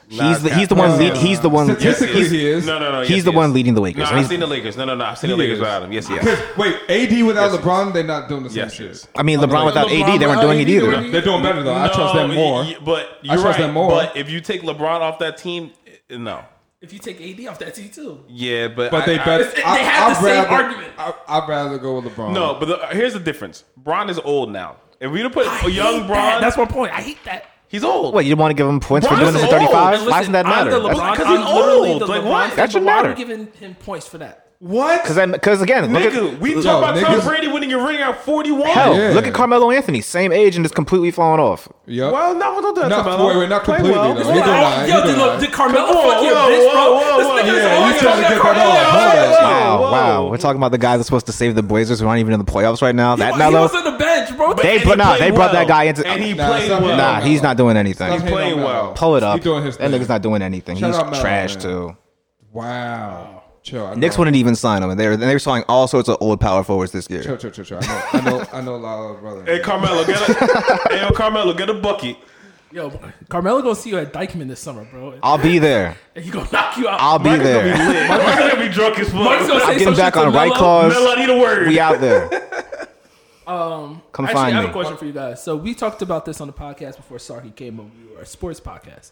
Speaker 7: [laughs] he's the he's the one lead, he's the one he's,
Speaker 3: Statistically, he is.
Speaker 5: No, no, no.
Speaker 7: he's
Speaker 5: yes,
Speaker 7: the
Speaker 5: he
Speaker 7: one
Speaker 5: is.
Speaker 7: leading the Lakers.
Speaker 5: No,
Speaker 7: And
Speaker 5: I've
Speaker 7: he's-
Speaker 5: seen the Lakers. No, no, no. I've seen the
Speaker 3: He
Speaker 5: Lakers
Speaker 3: is.
Speaker 5: without him.
Speaker 3: [laughs]
Speaker 5: Yes, yes.
Speaker 3: Because wait, AD without
Speaker 5: Yes,
Speaker 3: LeBron, they're not doing the same
Speaker 5: Yes,
Speaker 3: shit.
Speaker 5: yes.
Speaker 7: I mean, LeBron without
Speaker 4: LeBron
Speaker 7: AD, they
Speaker 4: without
Speaker 7: weren't doing it
Speaker 4: AD,
Speaker 7: either.
Speaker 4: they're-
Speaker 3: They're doing better though. I trust them
Speaker 5: y-
Speaker 3: more.
Speaker 5: y- but you're
Speaker 3: I trust
Speaker 5: right.
Speaker 3: them more.
Speaker 5: But if you take LeBron off that team, eh, no.
Speaker 4: If you take AD off that team too,
Speaker 5: Yeah, but
Speaker 3: But
Speaker 5: I-
Speaker 3: they
Speaker 5: I-
Speaker 3: better.
Speaker 4: They have the same
Speaker 3: rather,
Speaker 4: argument.
Speaker 3: I, I'd rather go with LeBron.
Speaker 5: No, but the, here's the difference. Bron is old now. If we'd have put
Speaker 4: I
Speaker 5: a young
Speaker 4: hate that.
Speaker 5: Bron,
Speaker 4: That's my point. I hate that.
Speaker 5: he's old.
Speaker 7: What you want to give him points for
Speaker 5: Bron's
Speaker 7: doing this at
Speaker 5: old.
Speaker 7: 35?
Speaker 5: And
Speaker 7: Why doesn't that
Speaker 4: "Oh, I'm
Speaker 7: matter?
Speaker 4: the
Speaker 7: That's-
Speaker 4: LeBron,
Speaker 5: 'cause he's
Speaker 4: I'm literally
Speaker 5: old.
Speaker 4: the
Speaker 5: Like,
Speaker 4: LeBron
Speaker 5: what?
Speaker 4: fan,
Speaker 7: That
Speaker 4: but
Speaker 7: should
Speaker 4: why are we
Speaker 7: matter.
Speaker 4: giving him points for that?
Speaker 5: What?
Speaker 7: Cause, that, because again, look
Speaker 5: Nigga,
Speaker 7: at,
Speaker 5: we talk
Speaker 3: Yo,
Speaker 5: about Tom
Speaker 3: niggas-
Speaker 5: Brady winning a ring at 41.
Speaker 7: hell,
Speaker 3: Yeah.
Speaker 7: look at Carmelo Anthony, same age and just completely falling off.
Speaker 3: Yep.
Speaker 5: Well, no, don't do that.
Speaker 3: Not-
Speaker 5: to Melo.
Speaker 3: wait, wait, not
Speaker 5: Play
Speaker 3: completely,
Speaker 5: well.
Speaker 3: though.
Speaker 5: He's old.
Speaker 3: He did not.
Speaker 4: Yo,
Speaker 3: He
Speaker 4: did,
Speaker 3: did
Speaker 4: look,
Speaker 3: not.
Speaker 4: did Carmelo
Speaker 5: Come on,
Speaker 4: fuck your
Speaker 5: whoa,
Speaker 4: bitch, bro?
Speaker 5: whoa, whoa, whoa.
Speaker 4: This nigga is
Speaker 5: Yeah, you
Speaker 4: always
Speaker 5: trying to
Speaker 4: on
Speaker 5: get
Speaker 4: Carmelo.
Speaker 5: that off.
Speaker 4: Whoa,
Speaker 5: Hold
Speaker 4: whoa,
Speaker 5: up.
Speaker 4: whoa.
Speaker 7: Wow,
Speaker 5: whoa.
Speaker 7: wow, we're talking about the guy that's supposed to save the Blazers who aren't even in the playoffs right now. That
Speaker 4: He
Speaker 7: Melo,
Speaker 4: was on the bench, bro. What
Speaker 7: They
Speaker 4: the-
Speaker 5: And
Speaker 7: put-
Speaker 5: he
Speaker 7: nah,
Speaker 5: played
Speaker 7: they brought that
Speaker 5: well.
Speaker 7: guy into-
Speaker 5: And he
Speaker 3: Nah,
Speaker 5: played
Speaker 3: stop
Speaker 5: well.
Speaker 3: hating
Speaker 7: nah,
Speaker 3: on
Speaker 7: he's not doing anything.
Speaker 3: Stop hating on
Speaker 5: playing
Speaker 3: Melo.
Speaker 5: well.
Speaker 7: Pull it up.
Speaker 3: He doing his
Speaker 7: that
Speaker 3: thing.
Speaker 7: nigga's not doing anything.
Speaker 3: Shout
Speaker 7: he's
Speaker 3: out Melo,
Speaker 7: trash
Speaker 3: man.
Speaker 7: too.
Speaker 3: Wow. Chill. I
Speaker 7: Knicks
Speaker 3: know.
Speaker 7: wouldn't even sign him, and they were and they were signing all sorts of old power forwards this year.
Speaker 3: Chill, chill, chill, chill. I know. I know. I know Lala's brother.
Speaker 5: Hey Carmelo, get
Speaker 7: [laughs]
Speaker 5: a hey, yo, Carmelo, get a bucket.
Speaker 4: Yo, Carmelo gonna see you at Dykeman this summer, bro.
Speaker 7: I'll be there.
Speaker 4: And he gonna knock you out.
Speaker 7: I'll be
Speaker 5: Marcus
Speaker 7: there.
Speaker 5: gonna be lit. Marcus gonna be drunk as fuck.
Speaker 4: Marcus gonna say
Speaker 7: I'm getting
Speaker 4: some
Speaker 7: back
Speaker 4: shit to
Speaker 7: on right
Speaker 5: Melo,
Speaker 4: Melo.
Speaker 7: claws.
Speaker 5: I need a word.
Speaker 7: We
Speaker 4: [laughs]
Speaker 7: out there. Um, come
Speaker 4: Actually, I have a
Speaker 7: find me.
Speaker 4: question for you guys. So we talked about this on the podcast before Sarky came on. We were a sports podcast,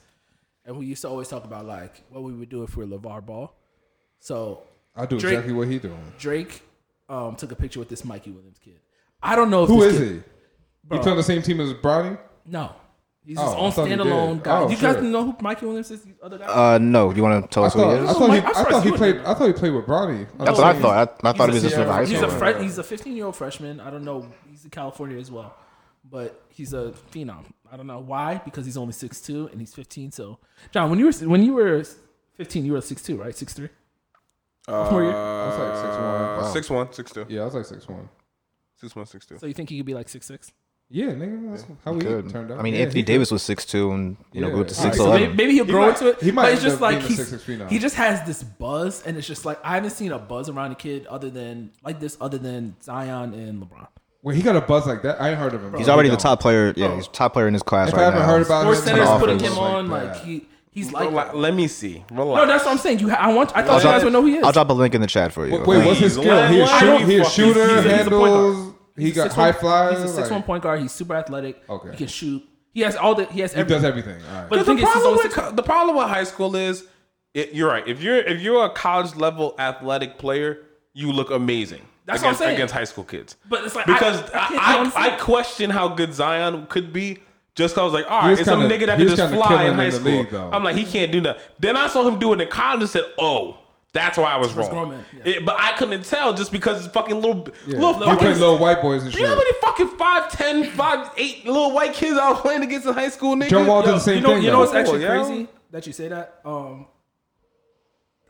Speaker 4: and we used to always talk about like what we would do if we were LeVar Ball. So
Speaker 3: I do
Speaker 4: Drake-
Speaker 3: exactly what he doing.
Speaker 4: Drake um, took a picture with this Mikey Williams kid. I don't know if
Speaker 3: Who
Speaker 4: this
Speaker 3: is
Speaker 4: kid,
Speaker 3: he? He playing the same team as Bronny?
Speaker 4: No, he's
Speaker 3: Oh, I
Speaker 4: his
Speaker 3: thought
Speaker 4: own
Speaker 3: he did.
Speaker 4: standalone guy.
Speaker 3: Oh,
Speaker 4: you guys
Speaker 3: sure.
Speaker 4: know who Mikey Williams is? The other guy.
Speaker 7: Uh, no, you want to tell
Speaker 3: I
Speaker 7: us who
Speaker 3: thought.
Speaker 7: he
Speaker 3: I
Speaker 7: is?
Speaker 3: thought he.
Speaker 4: Mike- I
Speaker 3: I
Speaker 4: swear
Speaker 3: thought
Speaker 4: he
Speaker 3: he
Speaker 4: was
Speaker 3: played.
Speaker 4: in there.
Speaker 3: I thought he played with Bronny.
Speaker 7: That's what I thought. I, I thought he was
Speaker 4: he's
Speaker 7: just from high
Speaker 4: a,
Speaker 7: school.
Speaker 4: he's a fre- he's a 15 year old freshman. I don't know. He's in California as well, but he's a phenom. I don't know why because he's only 6'2 and he's 15. So John, when you were when you were 15, you were six two, right? Six three. Sophomore year?
Speaker 5: Uh,
Speaker 3: was like six one.
Speaker 5: Six one, six two,
Speaker 3: Yeah, I was like six one.
Speaker 5: six one, six two.
Speaker 4: So you think he could be like six six?
Speaker 3: Yeah, nigga, that's how we
Speaker 7: Good.
Speaker 3: turned out.
Speaker 7: I mean,
Speaker 3: Yeah,
Speaker 7: Anthony
Speaker 3: he-
Speaker 7: Davis was six two, and you know,
Speaker 3: Yeah.
Speaker 7: grew up to
Speaker 3: All right,
Speaker 7: six
Speaker 3: so
Speaker 4: So maybe,
Speaker 7: eleven.
Speaker 4: maybe he'll
Speaker 3: He
Speaker 4: grow
Speaker 3: might-
Speaker 4: into it.
Speaker 3: he might
Speaker 4: but it's
Speaker 3: end
Speaker 4: just
Speaker 3: up
Speaker 4: like
Speaker 3: being a
Speaker 4: he's,
Speaker 3: 6'6" phenom.
Speaker 4: he just has this buzz, and it's just like I haven't seen a buzz around a kid other than like this, other than Zion and LeBron.
Speaker 3: When he got a buzz like that, I ain't heard of him.
Speaker 7: He's already the
Speaker 3: Don't.
Speaker 7: top player. Yeah, he's top player in his
Speaker 3: Oh.
Speaker 7: class
Speaker 3: If
Speaker 7: right
Speaker 3: I haven't
Speaker 7: now.
Speaker 3: heard about
Speaker 4: Or
Speaker 3: Sports
Speaker 7: It's an
Speaker 4: centers putting
Speaker 7: offense.
Speaker 4: him on
Speaker 3: like
Speaker 4: like
Speaker 3: that.
Speaker 4: he he's like.
Speaker 5: Rel- let me see.
Speaker 4: No,
Speaker 5: Relax.
Speaker 4: that's what I'm saying. You, ha- I want. I
Speaker 7: I'll
Speaker 4: thought Oh, you
Speaker 7: drop-
Speaker 4: guys would know who he is.
Speaker 7: I'll drop a link in the chat for you.
Speaker 3: Wait, what's his
Speaker 5: Please,
Speaker 3: skill?
Speaker 5: let-
Speaker 3: He a
Speaker 5: why
Speaker 3: shoot-
Speaker 5: are you
Speaker 3: he a
Speaker 5: fucking-
Speaker 3: shooter,
Speaker 5: He's a- he's a point guard.
Speaker 3: handles. He
Speaker 4: He's a
Speaker 3: got
Speaker 4: six one-
Speaker 3: high flyers.
Speaker 4: He's a six one
Speaker 3: like,
Speaker 4: point guard. He's super athletic.
Speaker 3: Okay.
Speaker 4: He can shoot. He has all the. He has
Speaker 3: He
Speaker 4: everything.
Speaker 3: does everything. All right.
Speaker 4: But the
Speaker 5: the
Speaker 4: thing is, he's
Speaker 5: problem,
Speaker 4: always
Speaker 5: with, co- the problem with high school is it, you're right. If you're if you're a college level athletic player, you look amazing.
Speaker 4: That's what I'm
Speaker 5: against,
Speaker 4: saying.
Speaker 5: against high school kids.
Speaker 4: But it's like, I-
Speaker 5: because
Speaker 4: I can't
Speaker 5: I I,
Speaker 4: understand.
Speaker 5: I, question how good Zion could be. Just 'cause I was like, all right,
Speaker 3: was
Speaker 5: it's some
Speaker 3: kinda-
Speaker 5: nigga that
Speaker 3: he
Speaker 5: can
Speaker 3: was
Speaker 5: just
Speaker 3: kinda
Speaker 5: fly
Speaker 3: killing
Speaker 5: in high
Speaker 3: in the
Speaker 5: school.
Speaker 3: league, though.
Speaker 5: I'm like, he can't do that. Then I saw him do it in college and said, oh. That's why I was wrong,
Speaker 4: grown men, yeah.
Speaker 5: It- but I couldn't tell just because it's fucking little, little
Speaker 3: You play
Speaker 5: fucking
Speaker 3: little white boys and
Speaker 5: you know how
Speaker 3: shit.
Speaker 5: many fucking 5'10", 5'8", little white kids I was playing against in high school, nigga?
Speaker 3: John Wall
Speaker 5: Yo,
Speaker 3: did the same
Speaker 4: you know,
Speaker 3: thing.
Speaker 4: you know what's
Speaker 3: though.
Speaker 4: actually
Speaker 5: Cool, yo.
Speaker 4: crazy that you say that. Um,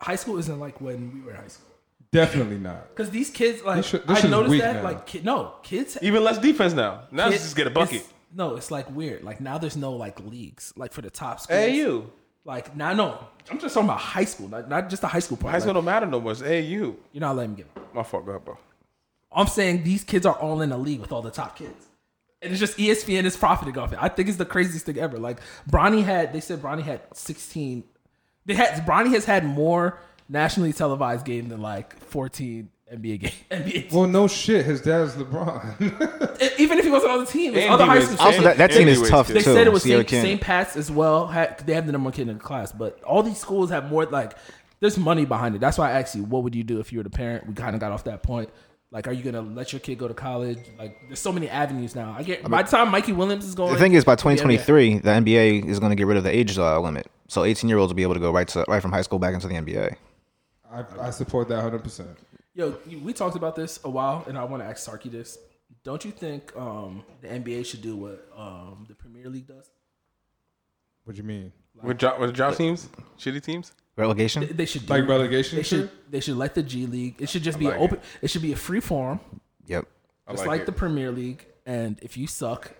Speaker 4: high school isn't like when we were in high school
Speaker 3: Definitely not.
Speaker 4: because these kids like
Speaker 3: This shit- this
Speaker 4: I
Speaker 3: shit's
Speaker 4: noticed
Speaker 3: weak
Speaker 4: that
Speaker 3: now.
Speaker 4: like kid, no kids.
Speaker 5: Even less defense now. Now
Speaker 4: kids-
Speaker 5: it's just get a bucket.
Speaker 4: it's- no, it's like weird. Like now there's no like leagues like for the top schools.
Speaker 5: AU.
Speaker 4: Like now, no, I'm just talking about high school, not, not just the high school part.
Speaker 5: High school
Speaker 4: Like,
Speaker 5: don't matter no more. It's AU.
Speaker 4: you're not letting me get. It.
Speaker 5: My fault, go ahead, bro.
Speaker 4: I'm saying these kids are all in a league with all the top kids. And it's just E ESPN is profiting off it. I think it's the craziest thing ever. Like Bronny had, they said Bronny had 16. They had Bronny has had more nationally televised games than like 14 NBA games. NBA teams.
Speaker 3: Well, no shit. His dad's LeBron.
Speaker 4: [laughs] Even if he wasn't on the team, it's other high
Speaker 5: Anyways,
Speaker 4: school.
Speaker 5: also
Speaker 4: teams.
Speaker 7: that, that team is
Speaker 5: Anyways,
Speaker 7: tough
Speaker 5: dude.
Speaker 4: they
Speaker 7: too.
Speaker 4: said it was
Speaker 7: Sierra
Speaker 4: St.
Speaker 7: King.
Speaker 4: St. Pat's as well. Had, they have the number one kid in the class, but all these schools have more like there's money behind it. That's why I asked you, what would you do if you were the parent? We kind of got off that point. Like, are you gonna let your kid go to college? Like, there's so many avenues now. I get by the time Mikey Williams is going.
Speaker 7: The thing is, by
Speaker 4: to the NBA.
Speaker 7: 2023, the NBA is going to get rid of the age uh, limit, so 18 year olds will be able to go right to right from high school back into the NBA.
Speaker 3: I, I support that 100. percent
Speaker 4: Yo, you- we talked about this a while, and I want to ask Sarky this. Don't you think um, the NBA should do what um, the Premier League does?
Speaker 3: What you mean?
Speaker 5: With drop, with drop teams? Shitty teams?
Speaker 7: Relegation?
Speaker 4: They should do,
Speaker 3: Like relegation?
Speaker 4: They should
Speaker 3: shit?
Speaker 4: they should let the G League. It should just be
Speaker 5: like
Speaker 4: open. It should be a free form.
Speaker 7: Yep.
Speaker 5: I
Speaker 4: It's like,
Speaker 5: it.
Speaker 4: the Premier League, and if you suck,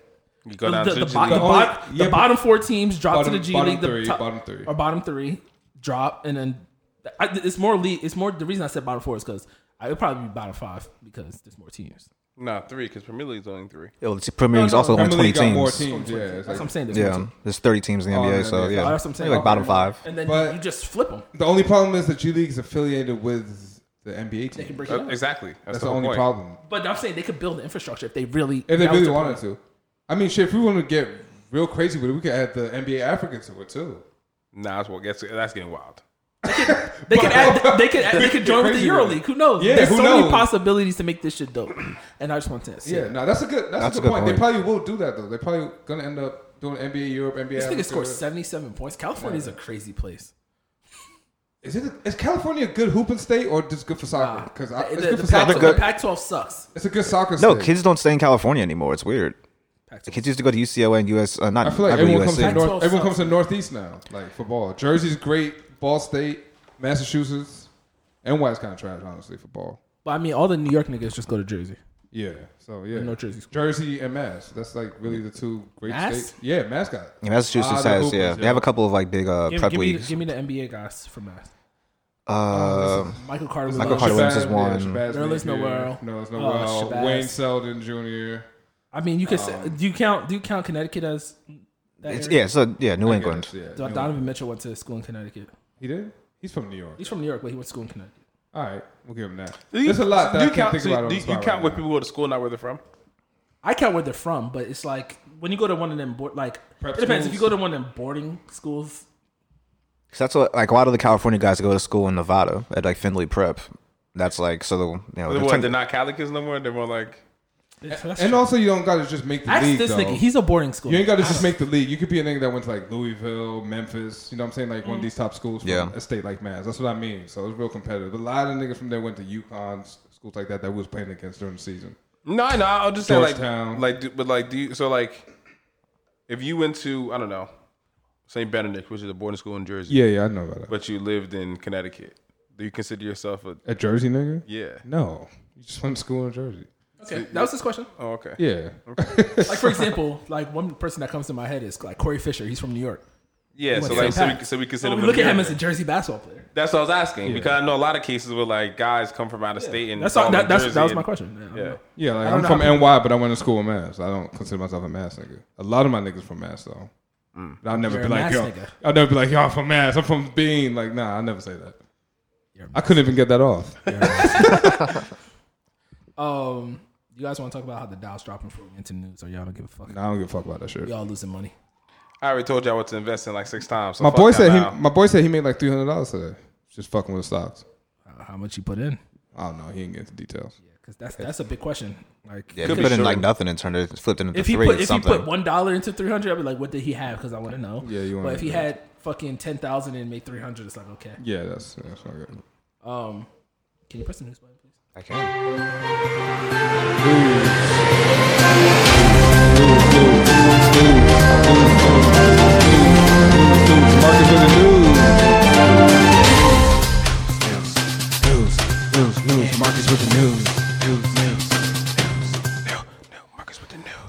Speaker 5: You go
Speaker 4: the,
Speaker 5: down
Speaker 4: the,
Speaker 5: to
Speaker 4: the,
Speaker 5: the
Speaker 4: bo-
Speaker 5: G
Speaker 4: the,
Speaker 5: League.
Speaker 3: League.
Speaker 4: bo-
Speaker 3: The only-
Speaker 4: the
Speaker 3: yeah, but-
Speaker 4: bottom four teams drop
Speaker 3: Bottom,
Speaker 4: to the G
Speaker 3: bottom
Speaker 4: League. The
Speaker 3: three.
Speaker 4: top-
Speaker 3: bottom three.
Speaker 4: or bottom three drop, and then I, it's more league. It's more the reason I said bottom four is because I would probably be bottom five because there's more teams.
Speaker 5: Nah, three, because Premier League's only three.
Speaker 7: Yeah, well, the Premier League's also
Speaker 3: Premier
Speaker 7: only 20
Speaker 3: League got more
Speaker 7: teams.
Speaker 3: teams. Yeah, it's
Speaker 4: That's what I'm
Speaker 3: like,
Speaker 4: saying. There's more
Speaker 7: Yeah,
Speaker 4: teams.
Speaker 7: there's 30 teams in the
Speaker 3: Oh,
Speaker 7: NBA,
Speaker 3: yeah,
Speaker 7: so
Speaker 3: yeah.
Speaker 7: yeah,
Speaker 4: Oh, that's what I'm saying.
Speaker 7: like bottom
Speaker 4: Okay.
Speaker 7: five.
Speaker 4: and then
Speaker 3: But-
Speaker 4: you just flip them.
Speaker 3: the only problem is the G League is affiliated with the NBA team.
Speaker 4: Break it
Speaker 5: Uh,
Speaker 4: up.
Speaker 5: exactly. That's,
Speaker 3: That's
Speaker 5: the,
Speaker 3: the
Speaker 5: whole
Speaker 3: only
Speaker 5: point.
Speaker 3: problem.
Speaker 4: But I'm saying they could build the infrastructure if they really
Speaker 3: If they
Speaker 4: that was the
Speaker 3: really wanted
Speaker 4: plan.
Speaker 3: to. I mean, shit. If we want to get real crazy with it, we could add the NBA Africa to it too.
Speaker 5: Nah, that's, what, that's, that's getting wild.
Speaker 4: They could
Speaker 3: [laughs]
Speaker 4: add. They could. They could join with the
Speaker 3: Crazy
Speaker 4: Euro
Speaker 3: with it.
Speaker 4: League. Who knows?
Speaker 3: Yeah,
Speaker 4: There's
Speaker 3: who
Speaker 4: so many
Speaker 3: knows?
Speaker 4: possibilities to make this shit dope. And I just want to say,
Speaker 3: Yeah, no, that's a good. That's, a good, point. They probably will do that though. They probably gonna end up doing NBA Europe, NBA.
Speaker 4: This
Speaker 3: Africa.
Speaker 4: nigga scored 77 points. California's a crazy place.
Speaker 3: Is it? Is California a good hooping state or just good for soccer? Because
Speaker 4: The,
Speaker 3: Uh, it's
Speaker 4: the-
Speaker 3: good
Speaker 4: the
Speaker 3: for
Speaker 4: Pac-
Speaker 3: soccer.
Speaker 7: They're good.
Speaker 4: the Pac-12 sucks.
Speaker 3: It's a good soccer
Speaker 7: No,
Speaker 3: state.
Speaker 7: kids don't stay in California anymore. It's weird. The kids used to go to UCLA and US, uh, not,
Speaker 3: I feel like
Speaker 7: not really
Speaker 3: everyone comes to
Speaker 7: USC.
Speaker 3: north.
Speaker 4: Pac-12
Speaker 3: Everyone
Speaker 4: sucks.
Speaker 3: comes to Northeast now, like for ball. Jersey's great. Ball State, Massachusetts, and West kind of trash, honestly, for ball.
Speaker 4: But I mean, all the New York niggas just go to Jersey.
Speaker 3: Yeah. So yeah,
Speaker 4: no Jersey.
Speaker 3: Jersey and Mass. That's like really the two great
Speaker 4: Mass?
Speaker 3: states. Yeah, mascot.
Speaker 7: Yeah, Massachusetts
Speaker 3: Ah, the
Speaker 7: has,
Speaker 3: hoopers,
Speaker 7: yeah. They have a couple of like big uh,
Speaker 4: Give,
Speaker 7: prep
Speaker 4: give, me, the-
Speaker 7: leagues.
Speaker 4: give me the NBA guys from that.
Speaker 7: uh,
Speaker 3: Um,
Speaker 4: Michael Carter. was
Speaker 7: Michael
Speaker 4: on.
Speaker 7: Carter Williams
Speaker 3: Shabazz,
Speaker 7: is one.
Speaker 3: yeah, Shabazz
Speaker 4: Nerlens
Speaker 3: Napier,
Speaker 4: Noel.
Speaker 3: Nerlens
Speaker 4: Uh,
Speaker 3: Noel.
Speaker 4: Shabazz.
Speaker 3: Wayne Seldon Jr.
Speaker 4: I mean, you could. say,
Speaker 3: Um,
Speaker 4: do you count? Do you count Connecticut as? That
Speaker 7: it's,
Speaker 4: area?
Speaker 7: yeah, so yeah, New England.
Speaker 3: Yeah,
Speaker 4: Do-
Speaker 3: New-
Speaker 4: Donovan Mitchell went to school in Connecticut.
Speaker 3: He did. He's from New York.
Speaker 4: He's from New York, but he went to school in Connecticut.
Speaker 3: All right, we'll give him that.
Speaker 5: Do you-
Speaker 3: There's a lot that
Speaker 5: do
Speaker 3: I
Speaker 5: you
Speaker 3: can't
Speaker 5: count,
Speaker 3: think
Speaker 5: so
Speaker 3: about. on
Speaker 5: Do
Speaker 3: the
Speaker 5: you
Speaker 3: spot
Speaker 5: count
Speaker 3: right
Speaker 5: where
Speaker 3: now.
Speaker 5: people go to school, not where they're from?
Speaker 4: I count where they're from, but it's like when you go to one of them board like
Speaker 3: Prep
Speaker 4: it depends. If you
Speaker 3: schools.
Speaker 4: go to one of them boarding schools,
Speaker 7: 'Cause that's what like a lot of the California guys go to school in Nevada at like Findlay Prep. That's like so the you know
Speaker 5: They're,
Speaker 7: they're
Speaker 5: what,
Speaker 7: tech-
Speaker 5: they're not Cali kids no more. They're more like
Speaker 3: And also, you don't gotta just make the
Speaker 4: ask
Speaker 3: league.
Speaker 4: this
Speaker 3: though.
Speaker 4: nigga. He's a boarding school.
Speaker 3: you ain't gotta just make the league. You could be a nigga that went to like Louisville, Memphis. You know what I'm saying? Like
Speaker 4: Mm.
Speaker 3: one of these top schools from
Speaker 7: Yeah.
Speaker 3: a state like Mass. That's what I mean. So it's real competitive. But a lot of niggas from there went to UConn schools like that that we was playing against during the season.
Speaker 5: No, no, I'll just say like,
Speaker 3: Georgetown.
Speaker 5: like, do- but like, do you? So like, if you went to, I don't know, St. Benedict, which is a boarding school in Jersey,
Speaker 3: Yeah, yeah, I know about that.
Speaker 5: but you lived in Connecticut. Do you consider yourself a
Speaker 3: A Jersey nigga?
Speaker 5: yeah?
Speaker 3: No, you just went to school in Jersey.
Speaker 4: Okay, that was his question.
Speaker 5: Oh, okay.
Speaker 3: Yeah,
Speaker 4: Like for example, like one person that comes to my head is like Corey Fisher. He's from New York.
Speaker 5: Yeah,
Speaker 4: went
Speaker 5: so
Speaker 4: to
Speaker 5: like,
Speaker 4: St.
Speaker 5: so we,
Speaker 4: Pat.
Speaker 5: so we
Speaker 4: So
Speaker 5: consider
Speaker 4: we
Speaker 5: a
Speaker 4: Oh, look at him
Speaker 5: parent.
Speaker 4: as a Jersey basketball player.
Speaker 5: That's what I was asking because I know a lot of cases where like guys come from out of state and
Speaker 4: That's all,
Speaker 5: fall in
Speaker 4: that, that's,
Speaker 5: Jersey
Speaker 4: that was
Speaker 5: and-
Speaker 4: my question. Yeah, I don't
Speaker 5: Yeah,
Speaker 4: know.
Speaker 3: [laughs] yeah. Like
Speaker 4: don't
Speaker 3: I'm
Speaker 4: know
Speaker 3: from
Speaker 4: how-
Speaker 3: NY, but I went to school in Mass. I don't consider myself a Mass nigga. A lot of my niggas from Mass though. But I'll never
Speaker 4: You're
Speaker 3: be
Speaker 4: a
Speaker 3: like
Speaker 4: Mass
Speaker 3: yo.
Speaker 4: nigga.
Speaker 3: I'll never be like yo. I'm from Mass. I'm from Bean. Like nah, I will never say that.
Speaker 4: You're a
Speaker 3: I couldn't even get that off. [laughs]
Speaker 4: Um, you guys want to talk about how the Dow's dropping for into news, or y'all don't give a fuck?
Speaker 3: Nah, I don't give a fuck about that shit.
Speaker 4: Y'all losing money.
Speaker 5: I already told y'all what to invest in like six times. So
Speaker 3: My
Speaker 5: fuck
Speaker 3: boy
Speaker 5: that
Speaker 3: said
Speaker 5: now.
Speaker 3: he. My boy said he made like three hundred dollars today, just fucking with stocks.
Speaker 4: Uh, how much you put in?
Speaker 3: I don't know. He didn't get into details.
Speaker 4: Because that's that's a big question. Like,
Speaker 7: Yeah,
Speaker 5: Could be
Speaker 7: could put in
Speaker 5: short.
Speaker 7: like nothing and turned it flipped it into
Speaker 4: if he
Speaker 7: three
Speaker 4: put
Speaker 7: or
Speaker 4: if
Speaker 7: something.
Speaker 4: he put one dollar into three hundred, I'd be like, what did he have? Because I want to know.
Speaker 3: Yeah, you wanna
Speaker 4: But if he
Speaker 3: know.
Speaker 4: had fucking ten thousand and made three hundred, it's like okay.
Speaker 3: Yeah, that's that's not good.
Speaker 4: Um, can you press the news button, please?
Speaker 7: I can't.
Speaker 3: Market for the news.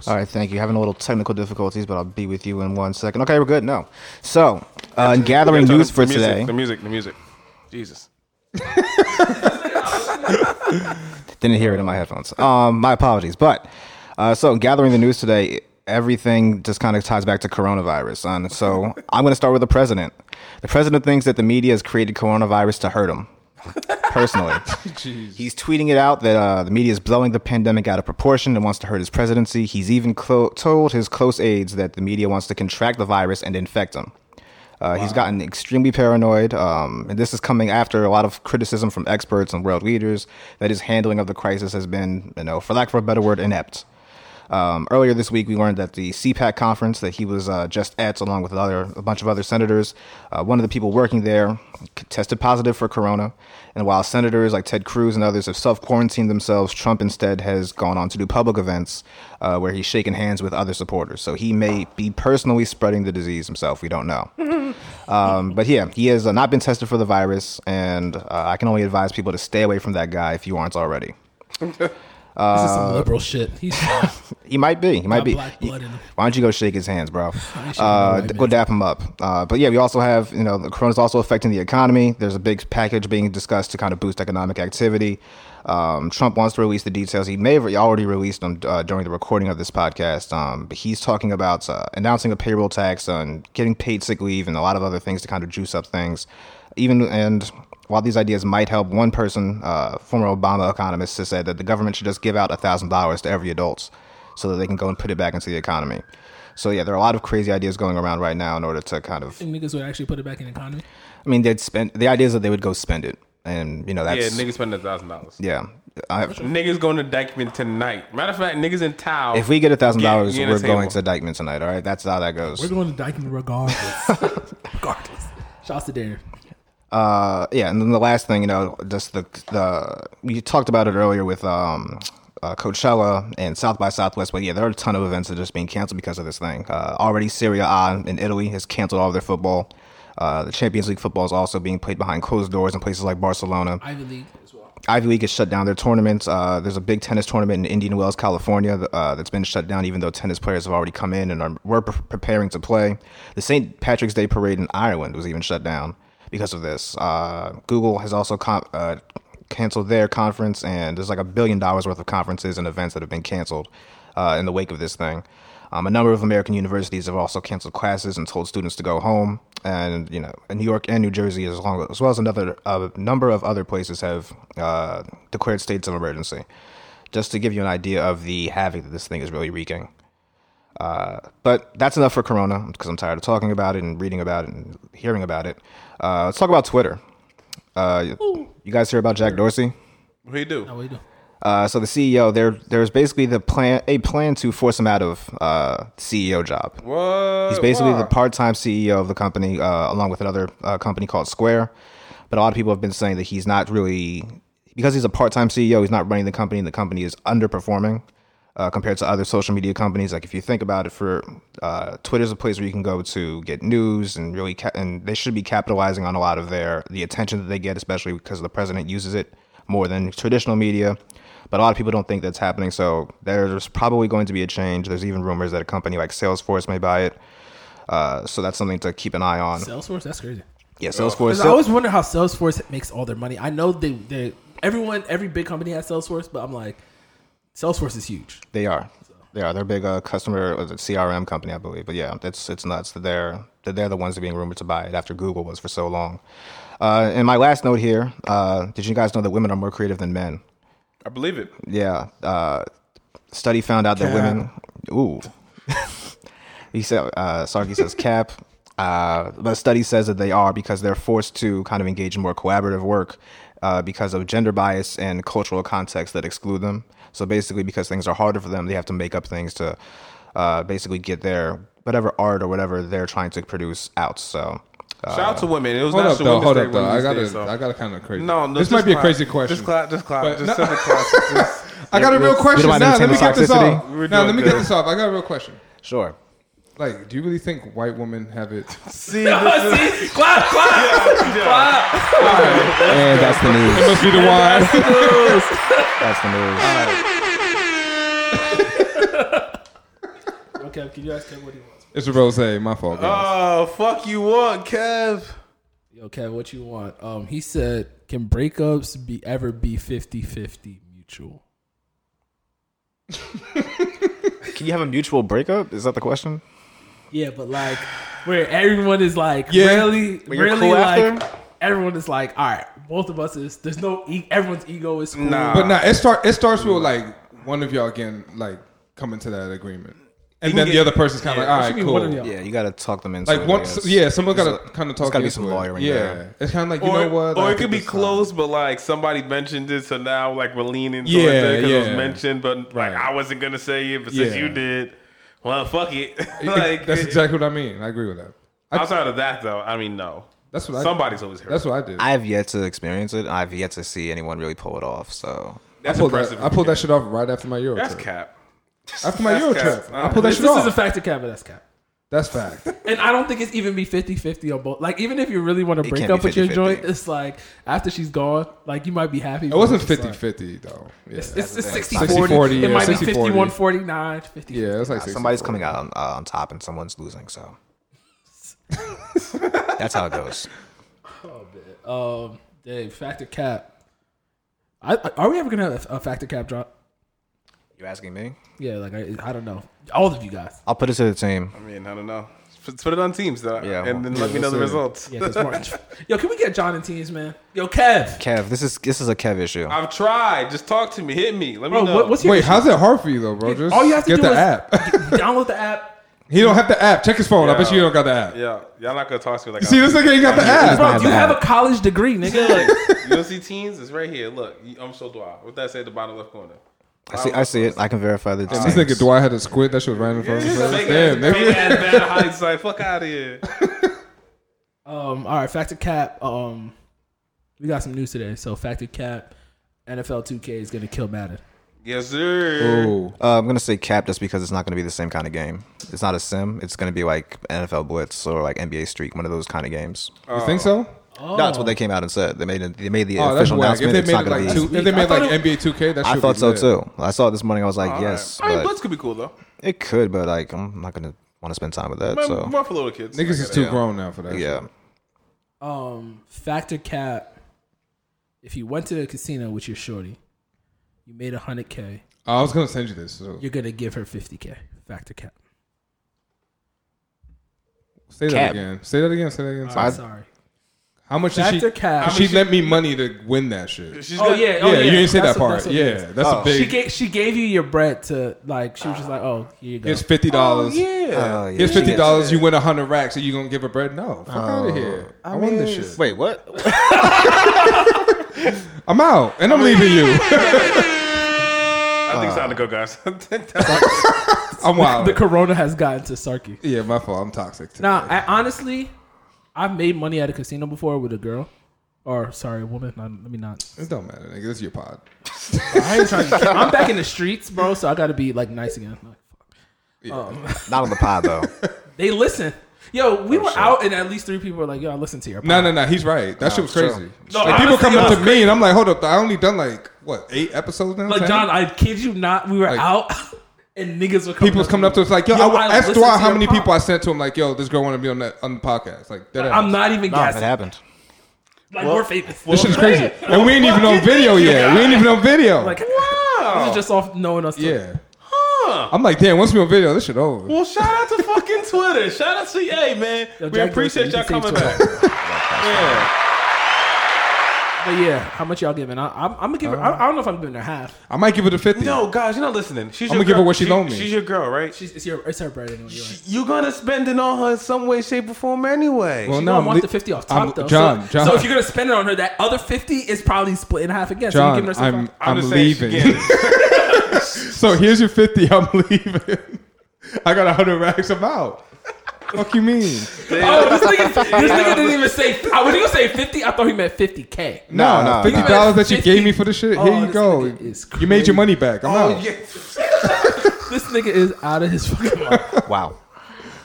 Speaker 7: All right, thank you. Having a little technical difficulties, but I'll be with you in one second. Okay, we're good. No, so uh, gathering
Speaker 5: Turn
Speaker 7: news
Speaker 5: the
Speaker 7: for
Speaker 5: music,
Speaker 7: today.
Speaker 5: The music, the music. Jesus.
Speaker 7: Didn't hear it in my headphones. Um, my apologies. But uh, so gathering the news today, everything just kind of ties back to coronavirus. And so I'm going to start with the president. The president thinks that the media has created coronavirus to hurt him. Personally, he's tweeting it out that uh, the media is blowing the pandemic out of proportion and wants to hurt his presidency. He's even clo- told his close aides that the media wants to contract the virus and infect him. Uh, He's gotten extremely paranoid, um, and this is coming after a lot of criticism from experts and world leaders that his handling of the crisis has been, you know, for lack of a better word, inept. Um, earlier this week, we learned at the CPAC conference that he was uh, just at, along with other, a bunch of other senators. Uh, one of the people working there tested positive for corona. And while senators like Ted Cruz and others have self quarantined themselves, Trump instead has gone on to do public events uh, where he's shaking hands with other supporters. So he may be personally spreading the disease himself. We don't know. Um, but yeah, he has uh, not been tested for the virus. And uh, I can only advise people to stay away from that guy if you aren't already.
Speaker 3: Uh,
Speaker 4: this is some liberal shit. [laughs] He's
Speaker 7: He might be. He might
Speaker 4: Got
Speaker 7: be.
Speaker 4: black blood in him.
Speaker 7: Why don't you go shake his hands,
Speaker 4: [laughs]
Speaker 7: bro?
Speaker 4: ain't shaking no
Speaker 7: Uh,
Speaker 4: white
Speaker 7: go
Speaker 4: man.
Speaker 7: dap him up. Uh, but yeah, we also have you know the corona's also affecting the economy. There's a big package being discussed to kind of boost economic activity. Um, Trump wants to release the details. He may have he already released them uh, during the recording of this podcast. Um, but he's talking about uh, announcing a payroll tax on getting paid sick leave and a lot of other things to kind of juice up things. Even and while these ideas might help, one person, uh, former Obama economist, has said that the government should just give out thousand dollars to every adult so that they can go and put it back into the economy. So yeah, there are a lot of crazy ideas going around right now in order to kind of.
Speaker 4: niggas would actually put it back in the economy.
Speaker 7: I mean, they'd spend the idea is that they would go spend it, and you know
Speaker 5: Yeah,
Speaker 7: that's yeah.
Speaker 5: niggas spending a thousand dollars.
Speaker 7: I,
Speaker 5: Niggas going to Dykeman tonight. Matter of fact, niggas in town.
Speaker 7: if we get a thousand dollars,
Speaker 5: Get- get
Speaker 7: we're
Speaker 5: a table.
Speaker 7: going to Dykeman tonight. All right, that's how that
Speaker 4: We're
Speaker 7: goes.
Speaker 4: going to Dyken regardless. regardless. Shouts to Darren.
Speaker 7: Uh, yeah, and then the last thing, you know, just the the we talked about it earlier with um. Uh, Coachella and South by Southwest, but yeah, there are a ton of events that are just being canceled because of this thing. Uh, already, Syria A in Italy has canceled all of their football. Uh, the Champions League football is also being played behind closed doors in places like Barcelona.
Speaker 4: Ivy League as well.
Speaker 7: Ivy League has shut down their tournaments. Uh, there's a big tennis tournament in Indian Wells, California, uh, that's been shut down, even though tennis players have already come in and are, were pre- preparing to play. The St. Patrick's Day parade in Ireland was even shut down because of this. Uh, Google has also con- uh, canceled their conference, and there's like a billion dollars worth of conferences and events that have been canceled uh, in the wake of this thing. Um, a number of American universities have also canceled classes and told students to go home. And you know, in New York and New Jersey, as long as well as another a number of other places, have uh, declared states of emergency. Just to give you an idea of the havoc that this thing is really wreaking. Uh, but that's enough for Corona because I'm tired of talking about it and reading about it and hearing about it. Uh, let's talk about Twitter. Uh, you guys hear about Jack Dorsey?
Speaker 5: what do you do?
Speaker 4: How we do?
Speaker 7: Uh, so the CEO there there's basically the plan a plan to force him out of uh, CEO job.
Speaker 5: What?
Speaker 7: He's basically
Speaker 5: Why?
Speaker 7: the part-time CEO of the company, uh, along with another uh, company called Square. But a lot of people have been saying that E he's not really because he's a part-time CEO. He's not running the company, and the company is underperforming. uh, compared to other social media companies. Like if you think about it, for uh, Twitter's a place where you can go to get news and really, ca- and they should be capitalizing on a lot of their the attention that they get, especially because the president uses it more than traditional media. But a lot of people don't think that's happening. So there's probably going to be a change. There's even rumors that a company like Salesforce may buy it. Uh, so that's something to keep an eye on.
Speaker 4: Salesforce, that's crazy.
Speaker 7: yeah, Salesforce.
Speaker 4: 'Cause I always wonder how Salesforce makes all their money. I know they, they everyone, every big company has Salesforce, but I'm like, Salesforce is [laughs] huge.
Speaker 7: They are. They are. They're a big uh, customer was it CRM company, I believe. But yeah, it's it's nuts that they're that they're the ones that are being rumored to buy it after Google was for so long. Uh, and my last note here: uh, Did you guys know that women are more creative than men?
Speaker 5: I believe it.
Speaker 7: Yeah. Uh, study found out that women. Ooh. [laughs] he said. Uh, Sarkis says cap. Uh, but study says that they are because they're forced to kind of engage in more collaborative work uh, because of gender bias and cultural context that exclude them. So basically, because things are harder for them, they have to make up things to uh, basically get their whatever art or whatever they're trying to produce out. So uh.
Speaker 5: Shout out to women. It was
Speaker 3: Hold up,
Speaker 5: National
Speaker 3: though.
Speaker 5: Women's
Speaker 3: Hold
Speaker 5: Day
Speaker 3: up, though.
Speaker 5: one of
Speaker 3: I
Speaker 5: these
Speaker 3: got
Speaker 5: days,
Speaker 3: to
Speaker 5: so-
Speaker 3: I got to kind of crazy.
Speaker 5: No, no.
Speaker 3: this
Speaker 5: just
Speaker 3: might be a
Speaker 5: clap.
Speaker 3: crazy question.
Speaker 5: Just clap. Just clap.
Speaker 3: But
Speaker 5: Just
Speaker 3: no-
Speaker 5: send the
Speaker 3: [laughs]
Speaker 5: clap. Just-
Speaker 3: I got a real question.
Speaker 7: don't
Speaker 3: Now let
Speaker 7: entertain
Speaker 3: me get this
Speaker 7: toxicity.
Speaker 3: off.
Speaker 5: We're
Speaker 3: Now
Speaker 5: doing
Speaker 3: let me
Speaker 5: good.
Speaker 3: get this off. I got a real question.
Speaker 7: sure.
Speaker 3: Like, do you really think white women have it? [laughs]
Speaker 5: See, this is,
Speaker 4: clap, clap.
Speaker 7: And that's the news.
Speaker 3: It
Speaker 7: [laughs]
Speaker 3: must be the wine. [laughs]
Speaker 7: That's the news.
Speaker 4: okay, can you ask Kev what he wants?
Speaker 3: it's a rose. My fault. guys.
Speaker 5: oh fuck you want, Kev?
Speaker 4: Yo, Kev, what you want? Um, he said, can breakups be ever be 50-50 mutual?
Speaker 7: Can you have a mutual breakup? Is that the question?
Speaker 4: Yeah, but like where everyone is like
Speaker 3: Yeah.
Speaker 4: really,
Speaker 7: When you're
Speaker 4: really
Speaker 7: cool
Speaker 4: like
Speaker 7: after?
Speaker 4: everyone is like, all right, both of us is there's no e- everyone's ego is cool.
Speaker 5: Nah.
Speaker 3: But now it start it starts with like one of y'all getting like coming to that agreement, and then
Speaker 5: get-
Speaker 3: the other person's kind of
Speaker 5: yeah,
Speaker 3: like, all
Speaker 4: What
Speaker 3: right,
Speaker 4: you mean, one of
Speaker 3: cool.
Speaker 4: y'all?
Speaker 7: Yeah, you gotta talk them into it,
Speaker 3: Like
Speaker 7: I
Speaker 3: once,
Speaker 7: guess.
Speaker 3: yeah, someone
Speaker 7: There's
Speaker 3: got to
Speaker 7: a-
Speaker 3: kind of
Speaker 7: there's
Speaker 3: talk.
Speaker 7: gotta be
Speaker 3: into
Speaker 7: some
Speaker 3: it.
Speaker 7: lawyering
Speaker 3: Yeah,
Speaker 7: there.
Speaker 3: it's kind of like you
Speaker 5: Or,
Speaker 3: know what,
Speaker 5: or
Speaker 3: I
Speaker 5: it could
Speaker 3: think
Speaker 5: be
Speaker 3: it's
Speaker 5: close, but like somebody mentioned it, so now like we're leaning towards
Speaker 3: Yeah,
Speaker 5: it because it
Speaker 3: yeah.
Speaker 5: was mentioned, but like
Speaker 3: Right.
Speaker 5: I wasn't gonna say it, but since
Speaker 3: Yeah.
Speaker 5: you did, well, fuck it. [laughs]
Speaker 3: fine.
Speaker 5: like
Speaker 3: that's
Speaker 5: it-
Speaker 3: exactly what I mean. I agree with that. I,
Speaker 5: outside of that though, I mean, no,
Speaker 3: that's what I,
Speaker 5: somebody's always hurt.
Speaker 3: That's what I did. I,
Speaker 7: I've yet to experience it. I've yet to see anyone really pull it off. So
Speaker 5: that's
Speaker 3: pulled
Speaker 5: impressive.
Speaker 3: that, I pulled that shit off right after my Euro
Speaker 5: That's
Speaker 3: trip.
Speaker 5: cap.
Speaker 3: After my Euro
Speaker 5: cap.
Speaker 3: trip, I
Speaker 5: Uh,
Speaker 3: pulled that
Speaker 4: This,
Speaker 3: shit
Speaker 4: this is a
Speaker 3: off.
Speaker 4: fact of cap, but that's cap.
Speaker 3: That's fact.
Speaker 4: And I don't think it's even be 50-50 on both. Like even if you really want to break
Speaker 7: can't
Speaker 4: up
Speaker 7: be
Speaker 4: with your
Speaker 7: 50-50.
Speaker 4: joint, it's like after she's gone, like you might be happy.
Speaker 3: It wasn't 50-50, though. Yeah,
Speaker 4: It's, it's 60
Speaker 3: 60-40,
Speaker 4: 40. It
Speaker 3: yeah,
Speaker 4: might be
Speaker 3: 60-40.
Speaker 4: 51 49 50.
Speaker 3: yeah, it was like
Speaker 7: uh, somebody's
Speaker 3: 60-40.
Speaker 7: coming out on, uh, on top and someone's losing. So that's how it goes.
Speaker 4: Um, dang, factor cap. I, I- are we ever gonna have a, a factor cap drop?
Speaker 7: You're asking me?
Speaker 4: Yeah, like I, I don't know. All of you guys.
Speaker 7: I'll put it to the team.
Speaker 5: I mean, I don't know. Put put it on teams though,
Speaker 7: Yeah,
Speaker 5: and then let me know the results.
Speaker 4: Yeah,
Speaker 5: [laughs]
Speaker 4: 'cause Martin- [laughs] Yo, can we get John and teams, man? Yo, Kev.
Speaker 7: Kev, this is this is a Kev issue.
Speaker 5: I've tried. Just talk to me. Hit me. Let me
Speaker 4: Bro,
Speaker 5: know.
Speaker 4: what, what's your
Speaker 3: Wait,
Speaker 4: issue?
Speaker 3: how's it hard for you though, bro? Just
Speaker 4: All you have to
Speaker 3: get
Speaker 4: do
Speaker 3: the
Speaker 4: is [laughs]
Speaker 3: app.
Speaker 4: download the
Speaker 3: [laughs]
Speaker 4: app?
Speaker 3: he don't have the app. Check his phone. I bet
Speaker 5: Yeah.
Speaker 3: you don't got the app.
Speaker 5: yeah, y'all not gonna talk to me like
Speaker 3: See, this nigga ain't got the app.
Speaker 4: Bro,
Speaker 7: have
Speaker 4: you
Speaker 7: the
Speaker 4: have a
Speaker 7: app.
Speaker 4: college
Speaker 3: [laughs]
Speaker 4: degree, nigga. Like,
Speaker 5: [laughs] You don't see teens? It's right here. Look, I'm so dry. What that say at the bottom left corner?
Speaker 7: I see. I see it. I can verify the
Speaker 3: This nigga Dwight had a squid. That shit was right in front of his face. Damn, nigga.
Speaker 5: ass bad hindsight. Fuck out of here.
Speaker 4: Um, all right, Factor Cap. Um, we got some news today. So Factor Cap, NFL 2K is gonna kill Madden.
Speaker 5: Yes, sir.
Speaker 3: Ooh.
Speaker 7: Uh, I'm gonna say cap just because it's not gonna be the same kind of game. It's not a sim. It's gonna be like NFL Blitz or like NBA Streak, one of those kind of games.
Speaker 3: You think so?
Speaker 7: No, That's what they came out and said. They made it, they made the
Speaker 3: Oh, that's
Speaker 7: official
Speaker 3: whack. If
Speaker 7: announcement.
Speaker 3: they
Speaker 7: It's
Speaker 3: made
Speaker 7: not
Speaker 3: it
Speaker 7: gonna
Speaker 3: like
Speaker 7: be.
Speaker 3: two, if they made
Speaker 4: I thought
Speaker 3: like
Speaker 4: it-
Speaker 3: NBA 2K, that shit
Speaker 7: I thought
Speaker 3: was
Speaker 7: so
Speaker 3: lit.
Speaker 7: too. I saw it this morning. I was like,
Speaker 5: All
Speaker 7: yes,
Speaker 5: right. I mean,
Speaker 7: but
Speaker 5: Blitz could be cool though.
Speaker 7: it could, but like I'm not gonna want to spend time with that.
Speaker 5: Man,
Speaker 7: so
Speaker 5: More for little kids.
Speaker 3: Niggas is too grown now for that.
Speaker 7: yeah,
Speaker 4: Um, Factor Cap. If you went to the casino with your shorty, you made hundred k.
Speaker 3: I was gonna send you this. So
Speaker 4: You're gonna give her fifty k. Factor Cap.
Speaker 3: say that
Speaker 7: Cap.
Speaker 3: again. Say that again. Say that again.
Speaker 7: I-
Speaker 4: Sorry.
Speaker 3: How much did she?
Speaker 4: Factor cap.
Speaker 3: She lent me money to win that shit.
Speaker 5: She's
Speaker 4: Oh
Speaker 5: got-
Speaker 4: yeah.
Speaker 3: Yeah,
Speaker 4: Oh, yeah.
Speaker 3: you didn't say
Speaker 4: That's
Speaker 3: that
Speaker 4: what-
Speaker 3: part.
Speaker 4: that's what it
Speaker 3: yeah,
Speaker 4: is.
Speaker 3: that's a
Speaker 4: She
Speaker 3: big.
Speaker 4: gave she gave you your bread to like she was just like oh here you go.
Speaker 3: [laughs] It's fifty dollars.
Speaker 5: Yeah.
Speaker 7: Uh, yeah,
Speaker 3: Here's
Speaker 7: she
Speaker 3: fifty
Speaker 7: gets-
Speaker 3: dollars. You win hundred racks, and you gonna give her bread? No, fuck out of here. I, won this shit.
Speaker 7: Wait, what?
Speaker 3: I'm out, and I'm leaving [laughs] you.
Speaker 5: I think it's time to go, guys. [laughs]
Speaker 3: I'm wild.
Speaker 4: the corona has gotten to Sarky.
Speaker 3: Uh, yeah, my fault. I'm toxic. Today.
Speaker 4: Nah, I honestly, I've made money at a casino before with a girl, or sorry, a woman. Not, let me not.
Speaker 3: [laughs] it don't matter, nigga. This is your pod.
Speaker 4: I ain't [laughs] trying to, I'm back in the streets, bro. So I got to be like nice again. Like, fuck.
Speaker 7: [laughs] Not on the
Speaker 3: [laughs]
Speaker 7: pod though.
Speaker 4: They listen. Yo,
Speaker 3: Oh,
Speaker 4: we were out and at least three people were like, "Yo, I listen to your."
Speaker 3: No, no, no. He's right. That shit was
Speaker 7: true.
Speaker 3: crazy.
Speaker 4: No,
Speaker 3: like,
Speaker 4: honestly,
Speaker 3: people come
Speaker 4: it
Speaker 3: up to
Speaker 4: was
Speaker 3: me and I'm like, hold up, I only done like what eight episodes now.
Speaker 4: Like
Speaker 3: 10?
Speaker 4: John, I kid you not, we were
Speaker 3: Like-
Speaker 4: out [laughs] and niggas were coming
Speaker 3: people's
Speaker 4: up
Speaker 3: coming up to us like, yo,
Speaker 4: Yo,
Speaker 3: I,
Speaker 4: I
Speaker 3: asked
Speaker 4: listened
Speaker 3: Dwight
Speaker 4: to
Speaker 3: how
Speaker 4: your
Speaker 3: many
Speaker 4: pod-
Speaker 3: people I sent to him like, yo, this girl want to be on that on the podcast. Like, that
Speaker 4: I'm not even
Speaker 7: No, it
Speaker 4: guessing.
Speaker 7: happened.
Speaker 4: like we're famous.
Speaker 3: This shit is crazy, and we ain't even on video yet. We ain't even on video.
Speaker 4: Like wow, this is just off knowing us. too.
Speaker 3: yeah. I'm like, damn. Once we on video, this shit over. [laughs]
Speaker 5: Well, shout out to fucking Twitter. Shout out to EA, man.
Speaker 4: Yo,
Speaker 5: we
Speaker 4: Jack
Speaker 5: appreciate
Speaker 4: Dorsey,
Speaker 5: y'all
Speaker 4: you can
Speaker 5: coming back.
Speaker 4: save
Speaker 3: [laughs]
Speaker 5: yeah.
Speaker 4: but yeah, how much y'all giving? I, I'm, I'm gonna give. it I, I don't know if I'm giving her half.
Speaker 3: I might give it a fifty.
Speaker 5: No, guys, you're not listening. She's
Speaker 3: I'ma
Speaker 5: your
Speaker 3: give her
Speaker 5: girl.
Speaker 3: what she loaned me.
Speaker 5: She's your girl, right?
Speaker 4: She's, it's your, it's her bread anyway. You're right.
Speaker 5: You're gonna spend it on her in some way, shape, or form anyway.
Speaker 3: Well,
Speaker 4: You
Speaker 3: no,
Speaker 4: don't
Speaker 3: I'm
Speaker 4: want
Speaker 3: li-
Speaker 4: the fifty off top
Speaker 3: I'm-
Speaker 4: though.
Speaker 3: John,
Speaker 4: so,
Speaker 3: John.
Speaker 4: so if you're gonna spend it on her, that other fifty is probably split in half again. so you're
Speaker 3: John,
Speaker 4: giving her some
Speaker 3: I'm
Speaker 4: five.
Speaker 3: I'm
Speaker 5: just saying she
Speaker 3: leaving. [laughs] so here's your fifty. I'm [laughs] leaving. I got hundred racks. I'm out. Fuck you mean? [laughs]
Speaker 4: Oh, this nigga, this nigga didn't even say. I was gonna say fifty. I thought he meant fifty k.
Speaker 3: No,
Speaker 7: no,
Speaker 3: fifty
Speaker 7: no.
Speaker 3: dollars that you
Speaker 4: 50
Speaker 3: gave me for the shit.
Speaker 4: Oh,
Speaker 3: Here you
Speaker 4: this
Speaker 3: go.
Speaker 4: nigga is
Speaker 3: You made
Speaker 4: crazy.
Speaker 3: your money back. I'm
Speaker 5: Oh,
Speaker 3: out.
Speaker 4: This nigga is out of his fucking
Speaker 3: [laughs]
Speaker 4: mind.
Speaker 7: Wow.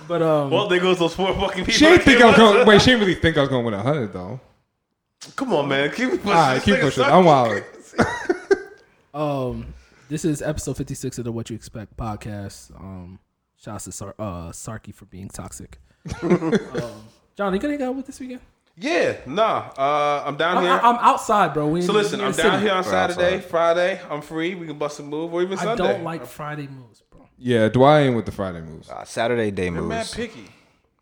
Speaker 4: But um,
Speaker 5: Well, there goes those four fucking people.
Speaker 3: She ain't think I was
Speaker 5: Come on,
Speaker 3: going. Wait, she didn't really think I was going to win a hundred though.
Speaker 5: Come on, man. Keep pushing.
Speaker 3: All right,
Speaker 5: This
Speaker 3: keep
Speaker 5: nigga
Speaker 3: pushing.
Speaker 5: suck.
Speaker 3: I'm wild.
Speaker 4: Um, this is episode fifty six of the What You Expect podcast. Um, shouts to Sar- uh, Sarky for being
Speaker 3: [laughs]
Speaker 4: toxic. um, John, you gonna hang out with this weekend?
Speaker 5: Yeah, nah. Uh, I'm down
Speaker 4: I'm,
Speaker 5: here.
Speaker 4: I'm outside, bro. We
Speaker 5: so
Speaker 4: in-
Speaker 5: listen,
Speaker 4: we in
Speaker 5: I'm
Speaker 4: the
Speaker 5: down
Speaker 4: city.
Speaker 5: here on Saturday,
Speaker 7: outside.
Speaker 5: Friday. I'm free. We can bust a move or even
Speaker 4: I
Speaker 5: Sunday.
Speaker 4: don't like Friday moves, bro.
Speaker 3: Yeah, Dwight ain't with the Friday moves.
Speaker 7: Uh, Saturday day
Speaker 5: I'm mad
Speaker 7: moves.
Speaker 5: picky.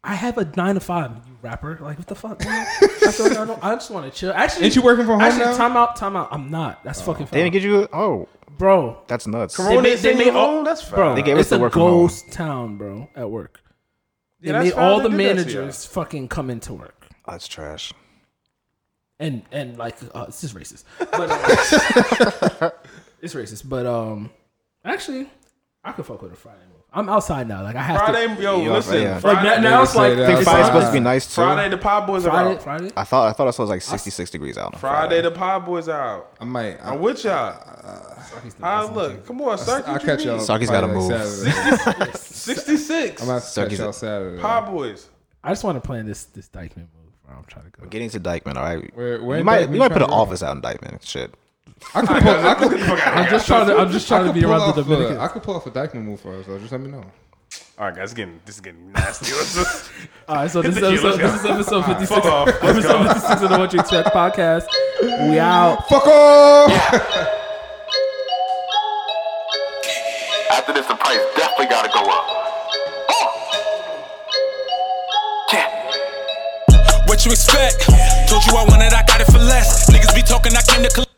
Speaker 4: I have a nine to five, you rapper. Like what the fuck?
Speaker 5: [laughs]
Speaker 4: man? I, feel like I, don't, I just want to chill. Actually,
Speaker 3: Ain't you working from home
Speaker 4: actually,
Speaker 3: now?
Speaker 4: time out, time out. I'm not. That's fucking
Speaker 7: They
Speaker 4: fine,
Speaker 7: didn't get you. Oh,
Speaker 4: bro.
Speaker 7: that's nuts.
Speaker 5: Corona
Speaker 4: made-
Speaker 5: is
Speaker 4: they
Speaker 5: in
Speaker 4: made
Speaker 5: your
Speaker 4: all-
Speaker 5: home? oh, That's fine.
Speaker 4: Bro,
Speaker 7: They gave us
Speaker 4: it's
Speaker 7: the
Speaker 4: a
Speaker 7: work from home.
Speaker 4: ghost town, bro. At work, they
Speaker 5: Yeah, that's
Speaker 4: made
Speaker 5: fine.
Speaker 4: all
Speaker 5: They
Speaker 4: the
Speaker 5: do that to
Speaker 4: managers fucking come into work.
Speaker 7: Oh, That's trash.
Speaker 4: and and like uh, this is racist, but
Speaker 5: [laughs]
Speaker 4: uh, it's racist. But um, actually, I could fuck with a Friday move. I'm outside now. Like I have to.
Speaker 5: Friday, yo,
Speaker 7: Yeah,
Speaker 5: listen.
Speaker 7: yeah.
Speaker 4: Like
Speaker 5: Friday,
Speaker 4: now, now it's
Speaker 3: say
Speaker 4: like
Speaker 3: that.
Speaker 7: I think
Speaker 3: Outside.
Speaker 7: Friday's supposed to be nice too.
Speaker 5: Friday, the Pod Boys are
Speaker 4: Friday,
Speaker 5: out.
Speaker 4: Friday.
Speaker 7: I thought I thought I saw it was like 66 degrees out. On
Speaker 5: Friday,
Speaker 7: Friday.
Speaker 5: the Pod Boys are out.
Speaker 3: I might. I
Speaker 5: I'm with y'all. How look? Come on, Sarky.
Speaker 3: Uh, I'll catch y'all.
Speaker 7: Sarkis
Speaker 3: probably
Speaker 7: gotta
Speaker 3: like Saturday.
Speaker 7: move. [laughs]
Speaker 5: 66.
Speaker 3: I'm about to catch
Speaker 7: Sarkis-
Speaker 3: y'all Saturday.
Speaker 5: Pod Boys.
Speaker 4: I just want to plan this this Dykeman move. Bro. I'm trying to go.
Speaker 7: Getting to Dykeman, all right.
Speaker 3: Where- where
Speaker 7: you
Speaker 3: in
Speaker 7: might
Speaker 3: Dykeman
Speaker 7: you
Speaker 3: you
Speaker 7: might
Speaker 3: trying
Speaker 7: put an
Speaker 3: to go?
Speaker 7: office out in Dykeman. Shit.
Speaker 3: I could pull. I [laughs]
Speaker 4: [laughs]
Speaker 3: could,
Speaker 4: I'm just trying to. I'm just
Speaker 3: I
Speaker 4: trying to
Speaker 3: could
Speaker 4: be
Speaker 3: pull
Speaker 4: around the
Speaker 3: off a, I
Speaker 4: Dominicans.
Speaker 3: could pull off a Dykeman move for us. Though. Just let me know.
Speaker 5: All right, guys, getting this is getting nasty.
Speaker 4: All right, so this is
Speaker 5: Let's
Speaker 4: episode.
Speaker 5: go.
Speaker 4: This is episode 56.
Speaker 5: Fuck
Speaker 4: [laughs]
Speaker 5: off. Let's
Speaker 4: Episode
Speaker 5: go.
Speaker 4: 56 of the What You Expect podcast. We out.
Speaker 3: Fuck off.
Speaker 1: After this, the price definitely gotta go up. Yeah.
Speaker 2: What you expect? Told you I wanted, I got it for less. Niggas be talking, I came to collect.